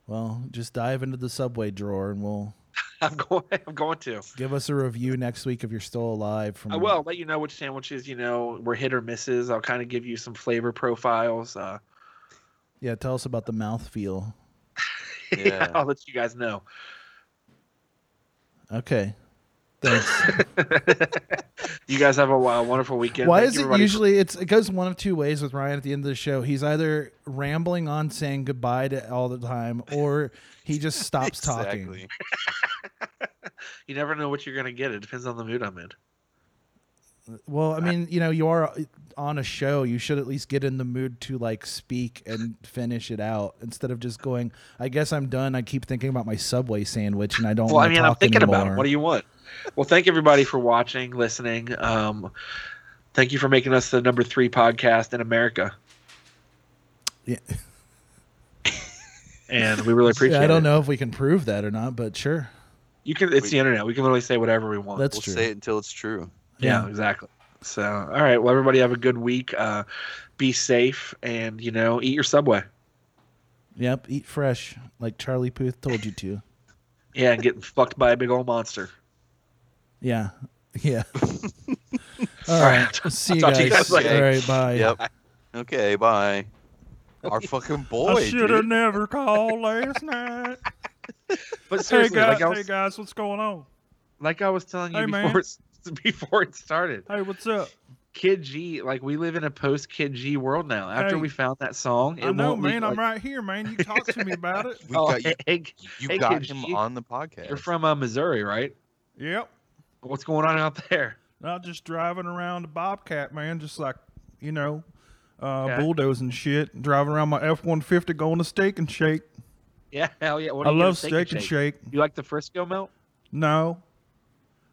[SPEAKER 1] Well, just dive into the Subway drawer, and we'll
[SPEAKER 4] I'm going. [laughs] I'm going to.
[SPEAKER 1] give us a review next week if you're still alive. From
[SPEAKER 4] I will let you know which sandwiches you know were hit or misses. I'll kind of give you some flavor profiles. Uh, [laughs]
[SPEAKER 1] yeah, tell us about the mouth feel.
[SPEAKER 4] yeah. I'll let you guys know.
[SPEAKER 1] Okay. Thanks.
[SPEAKER 4] [laughs] You guys have a uh, wonderful weekend.
[SPEAKER 1] Why
[SPEAKER 4] Thank
[SPEAKER 1] is
[SPEAKER 4] you,
[SPEAKER 1] it
[SPEAKER 4] everybody, for-
[SPEAKER 1] usually it's it goes one of two ways with Ryan at the end of the show. He's either rambling on saying goodbye to all the time, or he
[SPEAKER 4] [laughs]
[SPEAKER 1] just stops talking.
[SPEAKER 4] you never know what you're gonna get. It depends on the mood I'm in.
[SPEAKER 1] Well, I mean, you know, you are uh, on a show. You should at least get in the mood to like speak and finish it out instead of just going. I guess I'm done. I keep thinking about my subway sandwich, and I don't.
[SPEAKER 4] Well, I
[SPEAKER 1] wanna
[SPEAKER 4] mean, I'm
[SPEAKER 1] talk
[SPEAKER 4] thinking about it.
[SPEAKER 1] anymore."
[SPEAKER 4] What do you want? Well, thank everybody for watching, listening. Um, thank you for making us the number three podcast in America.
[SPEAKER 1] Yeah.
[SPEAKER 4] And
[SPEAKER 1] [laughs]
[SPEAKER 4] we really appreciate
[SPEAKER 1] I don't
[SPEAKER 4] it.
[SPEAKER 1] know if we can prove that or not, but sure.
[SPEAKER 4] You can. It's the internet. We can literally say whatever we want.
[SPEAKER 1] That's We'll true. say
[SPEAKER 4] it until it's true.
[SPEAKER 1] Yeah.
[SPEAKER 4] Yeah, exactly. So, all right. Well, everybody have a good week. Uh, be safe, and you know, eat your Subway.
[SPEAKER 1] Yep, eat fresh like Charlie Puth told you to.
[SPEAKER 4] Yeah, and get fucked by a big old monster.
[SPEAKER 1] Yeah. [laughs]
[SPEAKER 4] [laughs]
[SPEAKER 1] Yeah.
[SPEAKER 4] All
[SPEAKER 1] All
[SPEAKER 4] right.
[SPEAKER 1] right. See
[SPEAKER 4] I'll
[SPEAKER 1] you
[SPEAKER 4] talk
[SPEAKER 1] guys.
[SPEAKER 4] to you guys later.
[SPEAKER 1] All right. Bye.
[SPEAKER 3] Yep. Okay. Bye. Our fucking boy.
[SPEAKER 16] shoulda
[SPEAKER 3] dude.
[SPEAKER 16] never called last night.
[SPEAKER 4] But seriously,
[SPEAKER 16] hey guys,
[SPEAKER 4] like I was-
[SPEAKER 16] hey guys, what's going on?
[SPEAKER 4] Like I was telling you
[SPEAKER 16] Hey, man.
[SPEAKER 4] before, it's, before it [laughs] started.
[SPEAKER 16] Hey, what's up?
[SPEAKER 4] Kid G, like we live in a post Kid G world now. After
[SPEAKER 16] Hey.
[SPEAKER 4] we found that song, it
[SPEAKER 16] I know,
[SPEAKER 4] won't leave,
[SPEAKER 16] man. I'm
[SPEAKER 4] like-
[SPEAKER 16] right here, man. You talk to me
[SPEAKER 4] [laughs]
[SPEAKER 16] about it.
[SPEAKER 4] Oh, hey, hey,
[SPEAKER 3] You
[SPEAKER 4] hey,
[SPEAKER 3] got
[SPEAKER 4] Kid
[SPEAKER 3] him
[SPEAKER 4] G,
[SPEAKER 3] on the podcast.
[SPEAKER 4] You're from uh, Missouri, right?
[SPEAKER 16] Yep.
[SPEAKER 4] What's going on out there? [laughs]
[SPEAKER 16] Not just driving around a Bobcat, man. Just like you know, uh,
[SPEAKER 4] Okay.
[SPEAKER 16] bulldozing shit, driving around my F-150, going to Steak and Shake.
[SPEAKER 4] Yeah, hell yeah. What
[SPEAKER 16] I
[SPEAKER 4] do you
[SPEAKER 16] love
[SPEAKER 4] get at
[SPEAKER 16] Steak and Shake.
[SPEAKER 4] You like the Frisco
[SPEAKER 16] [laughs]
[SPEAKER 4] melt? [laughs]
[SPEAKER 16] No,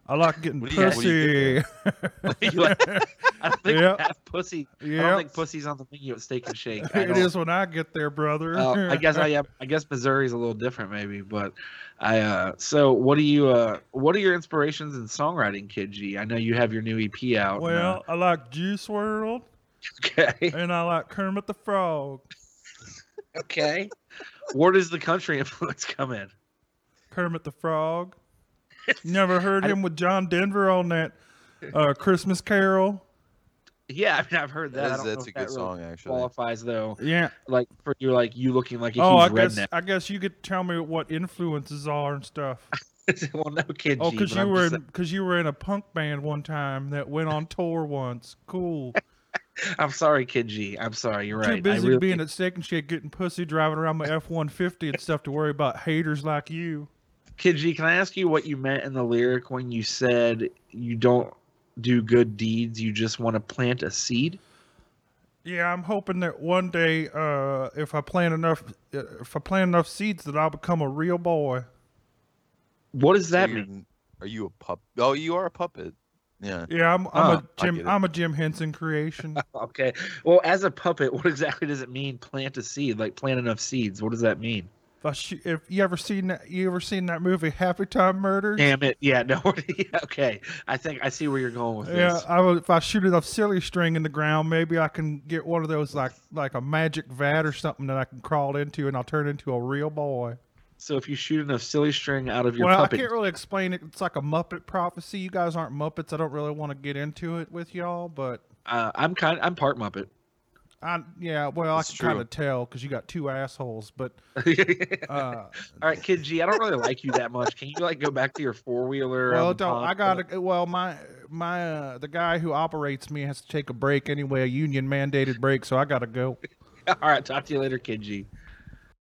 [SPEAKER 16] I like getting
[SPEAKER 4] What do you- what do
[SPEAKER 16] pussy. [laughs]
[SPEAKER 4] you You like- [laughs] I don't think
[SPEAKER 16] Yep.
[SPEAKER 4] you have pussy. I
[SPEAKER 16] Yep.
[SPEAKER 4] don't think pussy's on the menu at Steak and Shake. I
[SPEAKER 16] it
[SPEAKER 4] don't-
[SPEAKER 16] is when I get there, brother.
[SPEAKER 4] Uh, I
[SPEAKER 16] [laughs]
[SPEAKER 4] guess I am. I guess Missouri's a little different, maybe. But I. Uh, so, what do you? Uh, what are your inspirations in songwriting, Kid G? I know you have your new EP out. and, uh,
[SPEAKER 16] Well, I like Juice World.
[SPEAKER 4] [laughs] Okay.
[SPEAKER 16] And I like Kermit the Frog.
[SPEAKER 4] okay. Where does the country [laughs] influence come in?
[SPEAKER 16] Kermit the Frog. Never heard him with John Denver on that uh, Christmas Carol.
[SPEAKER 4] Yeah, I mean, I've heard that. I
[SPEAKER 3] That is-
[SPEAKER 4] don't know
[SPEAKER 3] that's
[SPEAKER 4] if
[SPEAKER 3] a good
[SPEAKER 4] that really
[SPEAKER 3] song, actually.
[SPEAKER 4] Qualifies though.
[SPEAKER 16] Yeah.
[SPEAKER 4] Like for you, like you looking like a
[SPEAKER 16] oh, I
[SPEAKER 4] huge
[SPEAKER 16] guess
[SPEAKER 4] redneck.
[SPEAKER 16] I guess you could tell me what influences are and stuff.
[SPEAKER 4] [laughs] well, no kid.
[SPEAKER 16] Oh,
[SPEAKER 4] G,
[SPEAKER 16] because
[SPEAKER 4] but
[SPEAKER 16] you
[SPEAKER 4] I'm
[SPEAKER 16] were
[SPEAKER 4] just
[SPEAKER 16] because you were in a punk band one time that went on tour once. Cool.
[SPEAKER 4] saying- I'm sorry, Kid G. I'm sorry. You're [laughs]
[SPEAKER 16] Too
[SPEAKER 4] right. I
[SPEAKER 16] busy
[SPEAKER 4] really,
[SPEAKER 16] being at Steak and Shake, getting pussy, driving around my F one fifty and stuff to worry about haters like you.
[SPEAKER 4] Kid G, can I ask you what you meant in the lyric when you said you don't do good deeds. You just want to plant a seed.
[SPEAKER 1] Yeah, I'm hoping that one day, uh, if I plant enough,
[SPEAKER 16] uh,
[SPEAKER 1] if I plant enough seeds, that I'll become a real boy.
[SPEAKER 4] What does that
[SPEAKER 3] mean? Are you a pup? Oh, you are a puppet. Yeah.
[SPEAKER 1] Yeah, I'm, I'm
[SPEAKER 3] Ah,
[SPEAKER 1] a
[SPEAKER 3] I
[SPEAKER 1] Jim.
[SPEAKER 3] get it.
[SPEAKER 1] I'm a Jim Henson creation.
[SPEAKER 4] Okay. Well, as a puppet, [laughs] what exactly does it mean? Plant a seed, like plant enough seeds. What does that mean?
[SPEAKER 1] if, I sh- if you ever seen that, you ever seen that movie Happy Time Murders?
[SPEAKER 4] Damn it! Yeah, [laughs] no. yeah, okay, I think I see where you're going with
[SPEAKER 1] Yeah,
[SPEAKER 4] this.
[SPEAKER 1] I would, if I shoot enough silly string in the ground, maybe I can get one of those like like a magic vat or something that I can crawl into, and I'll turn into a real boy.
[SPEAKER 4] So if you shoot enough silly string out of your
[SPEAKER 1] Well, I
[SPEAKER 4] puppet,
[SPEAKER 1] can't really explain it. It's like a Muppet prophecy. You guys aren't Muppets. I don't really want to get into it with y'all, but
[SPEAKER 4] uh, I'm kind. I'm part Muppet. [laughs]
[SPEAKER 1] I yeah. Well,
[SPEAKER 4] That's
[SPEAKER 1] I can kind
[SPEAKER 4] true.
[SPEAKER 1] of tell because you got two assholes. But uh,
[SPEAKER 4] All right, Kid G, I don't really like you that much. Can you like go back to your four wheeler?
[SPEAKER 1] well, don't I
[SPEAKER 4] [laughs]
[SPEAKER 1] got to Well, my my uh, the guy who operates me has to take a break anyway, a union mandated break, so I gotta go.
[SPEAKER 4] All right, talk to you later, Kid G.